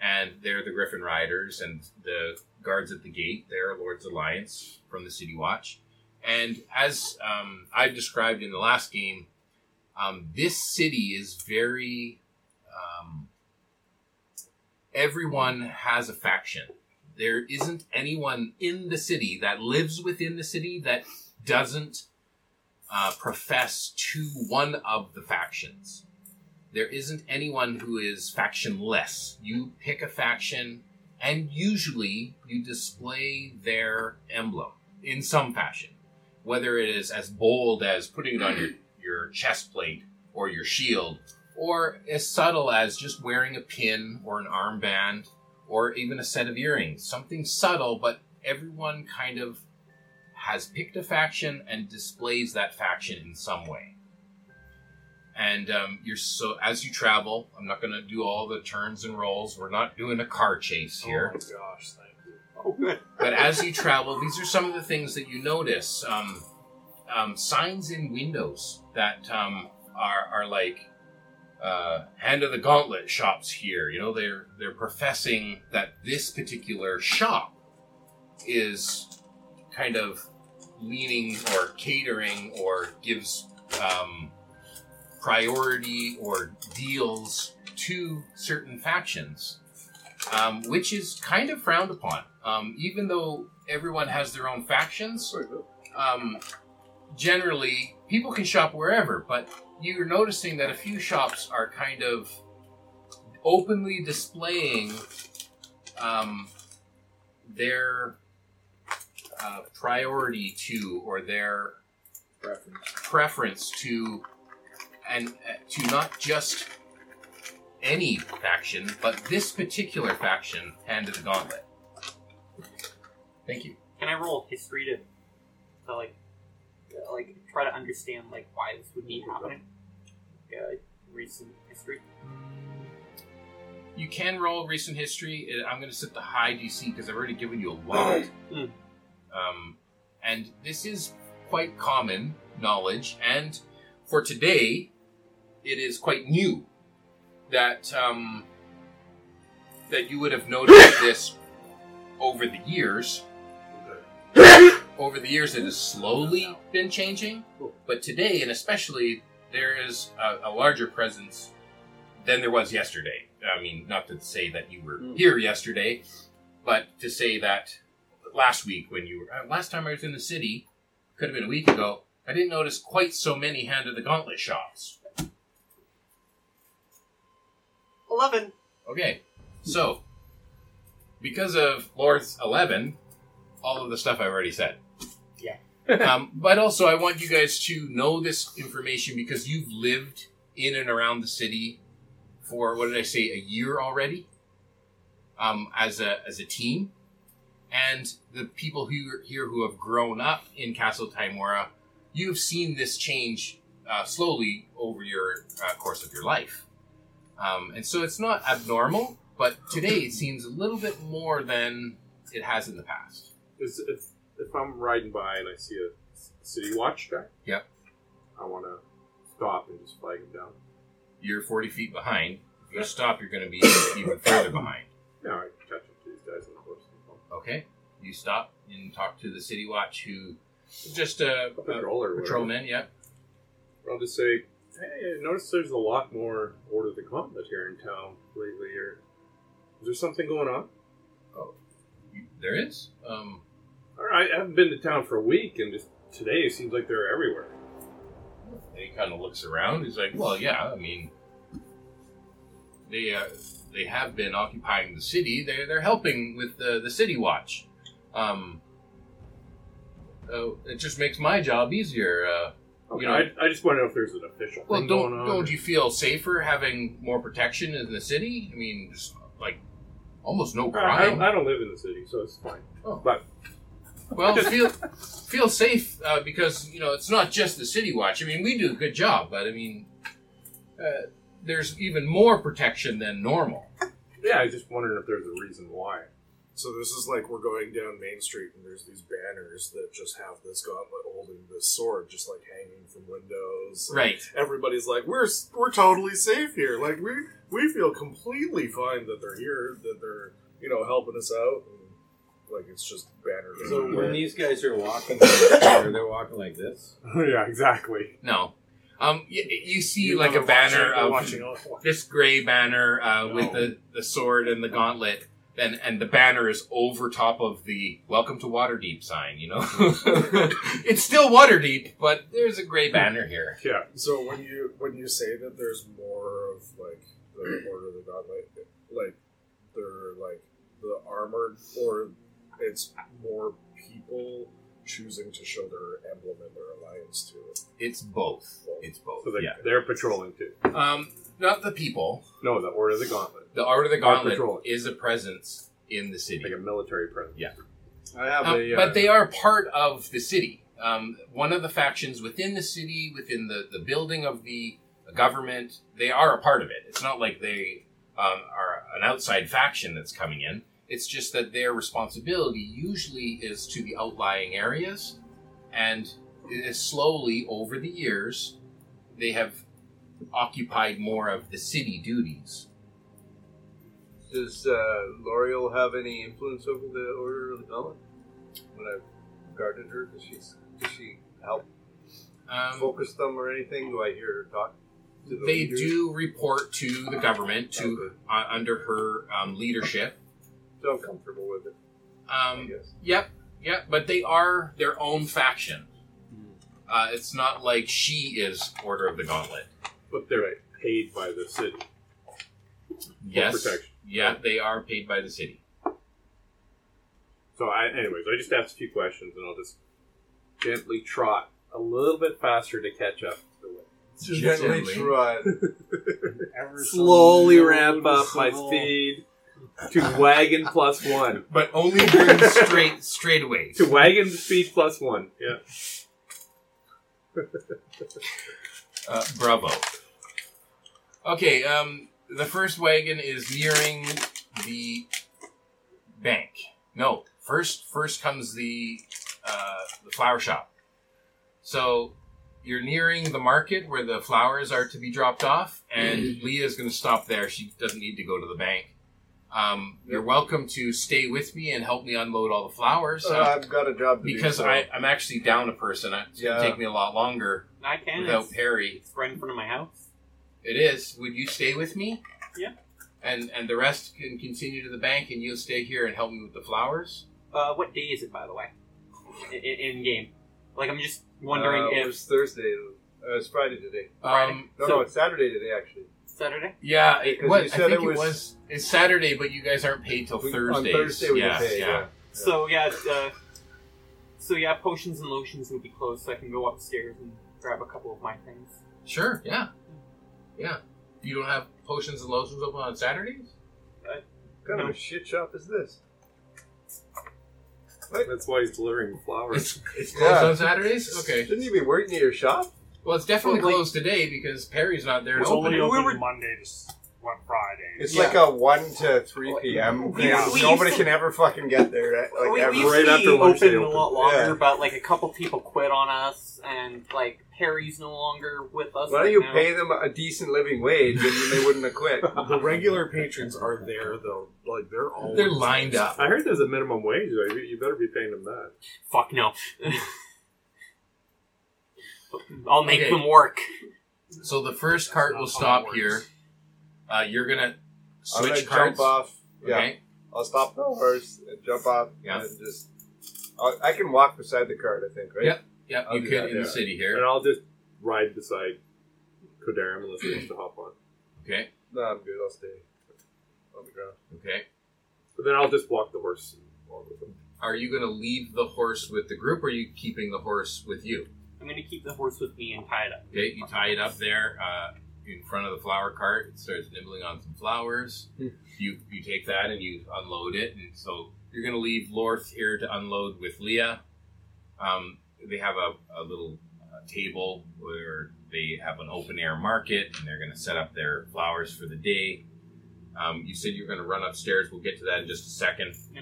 Speaker 1: and they're the Griffin Riders, and the guards at the gate, they're Lord's Alliance from the City Watch. And as um, I've described in the last game, um, this city is very. Um, everyone has a faction. There isn't anyone in the city that lives within the city that doesn't uh, profess to one of the factions. there isn't anyone who is factionless. You pick a faction, and usually you display their emblem in some fashion, whether it is as bold as putting it on your, your chest plate or your shield, or as subtle as just wearing a pin or an armband or even a set of earrings. Something subtle, but everyone kind of has picked a faction and displays that faction in some way. And um, you're so as you travel, I'm not going to do all the turns and rolls. We're not doing a car chase here.
Speaker 5: Oh my gosh, thank you.
Speaker 1: But as you travel, these are some of the things that you notice. Um, um, signs in windows that um, are, are like uh, hand of the gauntlet shops here. You know, they're they're professing that this particular shop is kind of leaning or catering or gives um, priority or deals to certain factions um, which is kind of frowned upon. Um, even though everyone has their own factions, um, generally people can shop wherever, but you're noticing that a few shops are kind of openly displaying um, their uh, priority to or their preference to and uh, to not just any faction, but this particular faction, Hand of the Gauntlet. Thank you.
Speaker 4: Can I roll history to, to like, uh, like try to understand like why this would be happening? Yeah, like, recent history.
Speaker 1: You can roll recent history. Uh, I'm going to set the high DC because I've already given you a lot.
Speaker 4: Mm.
Speaker 1: um, and this is quite common knowledge, and for today, it is quite new that um, that you would have noticed this over the years. over the years, it has slowly been changing, but today, and especially, there is a, a larger presence than there was yesterday. I mean, not to say that you were here yesterday, but to say that last week when you were uh, last time I was in the city, could have been a week ago. I didn't notice quite so many hand of the gauntlet shops.
Speaker 4: Eleven.
Speaker 1: Okay, so because of Lord's eleven, all of the stuff I've already said.
Speaker 4: Yeah.
Speaker 1: um, but also, I want you guys to know this information because you've lived in and around the city for what did I say, a year already, um, as a as a team, and the people who are here who have grown up in Castle Timora, you've seen this change uh, slowly over your uh, course of your life. Um, and so it's not abnormal, but today it seems a little bit more than it has in the past.
Speaker 12: Is if if I'm riding by and I see a s- city watch guy,
Speaker 1: Yep.
Speaker 12: I want to stop and just flag him down.
Speaker 1: You're 40 feet behind. If you stop, you're going to be even further behind.
Speaker 12: Yeah, I can catch up to these guys in the course. of the phone.
Speaker 1: Okay? You stop and talk to the city watch who just a,
Speaker 12: A
Speaker 1: a
Speaker 12: patrol or whatever.
Speaker 1: patrolman, yep.
Speaker 12: I'll just say, hey, I noticed there's a lot more Order of the Gauntlet here in town lately. Or is there something going on?
Speaker 1: You- There is. Um,
Speaker 12: Or I haven't been to town for a week, and just today it seems like they're everywhere.
Speaker 1: and he kind of looks around. He's like, "Well, yeah. I mean, they uh, they have been occupying the city. They're they're helping with the the city watch. Um, uh, it just makes my job easier. Uh,
Speaker 12: Okay,
Speaker 1: You know-
Speaker 12: I, I just want to know if there's an official
Speaker 1: well,
Speaker 12: thing
Speaker 1: don't
Speaker 12: going on.
Speaker 1: don't you feel safer having more protection in the city? I mean, just like almost no
Speaker 5: Uh,
Speaker 12: I, I,
Speaker 1: crime.
Speaker 12: don't, I don't live in the city, so it's fine.
Speaker 1: Oh.
Speaker 12: But
Speaker 1: Well, feel feel safe uh, because you know it's not just the city watch. I mean, we do a good job, but I mean, uh, there's even more protection than normal.
Speaker 12: yeah, I just wondered if there's a reason why.
Speaker 2: So this is like we're going down Main Street and there's these banners that just have this gauntlet holding this sword just like hanging from windows.
Speaker 1: Right.
Speaker 2: Everybody's like, we're s- we're totally safe here. Like we we feel completely fine that they're here, that they're you know helping us out. And, like it's just banners.
Speaker 13: So
Speaker 2: everywhere.
Speaker 13: when these guys are walking, they're they're walking like this.
Speaker 12: yeah, exactly.
Speaker 1: No. Um, you, you see
Speaker 5: You
Speaker 1: like a
Speaker 5: love
Speaker 1: banner
Speaker 5: watching-
Speaker 1: of
Speaker 5: watching all-
Speaker 1: this gray banner uh, with
Speaker 5: No.
Speaker 1: the, the sword and the gauntlet. and and the banner is over top of the "Welcome to Waterdeep" sign. You know, it's still Waterdeep, but there's a gray banner here.
Speaker 5: Yeah.
Speaker 2: So when you when you say that there's more of like the Order of the Godlight, like they're like the armored, or it's more people choosing to show their emblem and their alliance to it.
Speaker 1: It's both. It's both.
Speaker 12: So they,
Speaker 1: yeah.
Speaker 12: they're patrolling too.
Speaker 1: Um, not the people.
Speaker 12: No, the Order of the Gauntlet.
Speaker 1: The Art of the
Speaker 12: Our
Speaker 1: Gauntlet
Speaker 12: patrol.
Speaker 1: is a presence in the city.
Speaker 12: Like a military presence.
Speaker 3: I have
Speaker 1: Um,
Speaker 3: a. Uh,
Speaker 1: but they are part of the city. Um, one of the factions within the city, within the, the building of the government, they are a part of it. It's not like they um, are an outside faction that's coming in. It's just that their responsibility usually is to the outlying areas, and it is slowly over the years they have occupied more of the city duties.
Speaker 3: Does uh, L'Oreal have any influence over the Order of the Gauntlet? When I've guarded her, does she does she help
Speaker 1: Um,
Speaker 3: focus them or anything? Do I hear her talk? to the
Speaker 1: they
Speaker 3: leaders?
Speaker 1: do report to the government to uh, under her um, leadership.
Speaker 3: So I'm comfortable with it. I
Speaker 1: Um,
Speaker 3: guess.
Speaker 1: Yep, yep. But they are their own faction.
Speaker 12: Hmm.
Speaker 1: Uh, it's not like she is Order of the Gauntlet.
Speaker 12: But they're paid by the city.
Speaker 1: Yes.
Speaker 12: protection.
Speaker 1: Yeah, they are paid by the city.
Speaker 12: So, I, anyways, I just asked a few questions, and I'll just gently trot a little bit faster to catch up.
Speaker 3: Gently
Speaker 1: Gently.
Speaker 3: trot.
Speaker 14: Ever so
Speaker 12: Slowly
Speaker 14: little
Speaker 12: ramp up my
Speaker 14: noticeable-
Speaker 12: speed to wagon plus one.
Speaker 1: But only during straight straightaways.
Speaker 12: To wagon speed plus one. Yeah.
Speaker 1: Uh, bravo. Okay. Um, the first wagon is nearing the bank. No, first first comes the uh, the flower shop. So you're nearing the market where the flowers are to be dropped off, and
Speaker 3: Mm-hmm.
Speaker 1: Leah's going to stop there. She doesn't need to go to the bank. Um, you're welcome to stay with me and help me unload all the flowers
Speaker 3: Uh,
Speaker 1: uh,
Speaker 3: I've got a job to do.
Speaker 1: because
Speaker 3: so-
Speaker 1: I, I'm actually down a person. It's going
Speaker 3: Yeah.
Speaker 1: to take me a lot longer
Speaker 4: I can.
Speaker 1: without
Speaker 4: it's-
Speaker 1: Perry.
Speaker 4: It's right in front of my house.
Speaker 1: It is. Would you stay with me?
Speaker 4: Yeah.
Speaker 1: And and the rest can continue to the bank, and you'll stay here and help me with the flowers.
Speaker 4: Uh, what day is it, by the way? In, in game, like I'm just wondering
Speaker 3: Uh, it
Speaker 4: if
Speaker 3: was Thursday. Uh, it's Friday today.
Speaker 1: Um,
Speaker 3: No,
Speaker 4: So-
Speaker 3: no, it's Saturday today actually.
Speaker 4: Saturday.
Speaker 1: yeah, it
Speaker 3: Because
Speaker 1: was.
Speaker 3: you
Speaker 1: I
Speaker 3: said
Speaker 1: think
Speaker 3: it
Speaker 1: it was,
Speaker 3: was-
Speaker 1: It's Saturday, but you guys aren't paid till
Speaker 3: We-
Speaker 1: Thursdays.
Speaker 3: On Thursday we
Speaker 1: yeah,
Speaker 3: get paid. Yeah.
Speaker 4: So yeah, uh, so yeah, potions and lotions will be closed, so I can go upstairs and grab a couple of my things.
Speaker 1: Sure. Yeah. Yeah. You don't have potions and lotions open on Saturdays.
Speaker 3: What kind of a shit shop is this?
Speaker 12: That's why he's delivering flowers.
Speaker 1: It's it's closed
Speaker 3: Yeah.
Speaker 1: on Saturdays. Okay.
Speaker 3: Shouldn't you be working at your shop?
Speaker 1: Well, it's definitely
Speaker 4: Well, like-
Speaker 1: closed today because Perry's not there to
Speaker 5: It's
Speaker 1: open
Speaker 5: only
Speaker 1: it.
Speaker 5: open
Speaker 3: We were-
Speaker 5: Monday to s- what, Friday.
Speaker 3: It's
Speaker 1: Yeah.
Speaker 3: like a one to three p.m.
Speaker 4: We-
Speaker 3: Yeah,
Speaker 4: we
Speaker 3: Nobody
Speaker 4: used to-
Speaker 3: can ever fucking get there. eh, Like
Speaker 4: we,
Speaker 3: ever.
Speaker 4: we used
Speaker 12: right
Speaker 4: to
Speaker 12: after
Speaker 4: be
Speaker 12: lunch they
Speaker 4: open a
Speaker 12: opened.
Speaker 4: lot longer,
Speaker 3: Yeah.
Speaker 4: but like a couple people quit on us, and like Perry's no longer with us.
Speaker 3: Why
Speaker 4: right
Speaker 3: don't you
Speaker 4: now.
Speaker 3: pay them a decent living wage and then they wouldn't have quit?
Speaker 2: The regular patrons are there though, like they're all
Speaker 1: They're lined up.
Speaker 12: I heard there's a minimum wage, though. You you better be paying them that.
Speaker 4: Fuck no. I'll make
Speaker 1: Okay.
Speaker 4: them work.
Speaker 1: So the first cart will stop here. Uh, you're gonna
Speaker 3: I'm gonna
Speaker 1: switch carts.
Speaker 3: jump off. Yeah,
Speaker 1: Okay.
Speaker 3: I'll stop the horse and jump off.
Speaker 1: Yeah.
Speaker 3: and just I'll, I can walk beside the cart. I think right.
Speaker 1: Yep. Yeah,
Speaker 3: I'll
Speaker 1: you
Speaker 3: do
Speaker 1: could
Speaker 3: that,
Speaker 1: in the
Speaker 3: yeah.
Speaker 1: city
Speaker 12: And
Speaker 1: here.
Speaker 12: I'll just ride beside Kodarim unless he wants to hop on.
Speaker 1: Okay,
Speaker 3: No, I'm good. I'll stay on the ground.
Speaker 1: okay.
Speaker 12: But then I'll just walk the horse. along with him.
Speaker 1: Are you going to leave the horse with the group, or are you keeping the horse with you?
Speaker 4: I'm gonna keep the horse with me and tie it up.
Speaker 1: Okay, you tie it up there uh, in front of the flower cart. It starts nibbling on some flowers. you you take that and you unload it, and so you're going to leave Lorth here to unload with Leah. Um, they have a, a little uh, table where they have an open air market, and they're going to set up their flowers for the day. Um, you said you were going to run upstairs. We'll get to that in just a second.
Speaker 4: Yeah.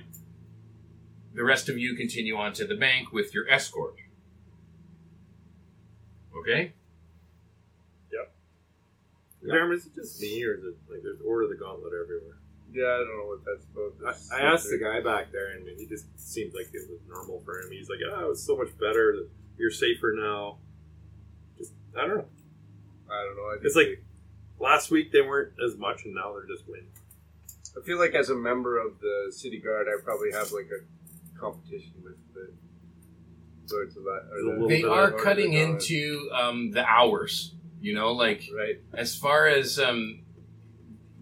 Speaker 1: The rest of you continue on to the bank with your escort. Okay.
Speaker 12: Kodarim, is it just me, or is it like there's Order of the Gauntlet everywhere?
Speaker 3: Yeah, I don't know what that's about.
Speaker 12: I, I asked the guy back there, and he just seemed like it was normal for him. He's like, "Oh, it's so much better. You're safer now." Just I don't know.
Speaker 3: I don't know. I
Speaker 12: It's like last week they weren't as much, and now they're just winning.
Speaker 3: I feel like as a member of the city guard, I probably have like a competition with the lords of that.
Speaker 5: The
Speaker 3: Or the,
Speaker 5: little
Speaker 1: They
Speaker 5: bit of
Speaker 1: are
Speaker 3: Lords of
Speaker 1: cutting
Speaker 3: Dawn,
Speaker 1: into um, the hours. You know, like
Speaker 3: right.
Speaker 1: as far as um,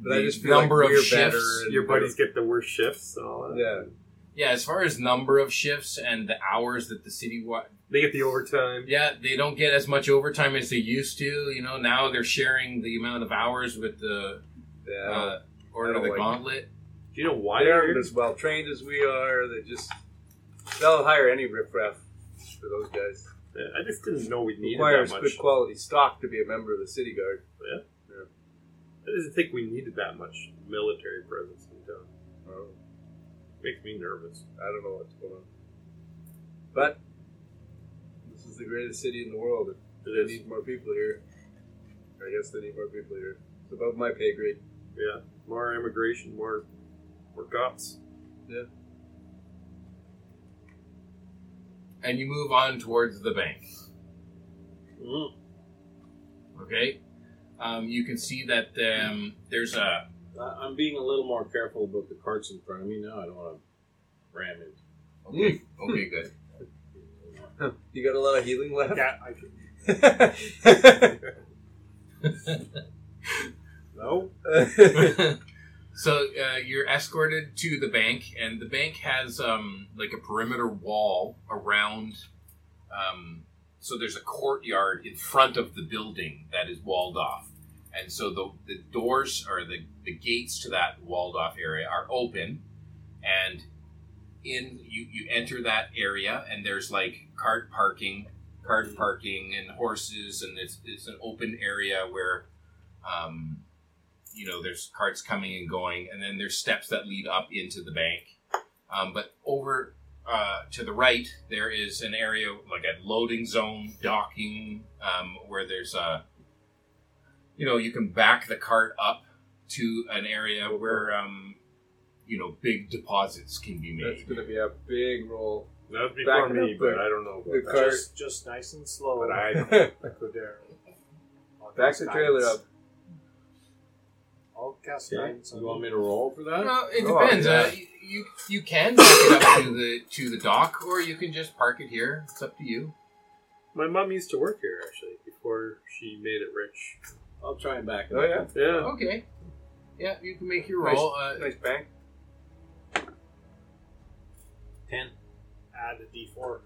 Speaker 3: But I
Speaker 1: the
Speaker 3: just feel
Speaker 1: number
Speaker 3: like
Speaker 1: of
Speaker 3: we're
Speaker 1: shifts.
Speaker 3: better and
Speaker 12: Your buddies get the worst shifts and all that.
Speaker 3: Yeah,
Speaker 1: Yeah, as far as number of shifts and the hours that the city, wa-
Speaker 12: They get the overtime.
Speaker 1: yeah, they don't get as much overtime as they used to. You know, now they're sharing the amount of hours with the
Speaker 3: yeah.
Speaker 1: uh, Order
Speaker 3: I
Speaker 1: of the
Speaker 3: don't like
Speaker 1: Gauntlet.
Speaker 12: Do you know
Speaker 3: they
Speaker 12: why they're
Speaker 3: aren't as well trained as we are. They just they'll hire any riffraff for those guys.
Speaker 12: Yeah, I just didn't know we needed that
Speaker 3: Requires
Speaker 12: much.
Speaker 3: good quality stock to be a member of the city guard.
Speaker 12: I didn't think we needed that much military presence in town.
Speaker 3: Oh,
Speaker 12: Makes me nervous.
Speaker 3: I don't know what's going on, but this is the greatest city in the world. If
Speaker 12: It
Speaker 3: they
Speaker 12: is.
Speaker 3: need more people here, I guess they need more people here. It's above my pay grade.
Speaker 12: Yeah, more immigration, more more cops.
Speaker 1: and you move on towards the bank.
Speaker 3: Mm.
Speaker 1: Okay, um, you can see that um, there's a
Speaker 13: I- I'm being a little more careful about the carts in front of me now. I don't want to ram into
Speaker 3: Mm.
Speaker 1: okay, okay, good.
Speaker 3: You got a lot of healing left.
Speaker 5: Yeah, I could-
Speaker 3: no.
Speaker 1: so uh, you're escorted to the bank, and the bank has um, like a perimeter wall around. Um, so there's a courtyard in front of the building that is walled off, and so the, the doors or the, the gates to that walled off area are open, and in you you enter that area, and there's like cart parking, cart parking, and horses, and it's it's an open area where. Um, you know, there's carts coming and going, and then there's steps that lead up into the bank. Um, but over uh, to the right, there is an area like a loading zone, docking, um, where there's a, you know, you can back the cart up to an area where, um, you know, big deposits can be
Speaker 3: That's
Speaker 1: made.
Speaker 3: gonna be a big roll.
Speaker 12: That was before
Speaker 3: Backing
Speaker 12: me,
Speaker 3: up the-
Speaker 12: but I don't know
Speaker 3: The
Speaker 12: about that.
Speaker 3: cart.
Speaker 5: just just nice and slow.
Speaker 12: But I
Speaker 5: Cordero. I'll
Speaker 3: Back
Speaker 5: cast
Speaker 3: the trailer
Speaker 5: guidance.
Speaker 3: up.
Speaker 5: I'll cast
Speaker 13: it.
Speaker 5: guidance on
Speaker 13: You want me to roll for that?
Speaker 1: Well, it
Speaker 3: Oh,
Speaker 1: depends.
Speaker 3: yeah.
Speaker 1: uh, you- you you can back it up to the to the dock, or you can just park it here. It's up to you.
Speaker 12: My mom used to work here actually before she made it rich.
Speaker 13: I'll try and back it
Speaker 3: Oh
Speaker 13: up.
Speaker 3: yeah,
Speaker 12: Yeah,
Speaker 1: Okay. Yeah, you can make your
Speaker 3: Nice.
Speaker 1: roll. Uh,
Speaker 3: nice bank.
Speaker 13: Ten.
Speaker 5: add a d4.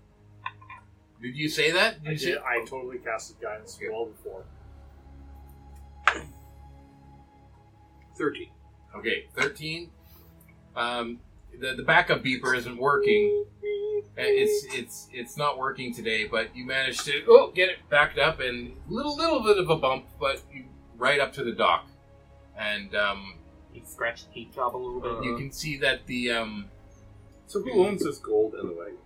Speaker 1: did you say that? Did
Speaker 5: I,
Speaker 1: you say
Speaker 5: did, I totally casted guidance
Speaker 1: Okay.
Speaker 5: well before.
Speaker 12: thirty.
Speaker 1: Okay, thirteen. Um, the the backup beeper isn't working. Uh, It's it's it's not working today, but you managed to oh get it backed up and little little bit of a bump, but you right up to the dock, and um,
Speaker 4: You scratch the paint job a little bit.
Speaker 1: you can see that the um,
Speaker 12: Uh-huh. So who owns this gold in the wagon?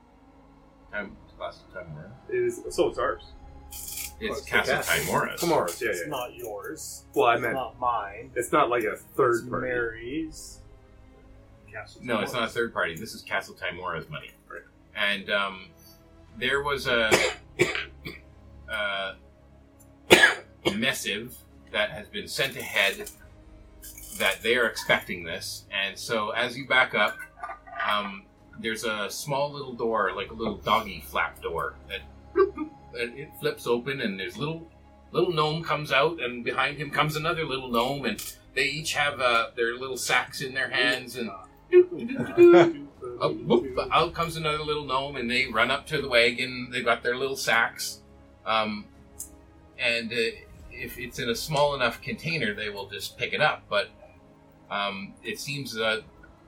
Speaker 1: time last time around,
Speaker 12: It is so it's ours. Oh,
Speaker 1: it's
Speaker 3: it's the
Speaker 1: Casa
Speaker 3: Casa.
Speaker 1: Timora's.
Speaker 12: Tomorrow's, yeah,
Speaker 5: It's
Speaker 12: yeah.
Speaker 5: not yours.
Speaker 12: Well, I
Speaker 5: it's
Speaker 12: meant
Speaker 5: not mine.
Speaker 12: it's not like a
Speaker 5: it's
Speaker 12: third party.
Speaker 5: Mary's. Castle
Speaker 1: No, it's
Speaker 5: Timor.
Speaker 1: not a third party. This is Castle Timora's money. And um, there was a, uh missive that has been sent ahead that they are expecting this. And so as you back up, um, there's a small little door, like a little doggy flap door, that bloop, bloop, and it flips open, and there's little little gnome comes out, and behind him comes another little gnome, and they each have uh, their little sacks in their hands, and up, Oh, whoop, out comes another little gnome, and they run up to the wagon. They've got their little sacks, um, and uh, if it's in a small enough container, they will just pick it up. But um, it seems that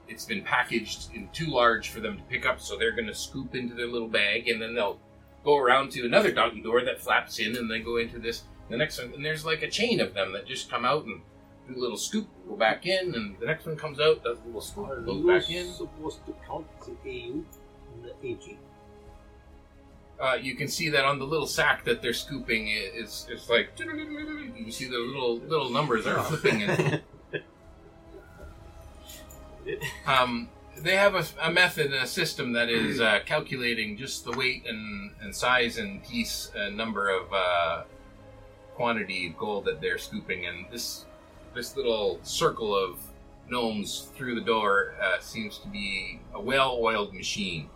Speaker 1: it's been packaged in too large for them to pick up, so they're going to scoop into their little bag, and then they'll go around to another doggy door that flaps in, and they go into this the next one. And there's like a chain of them that just come out and. Do a little scoop, go back in, and the next one comes out, does a little scoop,
Speaker 4: Are
Speaker 1: goes
Speaker 4: you
Speaker 1: back in.
Speaker 4: supposed to count the AU and the AG?
Speaker 1: uh, you can see that on the little sack that they're scooping i- it's it's like you can see the little little numbers are flipping and um, they have a, a method and a system that is uh, calculating just the weight and, and size and piece and number of uh, quantity of gold that they're scooping and this this little circle of gnomes through the door uh, seems to be a well-oiled machine,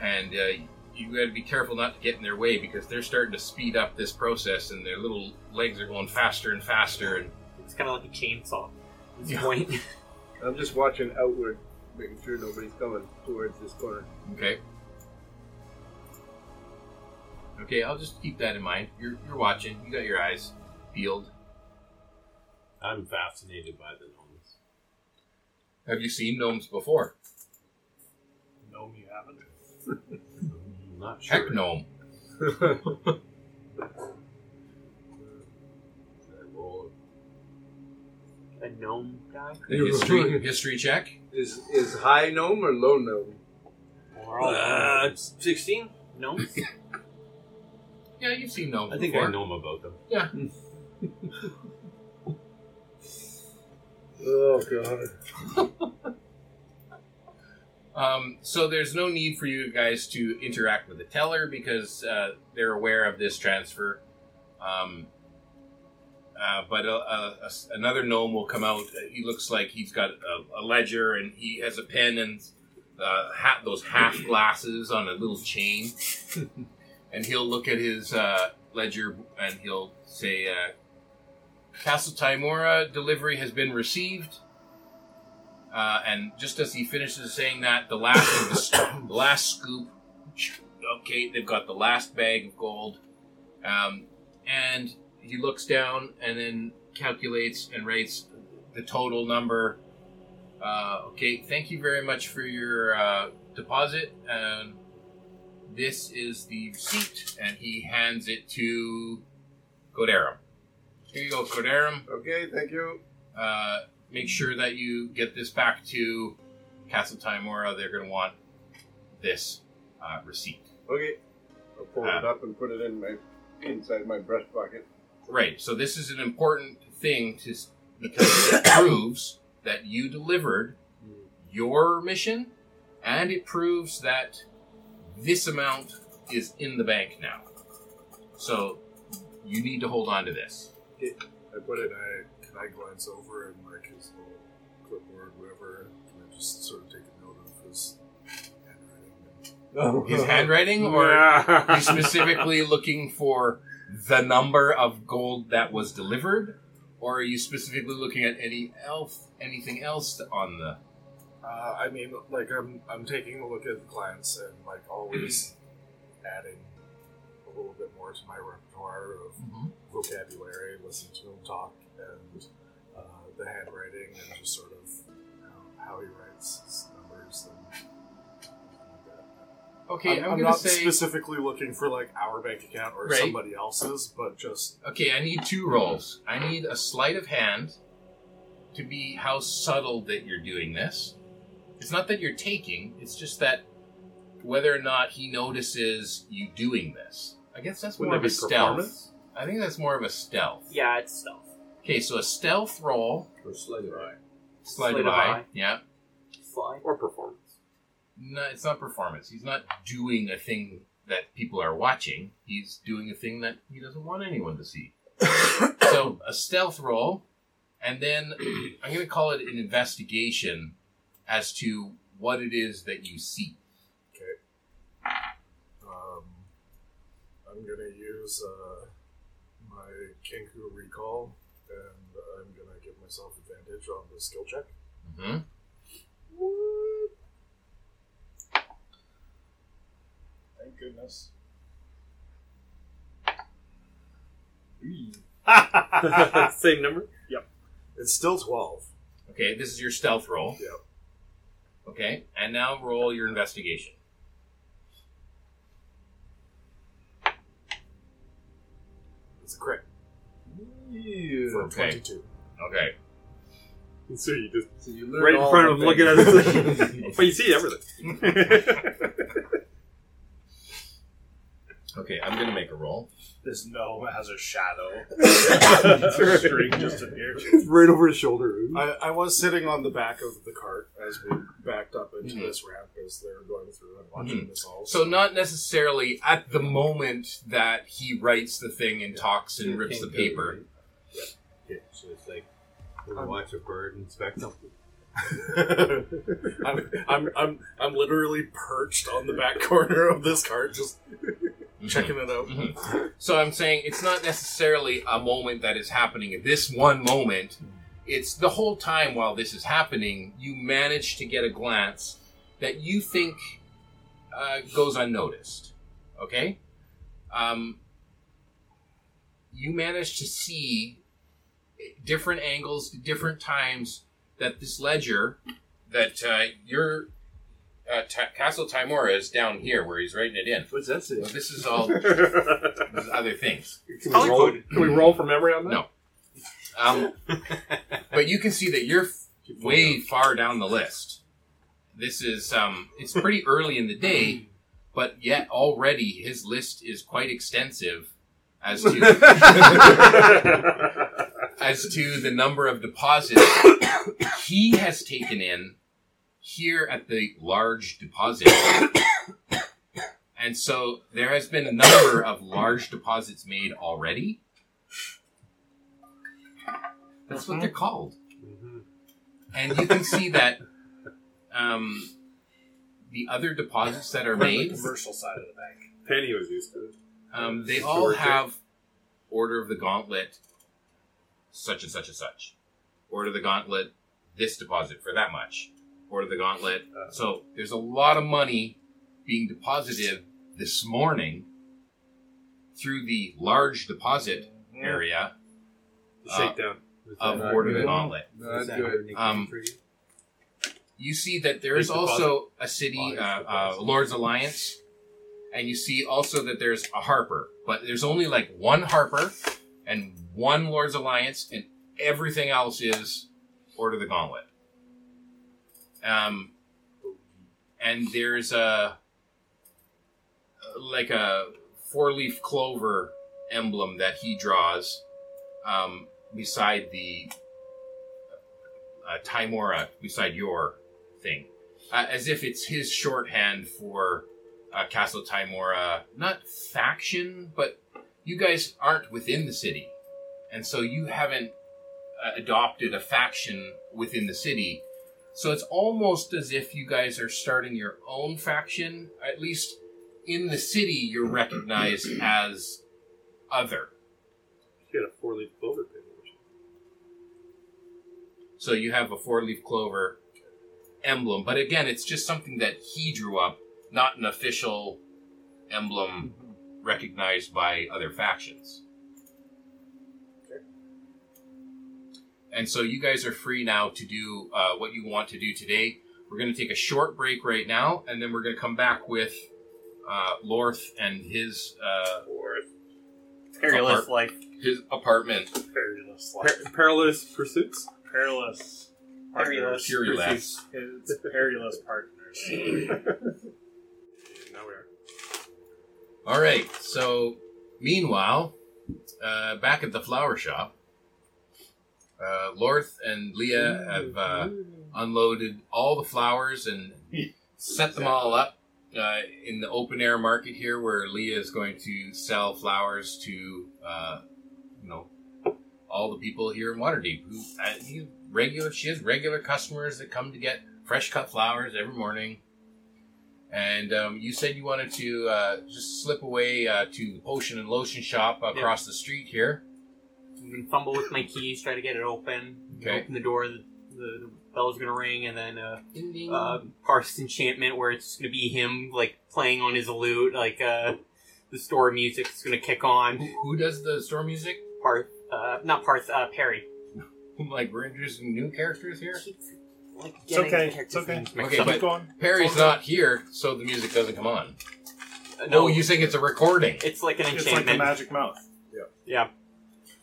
Speaker 1: and uh, you got to be careful not to get in their way because they're starting to speed up this process, and their little legs are going faster and faster. And
Speaker 4: It's kind of like a chainsaw. At this
Speaker 1: Yeah.
Speaker 4: point.
Speaker 3: I'm just watching outward, making sure nobody's coming towards this corner.
Speaker 1: okay, okay, I'll just keep that in mind. You're you're watching. You got your eyes peeled.
Speaker 15: I'm fascinated by the gnomes.
Speaker 1: Have you seen gnomes before?
Speaker 14: No, you haven't.
Speaker 15: I'm not sure.
Speaker 1: Heck, gnome.
Speaker 15: Should I roll
Speaker 4: a gnome guy.
Speaker 1: The history history check.
Speaker 3: Is is high gnome or low gnome?
Speaker 14: We're
Speaker 15: a-
Speaker 14: all
Speaker 15: Uh, 16?
Speaker 4: Gnomes?
Speaker 1: Yeah, you've seen gnomes.
Speaker 15: I think
Speaker 1: before.
Speaker 15: I know 'em about them.
Speaker 3: Oh god.
Speaker 1: Um, so there's no need for you guys to interact with the teller because uh, they're aware of this transfer. Um, uh, but a, a- a s- another gnome will come out. Uh, He looks like he's got a, a ledger and he has a pen and uh, ha- those half glasses on a little chain. and he'll look at his uh, ledger and he'll say, uh, "Castle Timora delivery has been received." Uh, and just as he finishes saying that, the last of the, s- the last scoop. Okay, they've got the last bag of gold, um, and he looks down and then calculates and rates the total number. Uh, okay, thank you very much for your uh, deposit. And this is the receipt, and he hands it to Godarum. Here you go, Godarum
Speaker 3: Okay, thank you.
Speaker 1: uh, make sure that you get this back to Castle Timora. They're going to want this uh, receipt.
Speaker 3: Okay. I'll pull it
Speaker 1: Ah.
Speaker 3: up and put it in my inside my breast pocket.
Speaker 1: Right. So this is an important thing to s- because it proves that you delivered your mission, and it proves that this amount is in the bank now. So you need to hold on to this.
Speaker 2: I put it. I can I glance over and like his little clipboard, whatever. Can I just sort of take a note of his handwriting?
Speaker 1: His handwriting, or are you specifically looking for the number of gold that was delivered, or are you specifically looking at any else, anything else on the?
Speaker 2: Uh, I mean, like I'm I'm taking a look at the clients and like always adding a little bit more to my repertoire of
Speaker 12: Mm-hmm.
Speaker 2: vocabulary, listen to him talk, and uh, the handwriting, and just sort of how, how he writes his numbers. And uh,
Speaker 1: Okay,
Speaker 2: I'm,
Speaker 1: I'm,
Speaker 2: I'm
Speaker 1: gonna
Speaker 2: not
Speaker 1: say.
Speaker 2: specifically looking for like our bank account or
Speaker 1: Right.
Speaker 2: somebody else's, but just
Speaker 1: okay, I need two rolls. I need a sleight of hand to be how subtle that you're doing this. It's not that you're taking; it's just that whether or not he notices you doing this. I guess that's more
Speaker 12: Wouldn't
Speaker 1: of
Speaker 12: that
Speaker 1: a
Speaker 12: be
Speaker 1: stealth.
Speaker 12: performance?
Speaker 1: I think that's more of a stealth.
Speaker 4: Yeah, it's stealth.
Speaker 1: Okay, so a stealth roll.
Speaker 13: Or sleight of eye.
Speaker 1: Slide
Speaker 4: Sleight of eye.
Speaker 1: Yeah.
Speaker 4: Slide.
Speaker 12: or performance.
Speaker 1: No, it's not performance. He's not doing a thing that people are watching. He's doing a thing that he doesn't want anyone to see. so a stealth roll, and then I'm going to call it an investigation as to what it is that you see.
Speaker 2: um, I'm gonna use uh, my Kenku recall, and I'm gonna give myself advantage on the skill check.
Speaker 1: hmm
Speaker 2: Thank goodness.
Speaker 12: Same number.
Speaker 2: It's still twelve.
Speaker 1: Okay, this is your stealth roll.
Speaker 2: Yep.
Speaker 1: Okay, and now roll your investigation.
Speaker 2: It's a crit for
Speaker 1: Okay.
Speaker 2: twenty-two.
Speaker 1: Okay.
Speaker 12: So you just
Speaker 3: So you learn
Speaker 12: right in
Speaker 3: all
Speaker 12: front
Speaker 3: the
Speaker 12: of him, looking at his but you see everything.
Speaker 1: Okay, I'm going to make a roll.
Speaker 5: This gnome has a shadow.
Speaker 12: That's right.
Speaker 5: String just appeared.
Speaker 12: right over his shoulder.
Speaker 2: I, I was sitting on the back of the cart as we backed up into
Speaker 1: Mhm.
Speaker 2: this ramp as they were going through and watching this all.
Speaker 1: Mm-hmm. So not necessarily at the moment that he writes the thing and talks and rips the paper.
Speaker 13: Yeah, so it's like
Speaker 15: Or watch a bird and something.
Speaker 2: I'm, I'm, I'm, I'm literally perched on the back corner of this cart, just checking it out.
Speaker 1: Mhm. So I'm saying it's not necessarily a moment that is happening at this one moment. It's the whole time while this is happening, you manage to get a glance that you think uh, goes unnoticed. Okay? Um, you manage to see different angles, different times that this ledger that uh, your uh, Ta- Castle Timora is down here where he's writing it in.
Speaker 15: What's that say?
Speaker 1: Well, this is all there's other things.
Speaker 12: Can we, roll, can we roll from memory on that?
Speaker 1: No. Um, but you can see that you're f- way far down the list. This is um, it's pretty early in the day, but yet already his list is quite extensive as to as to the number of deposits he has taken in here at the large deposit. And so there has been a number of large deposits made already. That's what they're called. And you can see that um, the other deposits that are
Speaker 5: The
Speaker 1: made,
Speaker 5: commercial side of the bank.
Speaker 12: Penny was used to it.
Speaker 1: um, they all have Order of the Gauntlet, such and such and such. Order of the Gauntlet, this deposit for that much. Order of the Gauntlet. So there's a lot of money being deposited this morning through the large deposit area
Speaker 12: The
Speaker 1: Uh,
Speaker 12: shakedown.
Speaker 1: Mm-hmm. of
Speaker 3: not
Speaker 1: Order of the
Speaker 3: good.
Speaker 1: Gauntlet.
Speaker 3: Not good.
Speaker 1: Um, you see that there is
Speaker 12: Big deposit.
Speaker 1: also a city, uh, uh, Lord's Alliance, and you see also that there's a Harper, but there's only like one Harper and one Lord's Alliance, and everything else is Order of the Gauntlet. Um, and there's a like a four leaf clover emblem that he draws um, beside the uh, Timora beside your thing, uh, as if it's his shorthand for uh, Castle Timora, not faction, but you guys aren't within the city, and so you haven't uh, adopted a faction within the city. So it's almost as if you guys are starting your own faction. At least in the city, you're recognized as other.
Speaker 12: She had a four leaf clover pin.
Speaker 1: So you have a four leaf clover emblem, but again, it's just something that he drew up, not an official emblem
Speaker 4: Mm-hmm.
Speaker 1: recognized by other factions. And so you guys are free now to do uh, what you want to do today. We're going to take a short break right now, and then we're going to come back with uh, Lorth and his uh,
Speaker 4: Perilous life.
Speaker 1: his apartment.
Speaker 5: Perilous life.
Speaker 12: Par- perilous pursuits?
Speaker 5: Perilous.
Speaker 4: Perilous.
Speaker 1: Cureless.
Speaker 5: It's perilous partners.
Speaker 1: All right. So, meanwhile, uh, back at the flower shop, uh, Lorth and Leah have uh, unloaded all the flowers and set them all up uh, in the open air market here, where Leah is going to sell flowers to uh, you know all the people here in Waterdeep who uh, you- regular. She has regular customers that come to get fresh cut flowers every morning. And um, you said you wanted to uh, just slip away uh, to the potion and lotion shop across the street here.
Speaker 4: I'm gonna fumble with my keys, try to get it open.
Speaker 1: Okay.
Speaker 4: Open the door, the, the bell's gonna ring, and then uh,
Speaker 1: Ding, ding.
Speaker 4: uh, Parse Enchantment, where it's gonna be him like playing on his lute, like uh, the store music's gonna kick on.
Speaker 1: who, who does the store music?
Speaker 4: Parth, uh, not Parth, uh, Perry.
Speaker 1: like we're introducing new characters here.
Speaker 4: Like,
Speaker 5: It's okay.
Speaker 4: getting-
Speaker 5: It's okay.
Speaker 1: Okay,
Speaker 5: Keep
Speaker 1: but
Speaker 5: going.
Speaker 1: Perry's not here, so the music doesn't come on. No,
Speaker 4: Uh, no,
Speaker 1: oh, you think it's a recording.
Speaker 4: it's like an
Speaker 5: It's like the
Speaker 4: enchantment.
Speaker 5: magic mouth.
Speaker 4: yeah,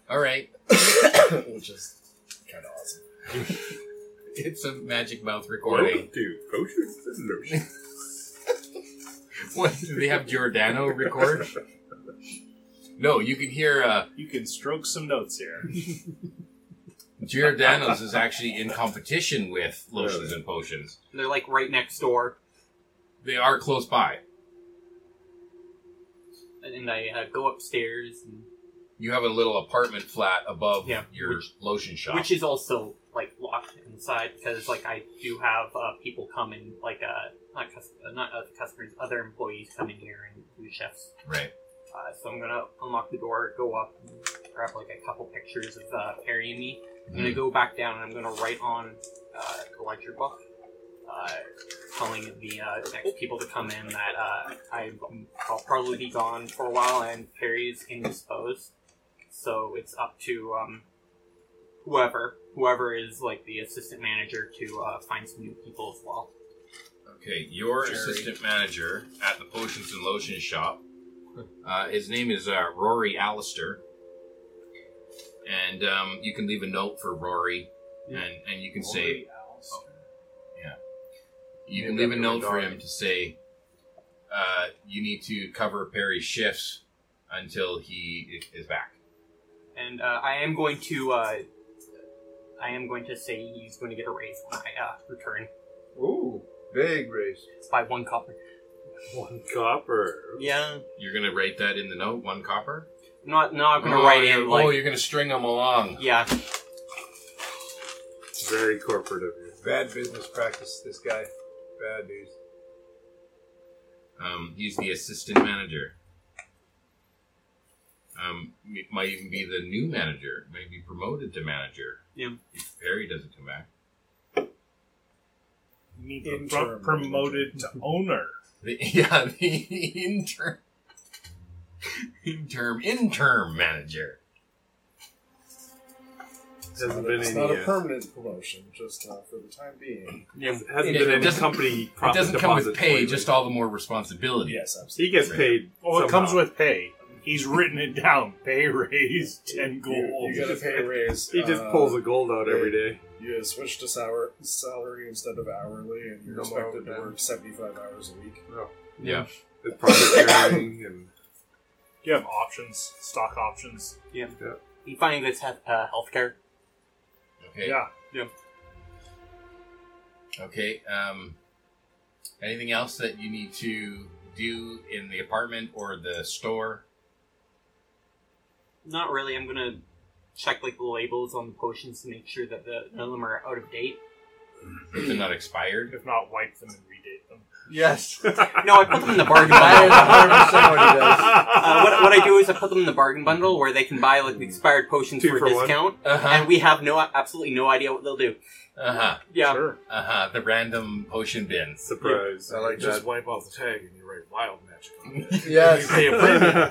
Speaker 1: All right,
Speaker 2: Which is kind of awesome.
Speaker 1: it's a magic mouth recording.
Speaker 15: Dude, potions and lotion.
Speaker 1: What do they have Giordano record? No, you can hear uh,
Speaker 5: You can stroke some notes here.
Speaker 1: Giordano's is actually in competition with lotions and potions.
Speaker 4: they're like right next door,
Speaker 1: They are close by.
Speaker 4: and I uh, go upstairs and
Speaker 1: you have a little apartment flat above
Speaker 4: Yeah.
Speaker 1: your lotion shop.
Speaker 4: which is also like locked inside because like I do have uh, people come in, like uh, not cus- uh, not uh, customers, other employees come in here and do chefs.
Speaker 1: right.
Speaker 4: Uh, so I'm gonna unlock the door, go up, and grab like a couple pictures of uh, Perry and me. I'm gonna go back down and I'm gonna write on uh, the ledger book, uh, telling the uh, next people to come in that uh, I'm, I'll probably be gone for a while and Perry's indisposed. So it's up to um, whoever, whoever is like the assistant manager to uh, find some new people as well.
Speaker 1: Okay, your assistant manager at the potions and lotion shop. Uh, his name is uh, Rory Allister, and um, you can leave a note for Rory, and and you can say, oh, yeah, you can
Speaker 3: Named
Speaker 1: leave
Speaker 3: after
Speaker 1: a
Speaker 3: my
Speaker 1: note for
Speaker 3: dog.
Speaker 1: him to say, uh, you need to cover Perry's shifts until he i- is back.
Speaker 4: And uh, I am going to, uh, I am going to say he's going to get a raise when I uh, return
Speaker 3: Ooh, big race.
Speaker 4: by one copper.
Speaker 15: One copper.
Speaker 4: Yeah.
Speaker 1: You're gonna write that in the note, one copper.
Speaker 4: Not, no, I'm gonna write
Speaker 1: you're-
Speaker 4: in like,
Speaker 1: oh, you're gonna string him along.
Speaker 4: yeah,
Speaker 15: Very corporate of you.
Speaker 3: Bad business practice, this guy. Bad news.
Speaker 1: Um, he's the assistant manager. Um, m- might even be the new manager. Might be promoted to manager.
Speaker 4: Yeah.
Speaker 1: If Perry doesn't come back.
Speaker 14: You need to
Speaker 2: Interim
Speaker 14: pr- promoted to owner.
Speaker 1: The, yeah, the intern. Interim, interim manager.
Speaker 12: Hasn't been
Speaker 2: it's
Speaker 12: any.
Speaker 2: not a
Speaker 12: uh,
Speaker 2: permanent promotion, just uh, for the time being.
Speaker 12: hasn't
Speaker 1: It-
Speaker 12: been
Speaker 1: it
Speaker 12: any
Speaker 1: doesn't-
Speaker 12: company.
Speaker 1: It
Speaker 12: profit
Speaker 1: doesn't come with
Speaker 12: deposits
Speaker 1: pay,
Speaker 12: lately.
Speaker 1: just all the more responsibility.
Speaker 2: Yes, absolutely.
Speaker 12: he gets paid.
Speaker 14: Well, it
Speaker 12: somehow.
Speaker 14: comes with pay. He's written it down. Pay raise ten gold.
Speaker 2: You, you gotta pay a raise.
Speaker 12: He just
Speaker 2: uh,
Speaker 12: pulls a gold out every day.
Speaker 2: You gotta switch to sour, salary instead of hourly, and you're
Speaker 3: No more
Speaker 2: expected to
Speaker 3: overtime.
Speaker 2: work 75 hours a week.
Speaker 1: Yeah.
Speaker 12: It's profit sharing and
Speaker 14: You have options, stock options.
Speaker 4: you finally guys have uh, healthcare.
Speaker 1: Okay.
Speaker 14: Yeah.
Speaker 1: Okay. Um, anything else that you need to do in the apartment or the store?
Speaker 4: Not really. I'm gonna check like the labels on the potions to make sure that the, none of them are out of date.
Speaker 1: If they're not expired.
Speaker 14: If not, wipe them and redate them.
Speaker 3: Yes.
Speaker 4: No, I put them in the bargain
Speaker 3: That is
Speaker 4: bundle.
Speaker 3: 100% what he does.
Speaker 4: Uh, what, what I do is I put them in the bargain bundle where they can buy like the expired potions
Speaker 12: Two
Speaker 4: for,
Speaker 12: for
Speaker 4: a
Speaker 12: one.
Speaker 4: discount,
Speaker 1: Uh huh.
Speaker 4: and we have no absolutely no idea what they'll do.
Speaker 1: Uh huh.
Speaker 4: Yeah,
Speaker 14: Sure.
Speaker 1: Uh huh. The random potion bins.
Speaker 12: surprise.
Speaker 3: I like
Speaker 2: Just
Speaker 3: that.
Speaker 2: wipe off the tag and you write wild magic on it.
Speaker 3: Yes.
Speaker 2: Pay a premium.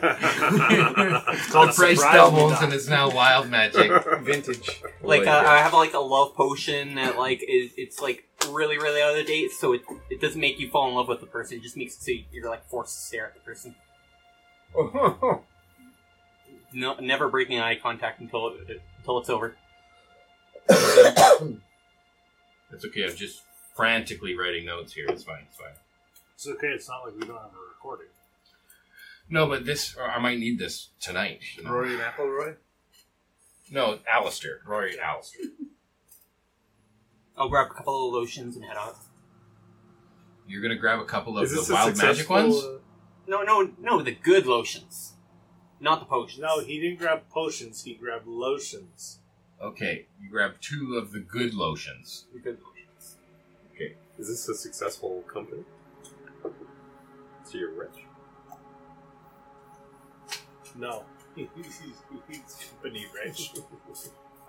Speaker 1: it's called the price
Speaker 14: surprise
Speaker 1: doubles
Speaker 14: me
Speaker 1: and it's now wild magic.
Speaker 3: Vintage.
Speaker 4: like
Speaker 1: Boy,
Speaker 4: uh, I have like a love potion that like is it's like really really out of date, so it it doesn't make you fall in love with the person. It just makes it so you're like forced to stare at the person, no, never breaking eye contact until it, until it's over.
Speaker 1: It's okay. I'm just frantically writing notes here. It's fine. It's fine.
Speaker 14: It's okay. It's not like we don't have a recording.
Speaker 1: No, but this or I might need this tonight. you know.
Speaker 3: Rory and Appleroy?
Speaker 1: No, Alistair. Rory Alistair.
Speaker 4: I'll grab a couple of lotions and head out.
Speaker 1: You're gonna grab a couple of
Speaker 12: Is this
Speaker 1: the
Speaker 12: a
Speaker 1: wild magic
Speaker 12: successful,
Speaker 1: ones.
Speaker 12: uh,
Speaker 4: No, no, no, the good lotions, not the potions.
Speaker 14: No, he didn't grab potions. He grabbed lotions.
Speaker 1: Okay, you grab two of the good lotions.
Speaker 4: the good lotions.
Speaker 12: Is this a successful company? So you're rich.
Speaker 14: No. He's company rich.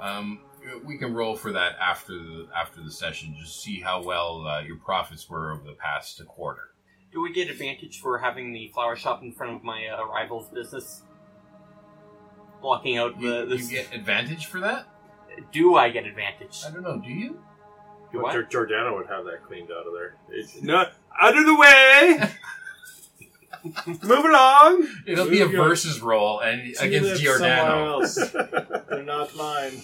Speaker 1: Um, we can roll for that after the after the session. Just see how well uh, your profits were over the past quarter.
Speaker 4: Do we get advantage for having the flower shop in front of my uh, rival's business? Blocking out
Speaker 1: You,
Speaker 4: the.
Speaker 1: you
Speaker 4: This,
Speaker 1: get Uh, advantage for that?
Speaker 4: do I get advantage?
Speaker 1: I don't know. Do you?
Speaker 4: Do I?
Speaker 15: Jor- Jordana would have that cleaned out of there. It's-
Speaker 12: No, out of the way. Move along.
Speaker 1: It'll be a
Speaker 14: Move your-
Speaker 1: versus roll and against
Speaker 14: Tulips somewhere
Speaker 1: Giordano.
Speaker 14: else. They're not mine.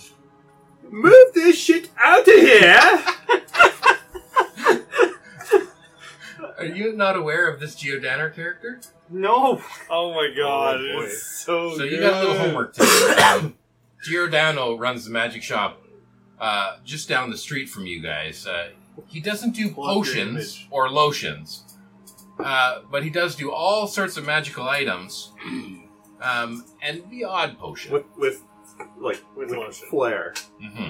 Speaker 12: Move this shit out of here.
Speaker 1: Are you not aware of this Giordano character?
Speaker 4: No!
Speaker 14: Oh my god,
Speaker 2: Oh, boy.
Speaker 14: it's so.
Speaker 1: so you got a little
Speaker 14: good.
Speaker 1: homework to do. Um, Giordano runs the magic shop uh, just down the street from you guys. Uh, he doesn't do
Speaker 14: Pull up your
Speaker 1: potions
Speaker 14: image.
Speaker 1: or lotions, uh, but he does do all sorts of magical items. um, and the odd potion.
Speaker 15: With, with like,
Speaker 5: With
Speaker 15: with,
Speaker 5: lotion.
Speaker 15: flair.
Speaker 1: hmm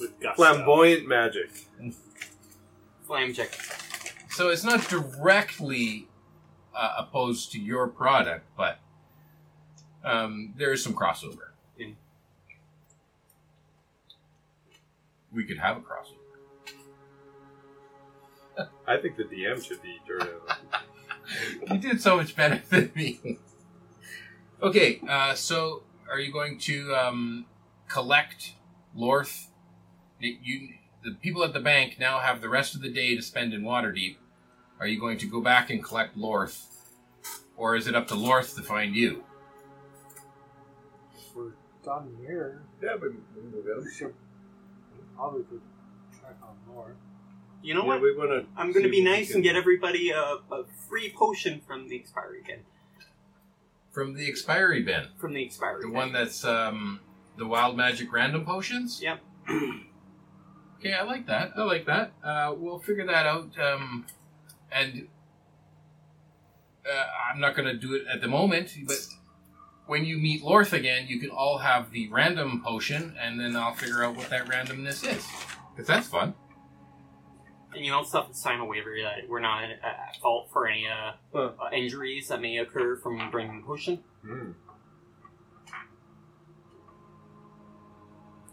Speaker 5: with gusto.
Speaker 15: Flamboyant magic.
Speaker 4: Flam check.
Speaker 1: So it's not directly uh, opposed to your product, but um, there is some crossover.
Speaker 4: Yeah.
Speaker 1: We could have a crossover.
Speaker 15: I think the DM should be Jordan.
Speaker 1: You did so much better than me. okay, uh, so are you going to um, collect Lorth? You- You, the people at the bank now have the rest of the day to spend in Waterdeep. Are you going to go back and collect Lorth, or is it up to Lorth to find you?
Speaker 14: We're done here.
Speaker 3: Yeah, but we can go.
Speaker 14: We should probably could check on more.
Speaker 4: You know
Speaker 15: yeah,
Speaker 4: what?
Speaker 15: we want to.
Speaker 4: I'm gonna be nice and get everybody a, a free potion from the expiry bin.
Speaker 1: From the expiry bin,
Speaker 4: From the expiry.
Speaker 1: the
Speaker 4: bin.
Speaker 1: one that's um, the wild magic random potions.
Speaker 4: Yep.
Speaker 1: Okay, I like that. I like that. Uh, we'll figure that out. Um, and uh, I'm not going to do it at the moment, but when you meet Lorth again, you can all have the random potion, and then I'll figure out what that randomness is. Because that's fun.
Speaker 4: And you also have to sign a waiver that we're not at, at fault for any uh, uh, injuries that may occur from drinking the potion.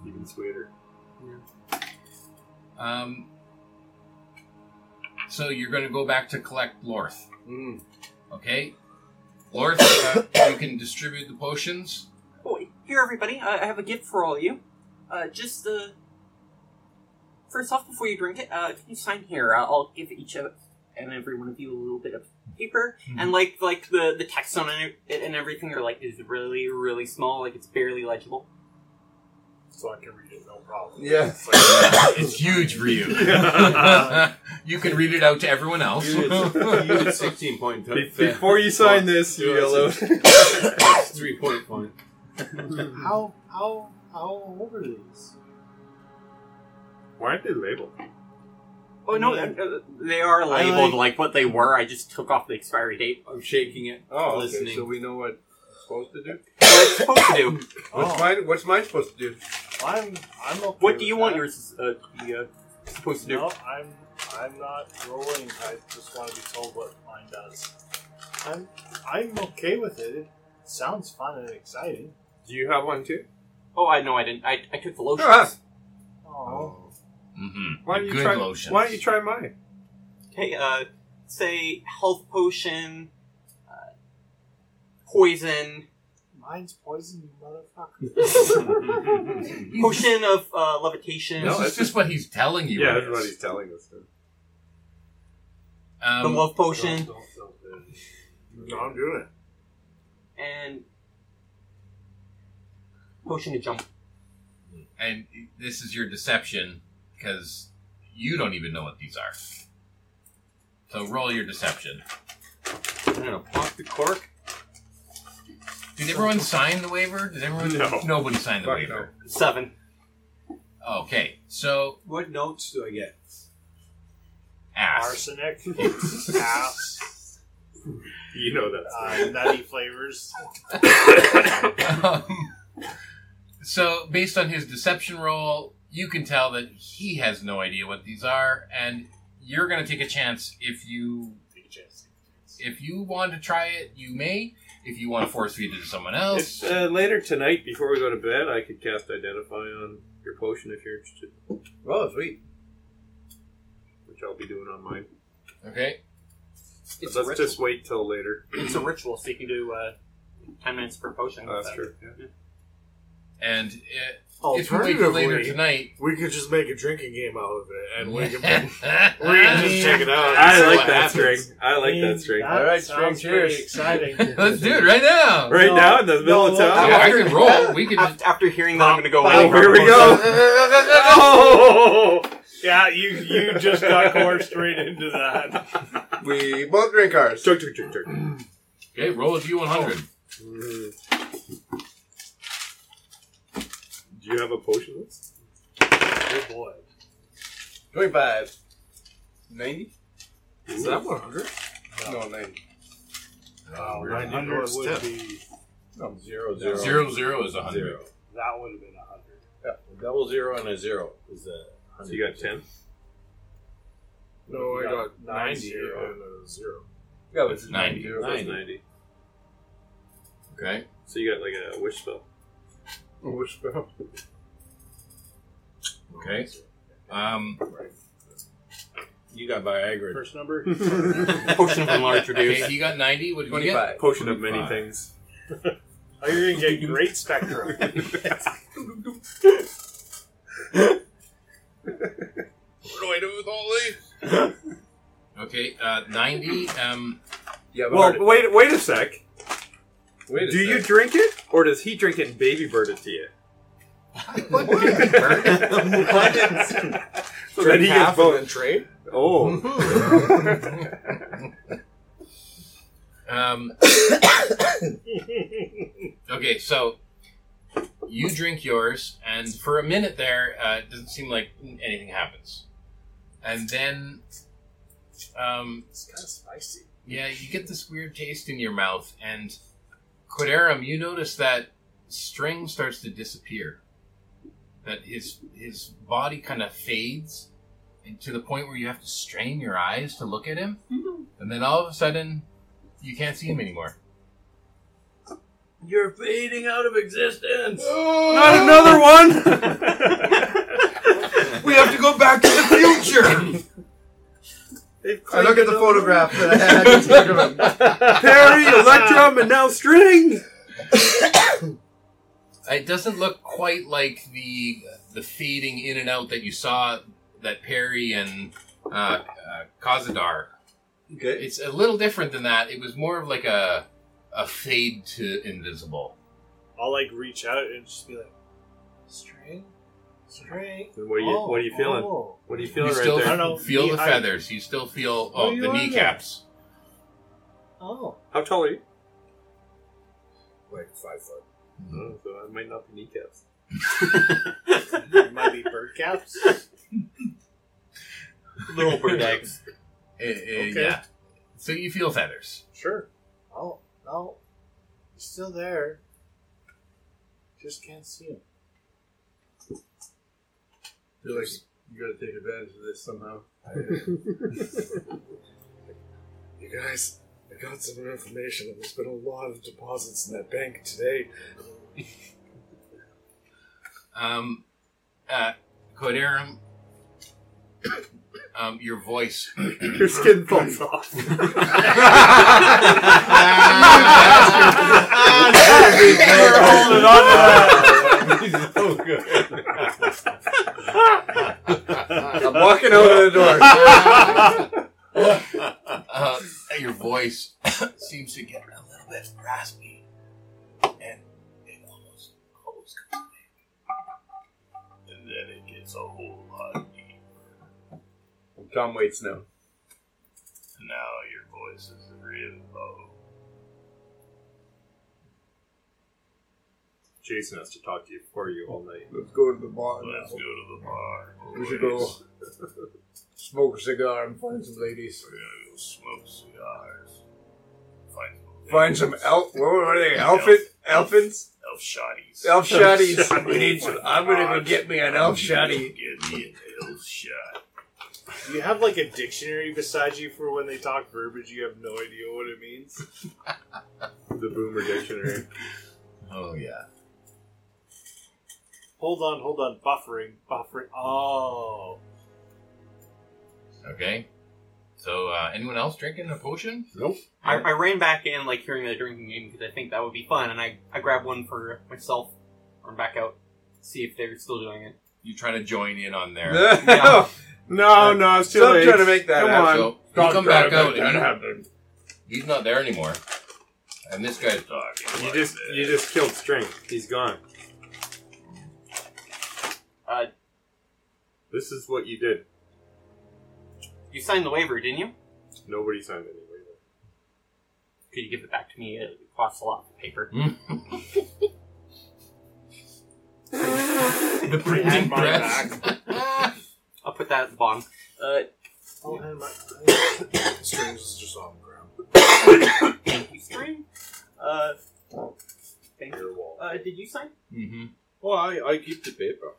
Speaker 15: Even sweeter.
Speaker 1: Um, so you're going to go back to collect Lorth.
Speaker 3: Mm.
Speaker 1: Okay? Lorth, uh, you can distribute the potions.
Speaker 4: Oh, here, everybody, I I have a gift for all of you. Uh, just, uh, first off, before you drink it, uh, if you sign here, uh, I'll give each of and every one of you a little bit of paper,
Speaker 15: Hmm.
Speaker 4: and like, like the the text on it and everything are like is really, really small, like it's barely legible.
Speaker 5: so I can read it no problem.
Speaker 3: Yeah.
Speaker 5: It's like-
Speaker 1: It's huge for you. you can read it out to everyone else. Mm-hmm.
Speaker 15: You did 16 point.
Speaker 12: Be- before you sign this, you yellow.
Speaker 15: It's three point point.
Speaker 14: How how how old are these?
Speaker 15: Why aren't they labeled?
Speaker 4: Oh no, uh, they are labeled like what they were. I just took off the expiry date.
Speaker 13: I'm shaking it.
Speaker 3: Oh, okay.
Speaker 13: listening.
Speaker 3: So we know what it's supposed to do.
Speaker 4: What it's supposed to do.
Speaker 3: What's mine? What's mine supposed to do?
Speaker 5: Oh. I'm I'm okay
Speaker 4: What
Speaker 5: with
Speaker 4: do you want
Speaker 5: that.
Speaker 4: yours uh, to be uh, supposed to do?
Speaker 5: No, I'm I'm not rolling. I just want to be told what mine does. I'm I'm okay with it. It sounds fun and exciting.
Speaker 12: Do you have one too?
Speaker 4: Oh, I no, I didn't. I, I took the lotion.
Speaker 5: Oh,
Speaker 1: hmm
Speaker 12: Why don't you try? Why don't you try mine?
Speaker 4: Okay, uh, say health potion, uh, poison,
Speaker 14: Mine's poison, you motherfucker.
Speaker 4: potion of uh, levitation,
Speaker 1: No, it's just what he's telling you.
Speaker 15: Yeah,
Speaker 1: it
Speaker 15: that's what
Speaker 1: is.
Speaker 15: he's telling us.
Speaker 4: the
Speaker 1: Um,
Speaker 4: love potion,
Speaker 3: No, I'm doing it.
Speaker 4: and potion to jump.
Speaker 1: and this is your deception because you don't even know what these are. So roll your deception.
Speaker 13: I'm gonna pop the cork.
Speaker 1: Did everyone sign the waiver? Did everyone?
Speaker 15: No.
Speaker 1: Nobody signed the
Speaker 3: Fuck
Speaker 1: waiver.
Speaker 4: Seven.
Speaker 1: Okay, so
Speaker 13: What notes do I get?
Speaker 1: ass.
Speaker 5: arsenic, ass,
Speaker 15: You know that.
Speaker 5: uh, nutty flavors.
Speaker 1: Um, so based on his deception roll, you can tell that he has no idea what these are, and you're going to take a chance if you
Speaker 5: Take a chance.
Speaker 1: if you want to try it, you may. If you want to force feed it to someone
Speaker 12: If,
Speaker 1: else,
Speaker 12: uh, later tonight, before we go to bed, I could cast Identify on your potion if you're interested,
Speaker 3: Oh, sweet.
Speaker 12: which I'll be doing on mine.
Speaker 1: okay.
Speaker 12: But
Speaker 4: It's a
Speaker 12: let's
Speaker 4: ritual.
Speaker 12: just wait till later.
Speaker 4: it's a ritual, so you can do uh, ten minutes per potion.
Speaker 12: Oh, that's
Speaker 4: So-
Speaker 12: true.
Speaker 1: And uh if you wait till later
Speaker 2: Alternatively,
Speaker 1: tonight,
Speaker 2: we could just make a drinking game out of it, and we can, we can just check
Speaker 1: Let's
Speaker 2: it out.
Speaker 12: I
Speaker 2: and see
Speaker 12: like
Speaker 2: what
Speaker 12: that
Speaker 2: happens.
Speaker 12: string. I like that string.
Speaker 3: All right,
Speaker 14: sounds
Speaker 3: string, cheers.
Speaker 14: pretty exciting.
Speaker 1: do it right now.
Speaker 12: Right
Speaker 14: No,
Speaker 12: now, in the middle
Speaker 14: no,
Speaker 12: of town.
Speaker 1: Yeah, I can roll. We can. Just,
Speaker 4: After, after hearing that, I'm going to go.
Speaker 12: Oh,
Speaker 4: out.
Speaker 12: here we go.
Speaker 14: oh! Yeah, you you just got coerced right into that.
Speaker 3: We both drink ours.
Speaker 15: Chug, chug, chug, chug.
Speaker 1: okay, roll a d100.
Speaker 15: Do you have a potion list?
Speaker 5: Good boy.
Speaker 3: Twenty-five. Ninety?
Speaker 15: Is that 100?
Speaker 3: No, ninety.
Speaker 5: Wow, 100 would be
Speaker 2: No, zero, Oh, zero.
Speaker 1: Zero zero is a hundred.
Speaker 2: Zero.
Speaker 5: That would have been a hundred.
Speaker 2: A double zero and a zero is a hundred.
Speaker 12: So you got ten.
Speaker 16: No, I got
Speaker 5: Nine
Speaker 16: nine
Speaker 5: zero.
Speaker 16: zero and a zero.
Speaker 3: Yeah,
Speaker 1: That's ninety.
Speaker 12: That was
Speaker 2: 90.
Speaker 12: ninety.
Speaker 1: Okay.
Speaker 12: So you got like a wish spell.
Speaker 16: Wish spell.
Speaker 1: Okay. Um,
Speaker 2: You got Viagra.
Speaker 5: First number.
Speaker 4: Potion of enlarged
Speaker 1: okay,
Speaker 4: reduce.
Speaker 1: he got ninety. What did you get?
Speaker 12: Potion of many
Speaker 2: 25.
Speaker 12: things.
Speaker 5: Oh, you're gonna get great spectrum.
Speaker 1: What do I do with all these? okay, uh, ninety. Um,
Speaker 3: Yeah, but
Speaker 12: Well,
Speaker 3: hard-
Speaker 12: wait, wait a sec.
Speaker 2: Wait a
Speaker 12: Do you
Speaker 2: sec.
Speaker 12: drink it, or does he drink it and baby bird it to you? so that he gets both.
Speaker 2: trade?
Speaker 12: Oh,
Speaker 1: Um, okay, so you drink yours, and for a minute there, uh, it doesn't seem like anything happens. And then, um,
Speaker 16: It's kind of spicy.
Speaker 1: yeah, you get this weird taste in your mouth, and Quadarum, you notice that String starts to disappear. That his his body kind of fades, and to the point where you have to strain your eyes to look at him, and then all of a sudden, you can't see him anymore.
Speaker 2: You're fading out of existence.
Speaker 12: not another one.
Speaker 2: we have to go back to the future.
Speaker 3: I look at the photograph that I had in front of him.
Speaker 12: Perry, Electrum, and now String.
Speaker 1: It doesn't look quite like the the fading in and out that you saw that Perry and uh, uh, Kazadar.
Speaker 3: Okay.
Speaker 1: It's a little different than that. It was more of like a a fade to invisible.
Speaker 5: I'll like reach out and just be like,
Speaker 16: String. String.
Speaker 12: What are you? What are you feeling?
Speaker 16: Oh.
Speaker 12: What are you
Speaker 1: You
Speaker 12: feeling
Speaker 1: still
Speaker 12: right there?
Speaker 5: I don't know.
Speaker 1: feel the
Speaker 5: I-
Speaker 1: feathers. You still feel oh
Speaker 16: Oh, you
Speaker 1: the
Speaker 16: are there.
Speaker 1: kneecaps.
Speaker 16: oh.
Speaker 12: How tall are you?
Speaker 16: Like five foot.
Speaker 12: Oh, so I might not be kneecaps.
Speaker 5: it might be bird caps.
Speaker 4: Little bird eggs.
Speaker 1: Eh, eh, Yeah. So you feel feathers.
Speaker 5: Sure.
Speaker 16: Oh, no. He's still there. Just can't see him.
Speaker 3: I feel like you gotta take advantage of this somehow.
Speaker 16: You guys, I got some information, and there's been a lot of deposits in that bank today.
Speaker 1: Um, uh, Kodarum, um, your voice
Speaker 12: Your skin falls off.
Speaker 5: holding on to that.
Speaker 2: so good.
Speaker 3: I'm walking out of the door.
Speaker 1: uh, your voice seems to get a little bit raspy, and it almost almost comes back. And then it gets a whole lot deeper.
Speaker 3: Tom waits now.
Speaker 1: Now your voice is really low.
Speaker 12: Jason has to talk to you for you all night.
Speaker 3: Let's go to the bar now.
Speaker 1: Let's go to the bar.
Speaker 3: We should go smoke a cigar and find some ladies.
Speaker 1: We're gonna go smoke cigars. Find some
Speaker 3: Find some elf. What were they? Elfin? Elfins?
Speaker 1: elf shotties.
Speaker 3: Elf shotties. We need some. I'm gonna go get me an elf shotty.
Speaker 1: Give me an elf shot.
Speaker 5: Do you have like a dictionary beside you for when they talk verbiage? You have no idea what it means.
Speaker 12: The Boomer Dictionary.
Speaker 1: Oh yeah.
Speaker 5: Hold on, hold on. Buffering, buffering. Oh,
Speaker 1: Okay. So uh, anyone else drinking a potion?
Speaker 4: I, I ran back in, like, hearing the drinking game because I think that would be fun, and I, I grabbed one for myself. Run back out, see if they're still doing it.
Speaker 1: You trying to join in on there?
Speaker 3: No,
Speaker 12: No, no, it's too
Speaker 3: Stop
Speaker 12: late.
Speaker 3: trying to make that
Speaker 12: Come
Speaker 3: happen.
Speaker 12: on.
Speaker 1: So you come back out and you-
Speaker 3: happened.
Speaker 1: he's not there anymore. And this guy's talking.
Speaker 12: You
Speaker 1: like
Speaker 12: just
Speaker 1: this.
Speaker 12: you just killed String. He's gone.
Speaker 4: Uh,
Speaker 12: This is what you did.
Speaker 4: you signed the waiver, didn't you?
Speaker 12: Nobody signed it anyway.
Speaker 4: Could you give it back to me? It costs a lot of paper.
Speaker 1: the printing
Speaker 5: my
Speaker 1: press.
Speaker 4: I'll put that at the bottom. Uh,
Speaker 16: Oh, and my Strings is just on the ground.
Speaker 4: Thank you, String. Uh, Thank you.
Speaker 15: Your wall.
Speaker 4: Uh, did you sign?
Speaker 1: Mm-hmm.
Speaker 15: Well, I, I keep the paper.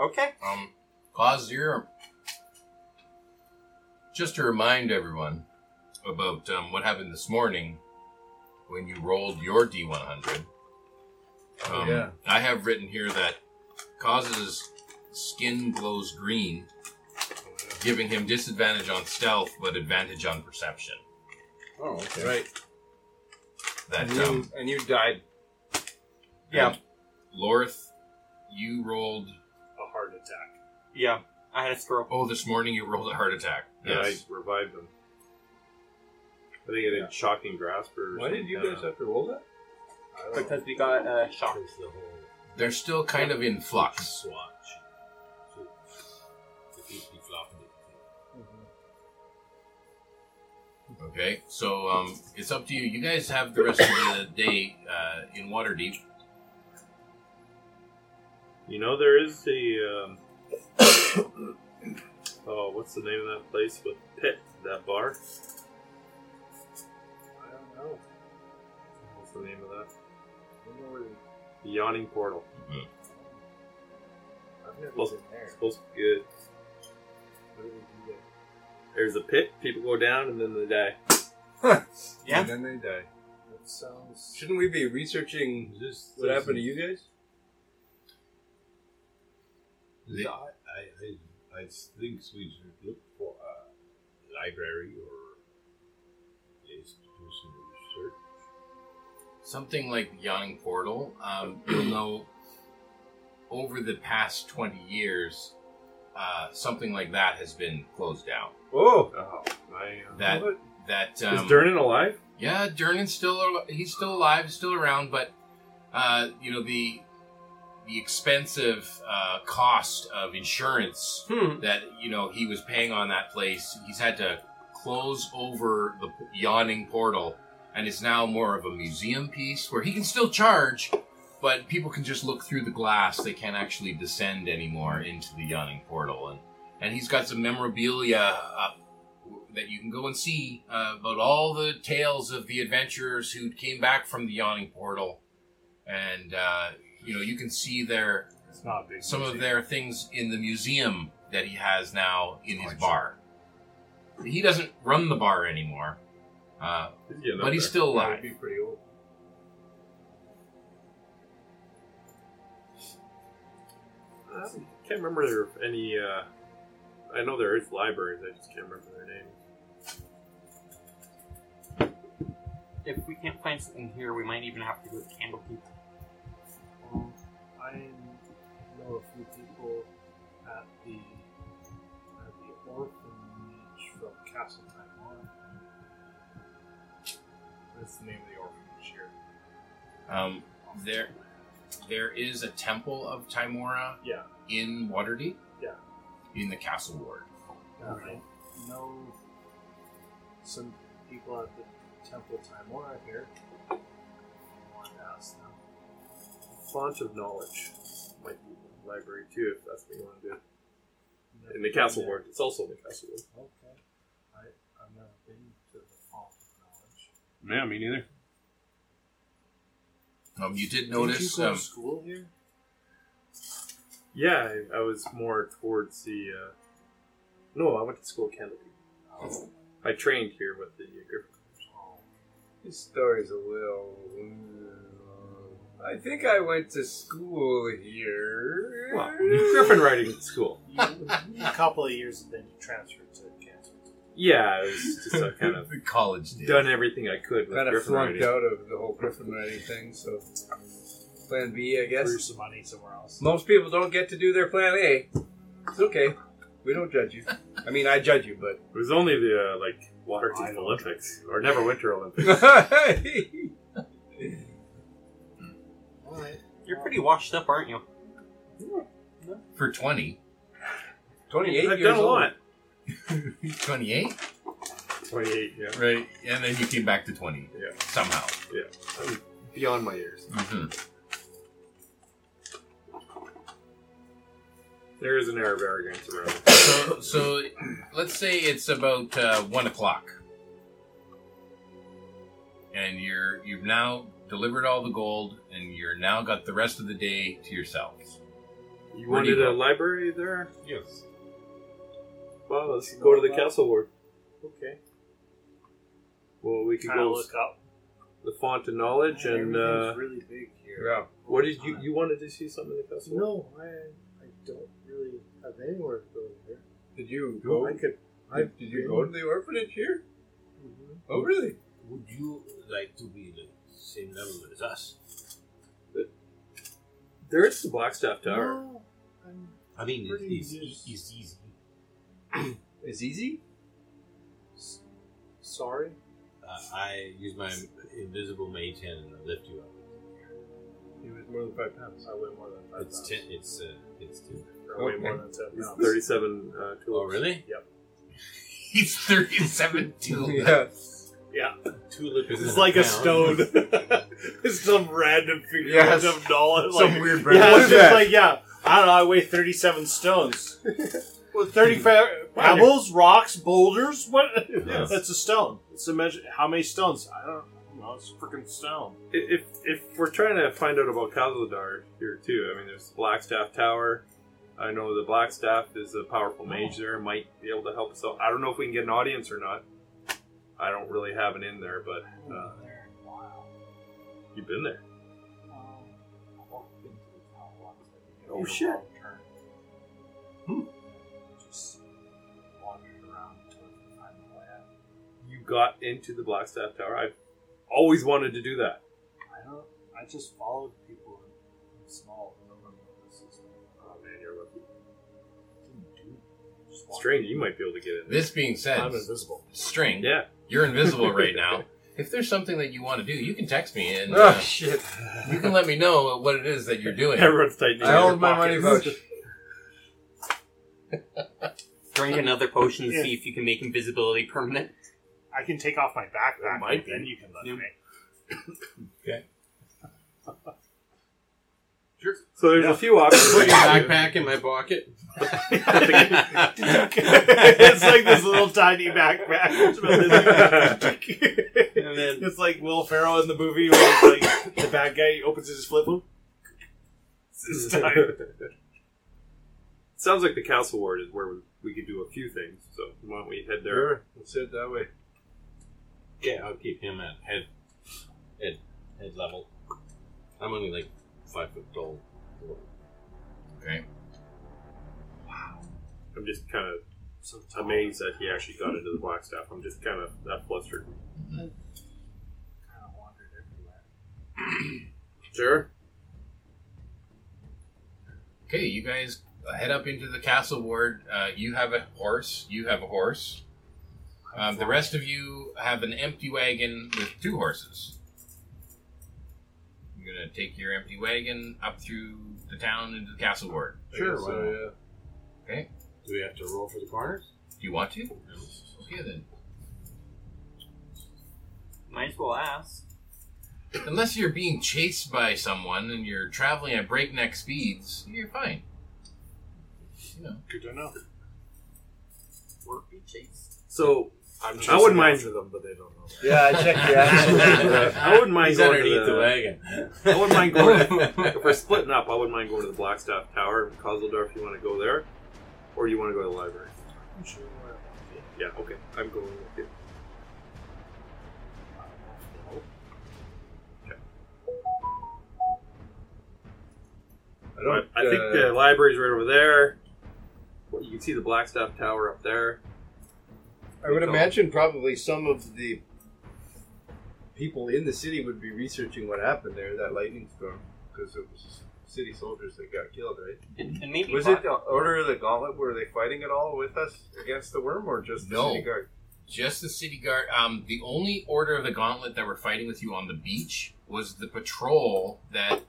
Speaker 4: Okay.
Speaker 1: Um, cause your. Just to remind everyone about um, what happened this morning when you rolled your D100. Um,
Speaker 2: yeah.
Speaker 1: I have written here that causes skin glows green, giving him disadvantage on stealth but advantage on perception.
Speaker 15: Oh, okay.
Speaker 3: Right.
Speaker 1: That
Speaker 3: And you,
Speaker 1: um,
Speaker 3: and you died.
Speaker 1: yeah, Lorth, you rolled.
Speaker 5: a heart attack.
Speaker 4: Yeah. I had a squirrel.
Speaker 1: Oh, this morning you rolled a heart attack.
Speaker 15: Yeah,
Speaker 1: Yes.
Speaker 15: I revived them. I think I did shocking grasp or
Speaker 1: Why did you guys
Speaker 15: have to roll that?
Speaker 4: Because we got uh, shocked.
Speaker 15: the whole
Speaker 1: They're still kind of in flux.
Speaker 15: swatch. So, the feet be flopping it.
Speaker 1: Okay, so um, it's up to you. You guys have the rest of the day uh, in Waterdeep.
Speaker 12: You know, there is the. Um, oh, what's the name of that place with Pit? That bar? I don't know. What's the name of that? The Yawning Portal.
Speaker 1: Mhm.
Speaker 2: Mm-hmm. I've never
Speaker 12: Well-
Speaker 2: been there.
Speaker 12: It's supposed to be good. There's a pit, people go down, and then they die.
Speaker 4: Yeah.
Speaker 3: And then they die.
Speaker 2: That sounds.
Speaker 3: Shouldn't we be researching
Speaker 15: This,
Speaker 3: what happened to you guys?
Speaker 15: The, I, I, I think we should look for a library or institution of research.
Speaker 1: Something like the Yawning Portal. Um, you'll know over the past 20 years, uh, something like that has been closed down.
Speaker 12: Oh! I, uh,
Speaker 1: That- That um,
Speaker 12: is Dernan alive?
Speaker 1: Yeah, Dernan's still al- he's still alive, still around, but uh, you know the the expensive uh, cost of insurance
Speaker 4: Hmm.
Speaker 1: that you know he was paying on that place. He's had to close over the p- yawning portal, and it's now more of a museum piece where he can still charge, but people can just look through the glass. They can't actually descend anymore into the yawning portal, and and he's got some memorabilia up that you can go and see uh, about all the tales of the adventurers who came back from the yawning portal, and uh, you know you can see their
Speaker 5: It's not a big.
Speaker 1: some of
Speaker 5: museum.
Speaker 1: their things in the museum that he has now in his bar. He doesn't run the bar anymore, uh,
Speaker 12: He's getting up
Speaker 1: but he's
Speaker 12: there.
Speaker 1: still
Speaker 5: Yeah, it'd
Speaker 1: alive.
Speaker 5: be pretty old.
Speaker 12: I can't remember there are any. Uh, I know there is libraries. I just can't remember their names.
Speaker 4: If we can't find something here, we might even have to go to Candlekeep.
Speaker 14: Um, I know a few people at the at the orphanage from Castle Taiwan. That's the name of the orphanage here.
Speaker 1: Um, there, there is a temple of Timora
Speaker 14: Yeah.
Speaker 1: in Waterdeep,
Speaker 14: Yeah.
Speaker 1: in the castle ward.
Speaker 14: Yeah, I know some people at the Temple Timora here. I wanted to ask them.
Speaker 12: Font of Knowledge might be a library too, if that's what you want to do. In the Castle Ward, it's also in the Castle Ward.
Speaker 14: Okay. I, I've never been to the Font of Knowledge.
Speaker 12: Yeah, me neither.
Speaker 1: Um, you did
Speaker 14: Did you
Speaker 1: notice.
Speaker 14: go
Speaker 1: um,
Speaker 14: to school here?
Speaker 12: Yeah, I, I was more towards the. Uh, no, I went to school at Candlekeep. I trained here with the Griffin.
Speaker 3: This story's a little. uh, I think I went to school here.
Speaker 12: Well, Griffin riding at school.
Speaker 14: You, a couple of years and then you transferred to Kansas.
Speaker 12: Yeah, I was just uh, kind of
Speaker 1: the college did.
Speaker 12: done everything I could with
Speaker 3: kind of
Speaker 12: Griffin
Speaker 3: flunked
Speaker 12: riding.
Speaker 3: out of the whole Griffin writing thing, so plan B, I
Speaker 5: Threw
Speaker 3: guess.
Speaker 5: some money somewhere else.
Speaker 3: Most people don't get to do their plan A. It's okay. We don't judge you. I mean, I judge you, but
Speaker 12: It was only the uh, like Waterdeep Olympics or never Winter Olympics.
Speaker 14: Alright.
Speaker 4: You're pretty washed up, aren't you?
Speaker 1: for 20.
Speaker 3: twenty-eight
Speaker 12: I've
Speaker 3: years
Speaker 12: done a
Speaker 3: old.
Speaker 12: lot.
Speaker 1: 28?
Speaker 12: Twenty-eight. Yeah,
Speaker 1: Right. And then you came back to 20.
Speaker 12: Yeah.
Speaker 1: Somehow. Mm-hmm.
Speaker 12: beyond my years. There is an air of arrogance around. it.
Speaker 1: So, so let's say it's about uh, 1 o'clock. and you're you've now delivered all the gold, and you're now got the rest of the day to yourselves.
Speaker 12: You
Speaker 1: Where do
Speaker 12: wanted
Speaker 1: you
Speaker 12: a
Speaker 1: go?
Speaker 12: library there?
Speaker 17: Yes.
Speaker 12: Well, let's go to the castle ward.
Speaker 5: Okay.
Speaker 12: Well, we could
Speaker 18: Kind of
Speaker 12: go
Speaker 18: look up.
Speaker 12: the font of knowledge and uh,
Speaker 2: Everything's really big here.
Speaker 17: Yeah.
Speaker 12: what did you you wanted to see some of the castle?
Speaker 3: No, I, I don't really have anywhere to go here.
Speaker 17: Did you go?
Speaker 3: I could.
Speaker 17: Did, did you go to the orphanage here?
Speaker 2: Mm-hmm.
Speaker 17: Oh, really?
Speaker 19: Would you like to be the same level as us?
Speaker 12: There is the Blackstaff Tower.
Speaker 3: I'm,
Speaker 19: I mean,
Speaker 3: Pretty
Speaker 19: it's, it's,
Speaker 3: just-
Speaker 19: it's easy.
Speaker 2: It's easy.
Speaker 3: sorry.
Speaker 19: Uh, I use my invisible mage hand and I lift you up.
Speaker 20: He was more than five pounds. I weigh more than five
Speaker 19: It's
Speaker 20: pounds.
Speaker 19: ten. It's uh, it's two.
Speaker 18: Or way more than ten
Speaker 12: It's
Speaker 18: pounds.
Speaker 12: thirty-seven. Uh, tulips.
Speaker 19: Oh, really?
Speaker 1: He's thirty-seven too.
Speaker 2: Yes.
Speaker 19: Tulip is
Speaker 5: It's
Speaker 19: in
Speaker 5: like a
Speaker 19: town.
Speaker 5: stone. it's some random figure
Speaker 2: Yes.
Speaker 5: of dollars.
Speaker 2: Some
Speaker 5: like,
Speaker 2: weird brand.
Speaker 5: Yeah,
Speaker 2: What
Speaker 5: it's
Speaker 2: is
Speaker 5: just
Speaker 2: that?
Speaker 5: like yeah. I don't know. I weigh thirty-seven stones. well, thirty-five pebbles, rocks, boulders. What?
Speaker 19: Yeah.
Speaker 5: That's a stone. It's a measure. How many stones? I don't know. It's a freaking stone.
Speaker 12: If if we're trying to find out about Khazad-dûr here too, I mean, there's the Blackstaff Tower. I know the Blackstaff is a powerful mage there, might be able to help us out. I don't know if we can get an audience or not. I don't really have it in there, but uh, you've been there. Oh, shit.
Speaker 5: Hmm. Just wandered around until I find my way out.
Speaker 12: You got into the Blackstaff Tower. I've always wanted to do that.
Speaker 5: I don't. I just followed people in small. I don't remember what this is. Oh man, you're lucky. Didn't do. Just walked.
Speaker 12: Strange, you might be able to get in. There.
Speaker 1: This being said,
Speaker 5: I'm invisible.
Speaker 1: string,
Speaker 12: Yeah,
Speaker 1: you're invisible right now. If there's something that you want to do, you can text me and uh,
Speaker 2: shit.
Speaker 1: you can let me know what it is that you're doing.
Speaker 12: everyone's tightening.
Speaker 2: I
Speaker 12: their
Speaker 2: hold my money
Speaker 12: pockets.
Speaker 2: pouch.
Speaker 4: Drink another potion to
Speaker 5: Yeah.
Speaker 4: see if you can make invisibility permanent.
Speaker 5: I can take off my backpack.
Speaker 1: It might
Speaker 5: and
Speaker 1: be.
Speaker 5: you can let
Speaker 4: Yeah.
Speaker 5: me.
Speaker 12: So there's a few options.
Speaker 19: Put your backpack in my pocket.
Speaker 5: it's like this little tiny backpack.
Speaker 19: And then
Speaker 5: it's like Will Ferrell in the movie where it's like the bad guy opens his flip book. It's this time.
Speaker 12: Sounds like the castle ward is where we, we could do a few things. So why don't we head there?
Speaker 2: Sure. Let's head that way.
Speaker 19: yeah, I'll keep him at head head head level. I'm only like five foot tall.
Speaker 1: Okay.
Speaker 12: I'm just kind of amazed that he actually got into the black staff. I'm just kind of that flustered. Sure.
Speaker 1: Okay, you guys head up into the castle ward. Uh, you have a horse. You have a horse. Um, the rest of you have an empty wagon with two horses. You're gonna take your empty wagon up through the town into the castle ward.
Speaker 17: Sure.
Speaker 19: why not?
Speaker 17: So,
Speaker 1: Okay.
Speaker 19: Do we have to roll for the corners?
Speaker 1: Do you want to? Okay then.
Speaker 4: Might as well ask.
Speaker 1: Unless you're being chased by someone and you're traveling at breakneck speeds, you're fine. You know.
Speaker 5: Good to know.
Speaker 4: Work be chased.
Speaker 12: So
Speaker 20: I'm
Speaker 12: I wouldn't mind-
Speaker 20: chasing after them, but they don't know.
Speaker 2: Yeah, I checked the axles.
Speaker 12: I wouldn't mind
Speaker 19: He's
Speaker 12: going to
Speaker 19: underneath
Speaker 12: the,
Speaker 19: the wagon.
Speaker 12: I wouldn't mind going. if we're splitting up, I wouldn't mind going to the Blackstaff Tower in Kozledorf. If you want to go there, or you want to go to the library?
Speaker 3: I'm sure where I want
Speaker 12: Yeah. Okay. I'm going with you.
Speaker 17: I
Speaker 12: I
Speaker 17: don't.
Speaker 12: I think
Speaker 17: uh,
Speaker 12: the library's right over there. Well, You can see the Blackstaff Tower up there.
Speaker 2: I would imagine probably some of the people in the city would be researching what happened there, that lightning storm, because it was city soldiers that got killed, right?
Speaker 4: And, and maybe
Speaker 2: Was
Speaker 4: Black-
Speaker 2: it the Order of the Gauntlet? Were they fighting at all with us against the worm, or just the
Speaker 1: No.
Speaker 2: city guard?
Speaker 1: Just the city guard. Um, the only order of the gauntlet that were fighting with you on the beach was the patrol that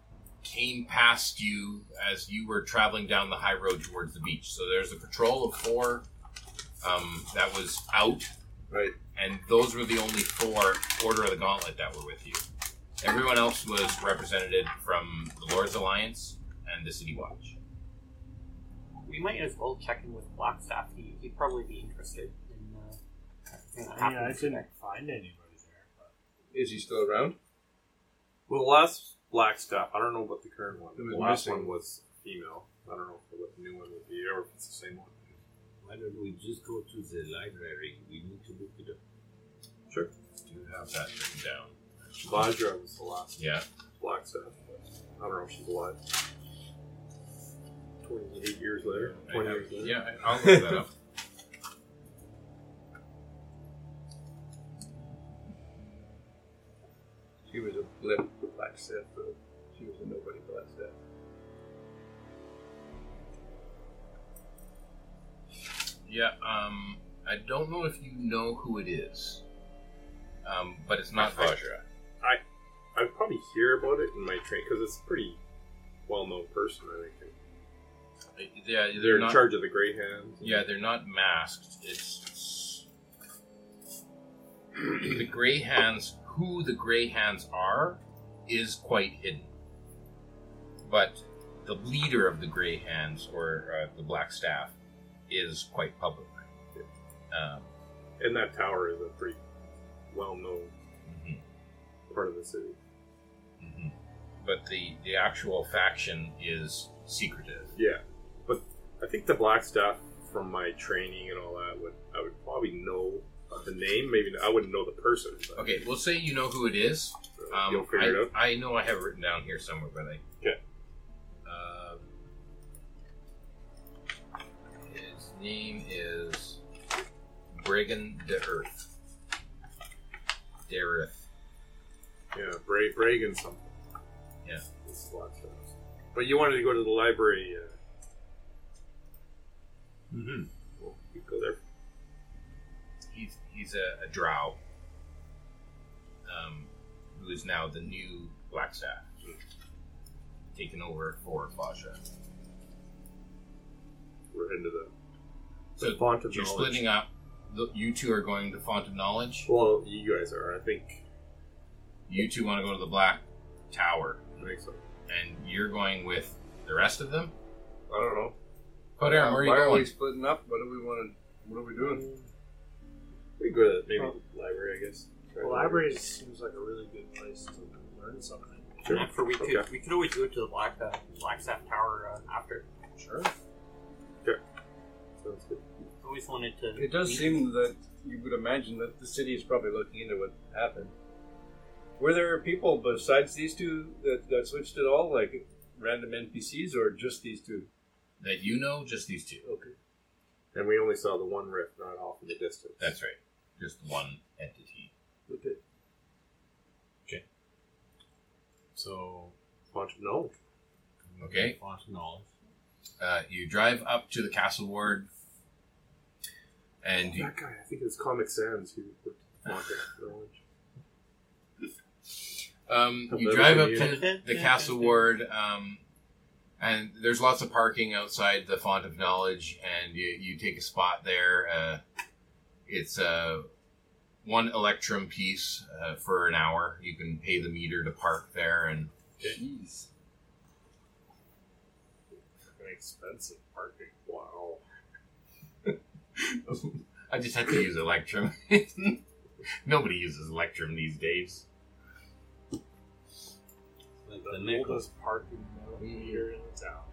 Speaker 1: came past you as you were traveling down the high road towards the beach. So there's a patrol of four um, that was out,
Speaker 2: Right.
Speaker 1: and those were the only four order of the gauntlet that were with you. Everyone else was represented from the Lord's Alliance and the City Watch.
Speaker 4: we might as well check in with Blackstaff. He, he'd probably be interested in uh, everything that
Speaker 5: I mean, I
Speaker 4: happens
Speaker 5: couldn't
Speaker 4: there.
Speaker 5: find anybody there. But
Speaker 3: Is he still around?
Speaker 12: Well, the last black staff, I don't know about the current one.
Speaker 3: It was
Speaker 12: the last
Speaker 3: missing.
Speaker 12: one was female. I don't know what the new one would be or if it's the same one.
Speaker 15: Why don't we just go to the library? We need to look it up.
Speaker 1: Do you have that written down?
Speaker 12: Vajra was the last
Speaker 1: Yeah.
Speaker 12: black staff. I don't know if she's alive. 28 years later.
Speaker 1: I
Speaker 12: 20
Speaker 1: have-
Speaker 12: years later.
Speaker 1: yeah, I- I'll look that up.
Speaker 3: She was a blip for Black Seth, though. She was a nobody for Black Seth.
Speaker 1: Yeah, um, I don't know if you know who it is, um, but it's not Vajra.
Speaker 12: I'd probably hear about it in my train because it's a pretty well known person, I think.
Speaker 1: Yeah,
Speaker 12: They're,
Speaker 1: they're
Speaker 12: in
Speaker 1: not.
Speaker 12: charge of the Greyhounds.
Speaker 1: Yeah, they're not masked. It's, it's the Grey Hands. Who the Grey Hands are is quite hidden, but the leader of the Grey Hands or uh, the Black Staff is quite public. Um,
Speaker 12: And that tower is a pretty well known
Speaker 1: mhm.
Speaker 12: part of the city.
Speaker 1: Mhm. But the, the actual faction is secretive.
Speaker 12: Yeah, but I think the black staff from my training and all that would I would probably know the name. Maybe I wouldn't know the person. But
Speaker 1: Okay, we'll say you know who it is. Um,
Speaker 12: Uh, you'll
Speaker 1: I,
Speaker 12: figure it out.
Speaker 1: I know I have it written down here somewhere, but I.
Speaker 12: Okay.
Speaker 1: Um, his name is Brigand de Earth. Dareth.
Speaker 12: Yeah, Bra- Bragan something.
Speaker 1: Yeah.
Speaker 12: It's the black staff. But you wanted to go to the library. Uh,
Speaker 1: Mm-hmm.
Speaker 12: well, you go there.
Speaker 1: He's he's a, a drow. Um, who is now the new Blackstaff, taken over for Basha.
Speaker 12: We're into the
Speaker 1: So
Speaker 12: the font of
Speaker 1: you're
Speaker 12: knowledge.
Speaker 1: splitting up. The, you two are going to Font of Knowledge.
Speaker 12: Well, you guys are. I think.
Speaker 1: You two want to go to the Black Tower,
Speaker 12: I think so.
Speaker 1: and you're going with the rest of them.
Speaker 3: I don't know.
Speaker 1: But Aaron, where are you
Speaker 3: Why are
Speaker 1: going?
Speaker 3: we splitting up? What do we want to? What are we doing?
Speaker 12: We go to maybe
Speaker 2: Oh.
Speaker 12: the library, I guess.
Speaker 21: The library seems like a really good place to learn something.
Speaker 12: Sure.
Speaker 4: Yeah, for we could
Speaker 12: Okay.
Speaker 4: we could always go to the Black uh, Blackstaff Tower uh, after.
Speaker 21: Sure.
Speaker 12: Sounds good.
Speaker 4: I've Always wanted to.
Speaker 3: It does
Speaker 4: meet-
Speaker 3: seem that you would imagine that the city is probably looking into what happened. Were there people besides these two that, that switched at all, like random NPCs, or just these two?
Speaker 1: That you know, just these two.
Speaker 3: Okay.
Speaker 12: And we only saw the one rift not off in the distance.
Speaker 1: That's right. Just one entity.
Speaker 3: Okay.
Speaker 13: So,
Speaker 12: Font of knowledge.
Speaker 1: Okay.
Speaker 13: font of knowledge.
Speaker 1: Uh, you drive up to the castle ward, and you,
Speaker 12: That guy, I think it's Comic Sans who worked at Font of Knowledge.
Speaker 1: um,
Speaker 12: I've
Speaker 1: you
Speaker 12: never
Speaker 1: drive
Speaker 12: been
Speaker 1: up to
Speaker 4: here.
Speaker 1: the castle ward, um, and there's lots of parking outside the Font of Knowledge, and you, you take a spot there. Uh, it's uh, one electrum piece uh, for an hour. You can pay the meter to park there, and
Speaker 12: Jeez. An expensive parking. Wow.
Speaker 1: I just had to use Electrum. Nobody uses Electrum these days.
Speaker 13: Like the
Speaker 5: The,
Speaker 13: nickel.
Speaker 5: oldest parking meter in the town.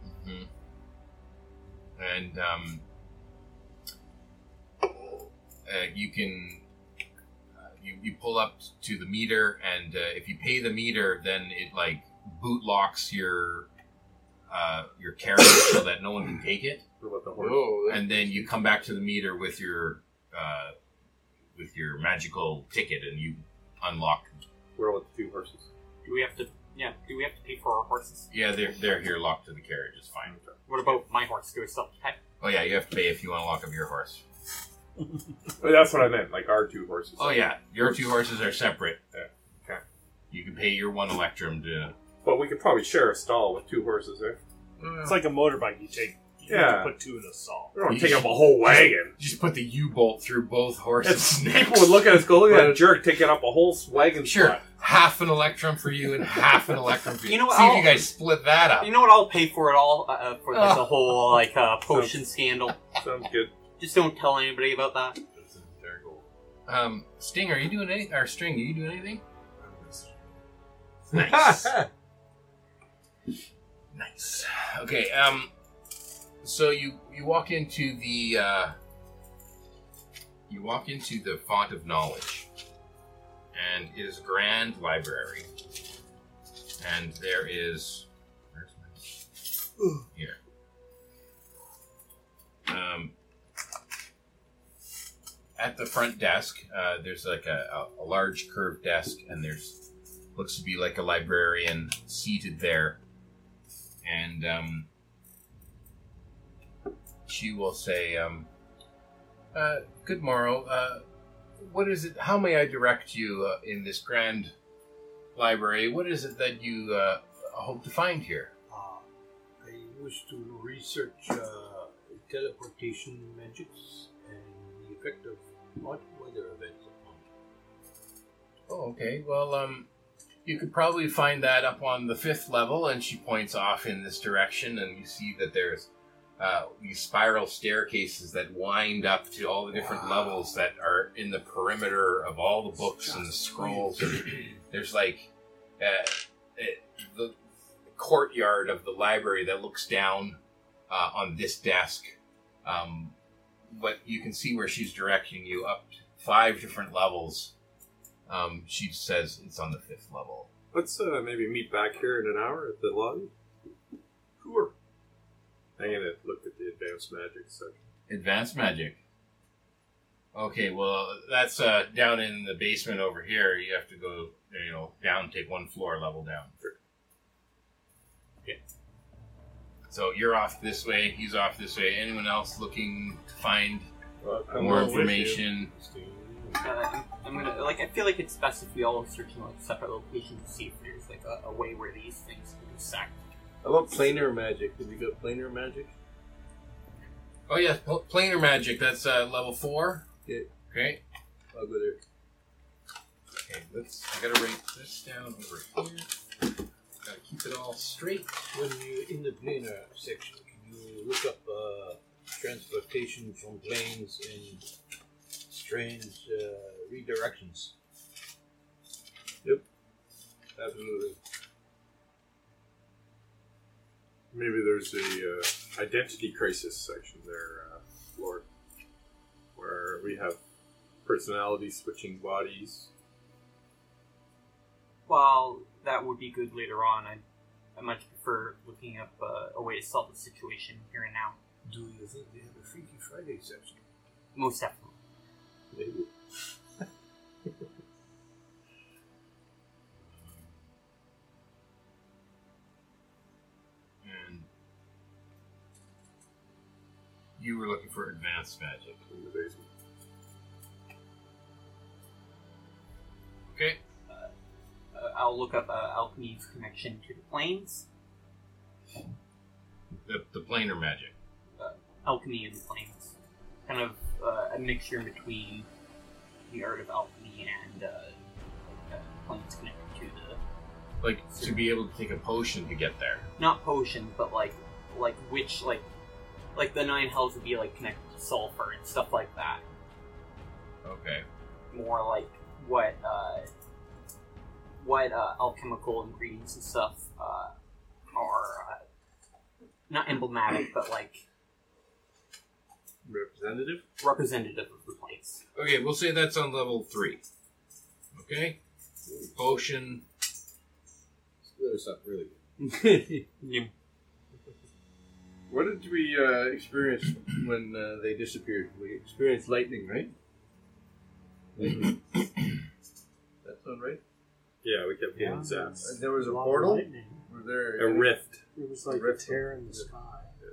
Speaker 1: hmm And um, uh, you can uh, you, you pull up to the meter, and uh, if you pay the meter, then it like boot locks your uh, your carriage so that no one can take it,
Speaker 12: What about the horse?
Speaker 3: Whoa, that-
Speaker 1: and then you come back to the meter with your uh, with your magical ticket, and you unlock.
Speaker 12: What about the two horses?
Speaker 4: Do we have to? Yeah. Do we have to pay for our horses?
Speaker 1: Yeah, they're they're here locked to the carriage. It's fine.
Speaker 4: What about my horse? Do I still have to pay?
Speaker 1: Oh yeah, you have to pay if you want to lock up your horse.
Speaker 12: that's what I meant, like our two horses.
Speaker 1: Oh yeah, your two horses are separate.
Speaker 12: Yeah, okay.
Speaker 1: You can pay your one electrum to.
Speaker 12: But we could probably share a stall with two horses there.
Speaker 5: It's like a motorbike. You take. You
Speaker 12: Yeah.
Speaker 5: have to put two in a stall.
Speaker 12: We don't take up a whole wagon.
Speaker 1: Just put the U bolt through both horses.
Speaker 12: People would look at us, go look at that jerk taking up a whole wagon
Speaker 1: Sure,
Speaker 12: spot.
Speaker 1: half an electrum for you and half an electrum for you.
Speaker 4: You know what,
Speaker 1: See if
Speaker 4: I'll-
Speaker 1: you guys split that up.
Speaker 4: You know what? I'll pay for it all uh, uh, for like the whole like uh, potion scandal.
Speaker 12: Sounds good.
Speaker 4: Just don't tell anybody about that.
Speaker 1: Um, Sting, are you doing anything? Or String, are you doing anything? Nice. nice. Okay. Um. So you you walk into the uh, you walk into the font of knowledge, and it is a grand library, and there is where's my here. Um. At the front desk, uh, there's like a, a, a large curved desk, and there's looks to be like a librarian seated there, and um, she will say, um, uh, "Good morrow. Uh, what is it? How may I direct you uh, in this grand library? What is it that you uh, hope to find here?"
Speaker 15: Uh, I wish to research uh, teleportation magics and the effect of odd weather events upon
Speaker 1: Oh, okay. Well, um, you could probably find that up on the fifth level, and she points off in this direction, and you see that there's uh, these spiral staircases that wind up to all the different levels that are in the perimeter of all the books and the scrolls. there's like uh, it, the courtyard of the library that looks down uh, on this desk, um, but you can see where she's directing you up five different levels. Um, she says it's on the fifth level.
Speaker 12: Let's uh, maybe meet back here in an hour at the lobby. Sure. I'm gonna look at the advanced magic section.
Speaker 1: Advanced magic. Okay, well, that's uh, down in the basement over here. You have to go, you know, down, take one floor level down. Okay. So you're off this way. He's off this way. Anyone else looking to find more information?
Speaker 4: Uh, I'm gonna like. I feel like it's best if we all search in like separate locations to see if there's like a, a way where these things can be sacked.
Speaker 3: How about planar magic? Did we go planar magic?
Speaker 1: Oh yes, pl- planar magic. That's uh, level four.
Speaker 3: Yeah.
Speaker 1: Okay.
Speaker 3: I'll go there.
Speaker 1: Okay. Let's. I gotta write this down over here. Gotta keep it all straight.
Speaker 15: When you in the planar section, can you look up uh, transportation from planes and strange uh, redirections?
Speaker 3: Absolutely.
Speaker 12: Maybe there's a uh, identity crisis section there, uh, Lord, where we have personality switching bodies.
Speaker 4: While that would be good later on, I, I much prefer looking up uh, a way to solve the situation here and now.
Speaker 15: Do you think they have a Freaky Friday section?
Speaker 4: Most definitely.
Speaker 15: Maybe.
Speaker 1: And you were looking for advanced magic in the basement. Okay.
Speaker 4: Uh, I'll look up uh, alchemy's connection to the planes.
Speaker 1: The, the planar magic.
Speaker 4: Alchemy and the planes, kind of uh, a mixture between the art of alchemy and uh, uh, planes connected to the
Speaker 1: Like to be able to take a potion to get there.
Speaker 4: not potions, but like like which like like the nine hells would be like connected to sulfur and stuff like that.
Speaker 1: Okay.
Speaker 4: More like what uh, what uh, alchemical ingredients and stuff uh, are uh, not emblematic, but like
Speaker 12: Representative?
Speaker 4: representative of the place.
Speaker 1: Okay, we'll say that's on level three. Okay. Potion.
Speaker 3: That's not really good. What did we uh, experience when uh, they disappeared? We experienced lightning, right? Lightning. that sound right?
Speaker 12: Yeah, we kept getting zaps.
Speaker 3: And there was a
Speaker 21: Lot of
Speaker 3: portal.
Speaker 21: lightning.
Speaker 3: Were there
Speaker 12: A
Speaker 3: any-
Speaker 12: rift.
Speaker 21: It was like a
Speaker 3: Rift.
Speaker 21: tear in the sky.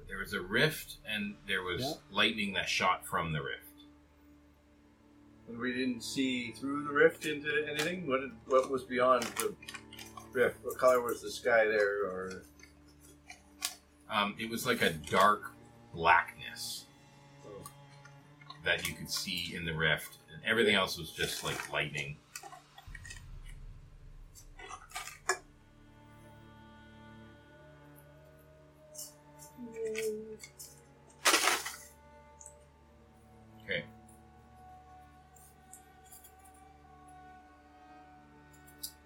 Speaker 1: There was a rift, and there was lightning that shot from the rift.
Speaker 3: And we didn't see through the rift into anything. What did, what was beyond the rift? What color was the sky there? Or
Speaker 1: Um, it was like a dark blackness that you could see in the rift, and everything else was just like lightning. Okay.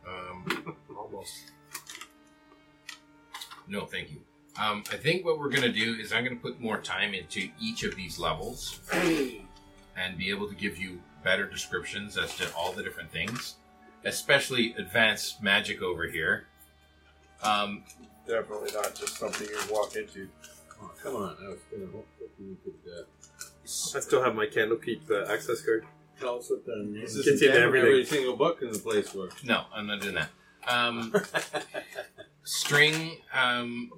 Speaker 1: Um,
Speaker 2: almost.
Speaker 1: No, thank you. Um, I think what we're going to do is I'm going to put more time into each of these levels and be able to give you better descriptions as to all the different things, especially advanced magic over here. Um,
Speaker 2: Definitely not just something you walk into.
Speaker 13: Oh, come on. I was going to hope that we could uh,
Speaker 12: I still have my Candlekeep uh, access card.
Speaker 13: tell us what the name
Speaker 12: Just Continue everything.
Speaker 15: every single book in the place were.
Speaker 1: no, I'm not doing that. Um, string, um,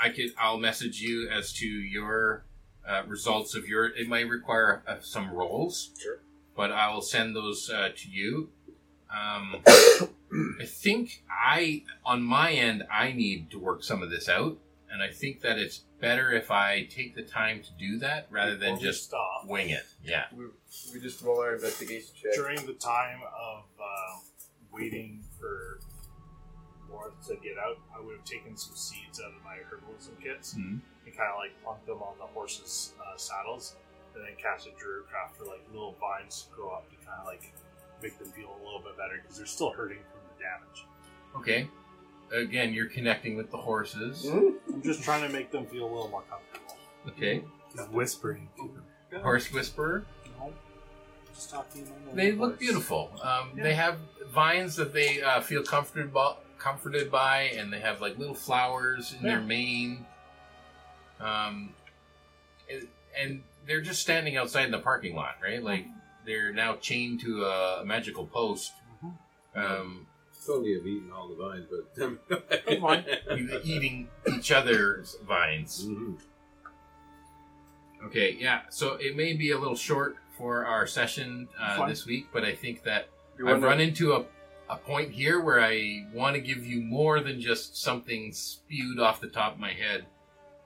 Speaker 1: I could. I'll message you as to your uh, results of your. It might require uh, some rolls. Sure. But I will send those uh, to you. Um, I think I, on my end, I need to work some of this out, and I think that it's better if I take the time to do that rather than
Speaker 5: Before we
Speaker 1: just
Speaker 5: stop
Speaker 1: wing it. Yeah.
Speaker 3: We, we just roll our investigation check.
Speaker 5: during the time of uh, waiting for Laura to get out. I would have taken some seeds out of my herbalism kits
Speaker 1: Mhm.
Speaker 5: and kind of like plunked them on the horses' uh, saddles, and then casted druidcraft for like little vines to grow up to kind of like make them feel a little bit better because they're still hurting from the damage.
Speaker 1: Okay. Again, you're connecting with the horses.
Speaker 5: I'm just trying to make them feel a little more comfortable.
Speaker 1: Okay.
Speaker 12: whispering.
Speaker 1: Horse whisperer.
Speaker 5: No, just talk to you. in my
Speaker 1: They
Speaker 5: normal
Speaker 1: look
Speaker 5: voice.
Speaker 1: beautiful. Um,
Speaker 5: Yeah.
Speaker 1: They have vines that they uh, feel comfortable comforted by, and they have like little flowers in their mane. Um, and, and they're just standing outside in the parking lot, right? Like they're now chained to a magical post.
Speaker 5: Mm-hmm.
Speaker 1: Um,
Speaker 15: Totally have eaten all the vines, but them.
Speaker 5: Come on.
Speaker 1: e- eating each other's vines.
Speaker 15: Mhm.
Speaker 1: Okay, yeah. So it may be a little short for our session uh,
Speaker 5: Fine.
Speaker 1: this week, but I think that
Speaker 3: You
Speaker 1: I've
Speaker 3: wonder-
Speaker 1: run into a, a point here where I want to give you more than just something spewed off the top of my head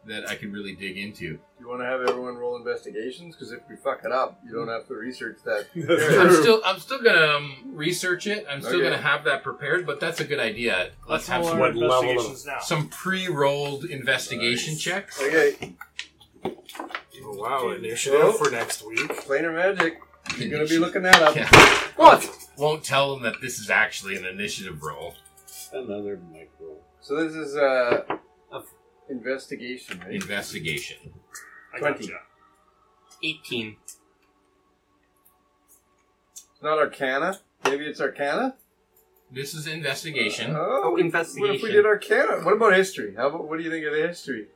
Speaker 1: that I can really dig into.
Speaker 3: You want to have everyone roll investigations? Because if we fuck it up, you don't have to research that.
Speaker 1: I'm still, I'm still gonna um, research it. I'm still
Speaker 3: Okay.
Speaker 1: gonna have that prepared, but that's a good idea. Let's have
Speaker 5: Roll
Speaker 1: some,
Speaker 5: our
Speaker 12: What level of-
Speaker 5: investigations now.
Speaker 1: some pre-rolled investigation checks.
Speaker 3: Okay,
Speaker 2: Oh, wow, initiative for next week.
Speaker 3: planar magic. You're gonna be looking that up.
Speaker 1: Yeah. Won't tell them that this is actually an initiative roll.
Speaker 15: Another micro.
Speaker 3: So this is uh,
Speaker 4: Of-
Speaker 3: investigation, right?
Speaker 1: Investigation.
Speaker 5: I
Speaker 3: 20.
Speaker 5: gotcha.
Speaker 4: 18.
Speaker 3: It's not Arcana. Maybe it's Arcana.
Speaker 1: This is investigation.
Speaker 3: Oh,
Speaker 4: Oh, investigation.
Speaker 3: What if we did Arcana? What about history? How about what do you think of the history?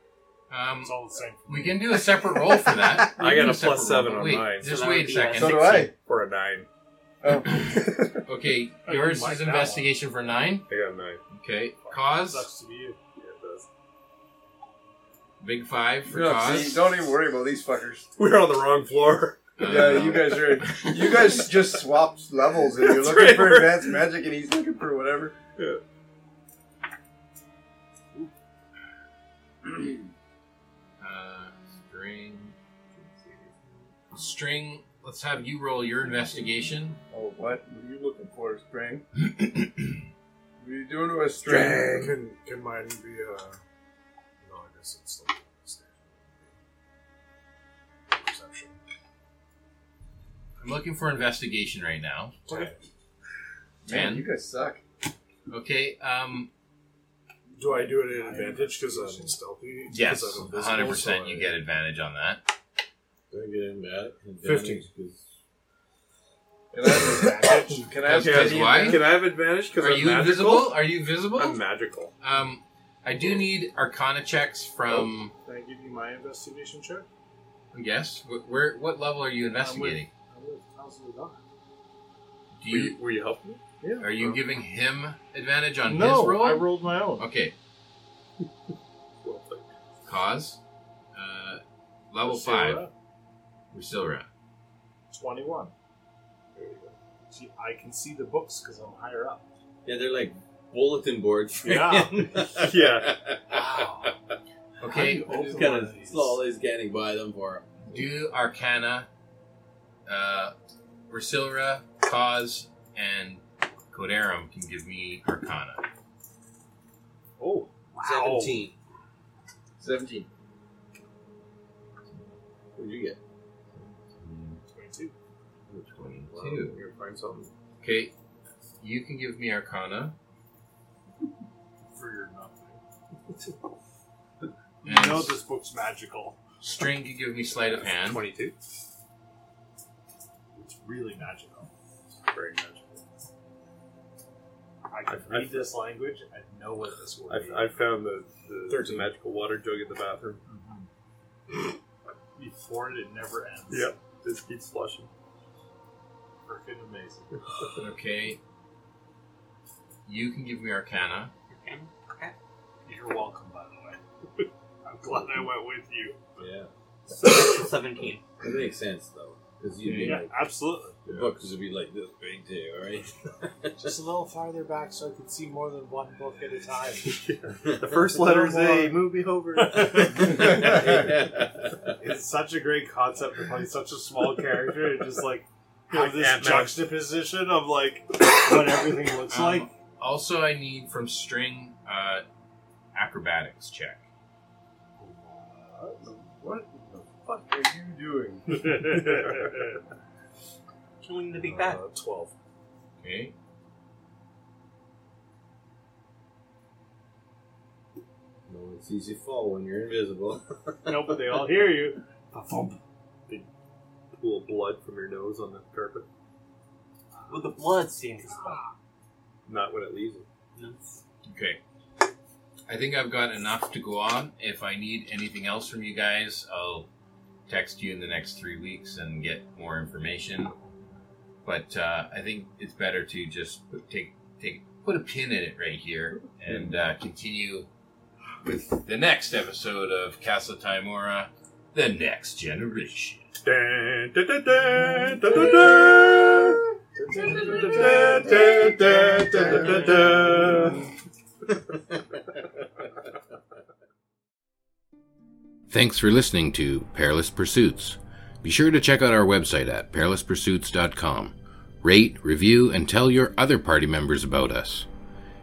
Speaker 1: Um,
Speaker 5: It's all the same.
Speaker 1: we can do a separate roll for that.
Speaker 12: I
Speaker 1: We can
Speaker 12: got a
Speaker 1: do separate
Speaker 12: plus
Speaker 1: roll,
Speaker 12: seven
Speaker 1: but
Speaker 12: on
Speaker 1: wait,
Speaker 12: mine.
Speaker 1: Just
Speaker 4: So that
Speaker 1: wait
Speaker 4: would
Speaker 1: a
Speaker 4: be
Speaker 1: second.
Speaker 4: a
Speaker 3: So do I.
Speaker 12: For a nine.
Speaker 3: Oh.
Speaker 1: Okay,
Speaker 5: Oh, you
Speaker 1: yours
Speaker 5: like
Speaker 1: is
Speaker 5: that
Speaker 1: investigation for nine.
Speaker 12: I got a nine.
Speaker 1: Okay, cause
Speaker 5: Sucks to be you.
Speaker 1: big five for
Speaker 3: Yeah,
Speaker 1: cause.
Speaker 3: see, don't even worry about these fuckers.
Speaker 12: We're on the wrong floor.
Speaker 1: Uh,
Speaker 3: Yeah, you guys are. You guys just swapped levels, and you're
Speaker 12: That's
Speaker 3: looking
Speaker 12: right,
Speaker 3: for
Speaker 12: we're-
Speaker 3: advanced magic, and he's looking for whatever.
Speaker 1: uh, string, string. Let's have you roll your investigation.
Speaker 3: Oh, what? What are you looking for, String? what are you doing to a string?
Speaker 2: Can, can mine be uh No, I guess it's still perception.
Speaker 1: I'm looking for investigation right now.
Speaker 2: Okay.
Speaker 3: Man,
Speaker 1: Ten.
Speaker 3: you guys suck.
Speaker 1: Okay. Um.
Speaker 2: Do I do it at advantage because I'm stealthy? 'Cause
Speaker 1: Yes.
Speaker 2: I'm invisible,
Speaker 1: 100. percent
Speaker 2: so
Speaker 1: You
Speaker 2: I-
Speaker 1: get advantage on that.
Speaker 15: Do I get in that? And
Speaker 2: Fifteen.
Speaker 15: damage, 'cause-
Speaker 3: Can I have advantage? Can I have
Speaker 1: Because
Speaker 3: any
Speaker 1: why?
Speaker 3: advantage?
Speaker 12: Can I have advantage? Because
Speaker 1: Are
Speaker 12: I'm
Speaker 1: you
Speaker 12: magical?
Speaker 1: invisible? Are you visible?
Speaker 12: I'm magical.
Speaker 1: Um, I do need Arcana checks from.
Speaker 5: Can I give you my investigation check?
Speaker 12: Oh.
Speaker 1: Yes. Wh- Where? What level are you
Speaker 12: Um,
Speaker 1: investigating?
Speaker 5: I would have counseled it on.
Speaker 1: Do
Speaker 12: Were you,
Speaker 1: you?
Speaker 12: were you helping me? Oh.
Speaker 5: Yeah.
Speaker 1: Are you giving him advantage on
Speaker 5: no,
Speaker 1: his roll?
Speaker 5: I rolled my own.
Speaker 1: Okay. Cause. Uh, level
Speaker 5: Let's see,
Speaker 1: five.
Speaker 5: uh,
Speaker 1: Resilra.
Speaker 5: 21. See, I can see the books because I'm higher up.
Speaker 13: Yeah, they're like bulletin boards.
Speaker 5: Yeah.
Speaker 12: Yeah.
Speaker 1: Okay.
Speaker 13: I'm just kind of slowly scanning by them for
Speaker 1: Do Arcana. Uh, Resilra, Cause, and Codarum can give me Arcana.
Speaker 5: Oh,
Speaker 13: them.
Speaker 5: Wow.
Speaker 13: 17.
Speaker 3: Seventeen.
Speaker 13: What'd you get?
Speaker 5: 22.
Speaker 1: Two.
Speaker 2: You're gonna find something.
Speaker 1: Okay, you can give me Arcana.
Speaker 5: for your nothing. You
Speaker 1: And
Speaker 5: know this book's magical.
Speaker 1: String can give me sleight of hand.
Speaker 12: Twenty-two.
Speaker 5: It's really magical.
Speaker 12: Very magical.
Speaker 5: I could
Speaker 12: I- I-
Speaker 5: read this language. I know what this word
Speaker 12: I, I
Speaker 5: means.
Speaker 12: found the, the, the
Speaker 2: Thirteen.
Speaker 12: magical water jug in the bathroom.
Speaker 5: Mm-hmm. Before it, it never ends.
Speaker 12: Yep. Just keeps flushing.
Speaker 5: Freaking amazing.
Speaker 1: Okay. You can give me Arcana.
Speaker 5: You're welcome, by the way. I'm glad I went with you.
Speaker 13: Yeah.
Speaker 4: Seventeen.
Speaker 13: That makes sense, though. Because you'd be
Speaker 5: Yeah,
Speaker 13: like,
Speaker 5: absolutely.
Speaker 13: the books would be like this big, too, alright?
Speaker 21: Just a little farther back so I could see more than one book at a time.
Speaker 12: The first letter is A.
Speaker 21: Movie over.
Speaker 5: It's such a great concept to play such a small character and just like have
Speaker 12: Like
Speaker 5: this
Speaker 12: Ant-Man.
Speaker 5: juxtaposition of like what everything looks
Speaker 1: Um,
Speaker 5: like.
Speaker 1: Also, I need from String uh, acrobatics check.
Speaker 3: What the fuck are you doing?
Speaker 4: Killing the big bad.
Speaker 2: Uh, Twelve.
Speaker 1: Okay.
Speaker 13: no, it's easy to fall when you're invisible.
Speaker 5: no, but they all hear you.
Speaker 12: Pool of blood from your nose on the carpet.
Speaker 4: With the blood stains. as well.
Speaker 12: Not when it leaves it.
Speaker 1: Okay. I think I've got enough to go on. If I need anything else from you guys, I'll text you in the next three weeks and get more information. But uh, I think it's better to just put, take take put a pin in it right here and uh, continue with the next episode of Castle Taimura, the next generation.
Speaker 12: Dun, dun, dun, dun, dun, dun, dun. Dun, dun, dun, dun, dun, dun.
Speaker 22: Thanks for listening to Perilous Pursuits. Be sure to check out our website at perilouspursuits.com. Rate, review, and tell your other party members about us.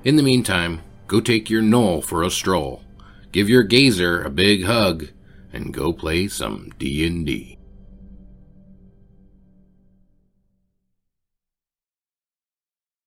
Speaker 22: In the meantime, go take your knoll for a stroll, give your gazer a big hug, and go play some D&D.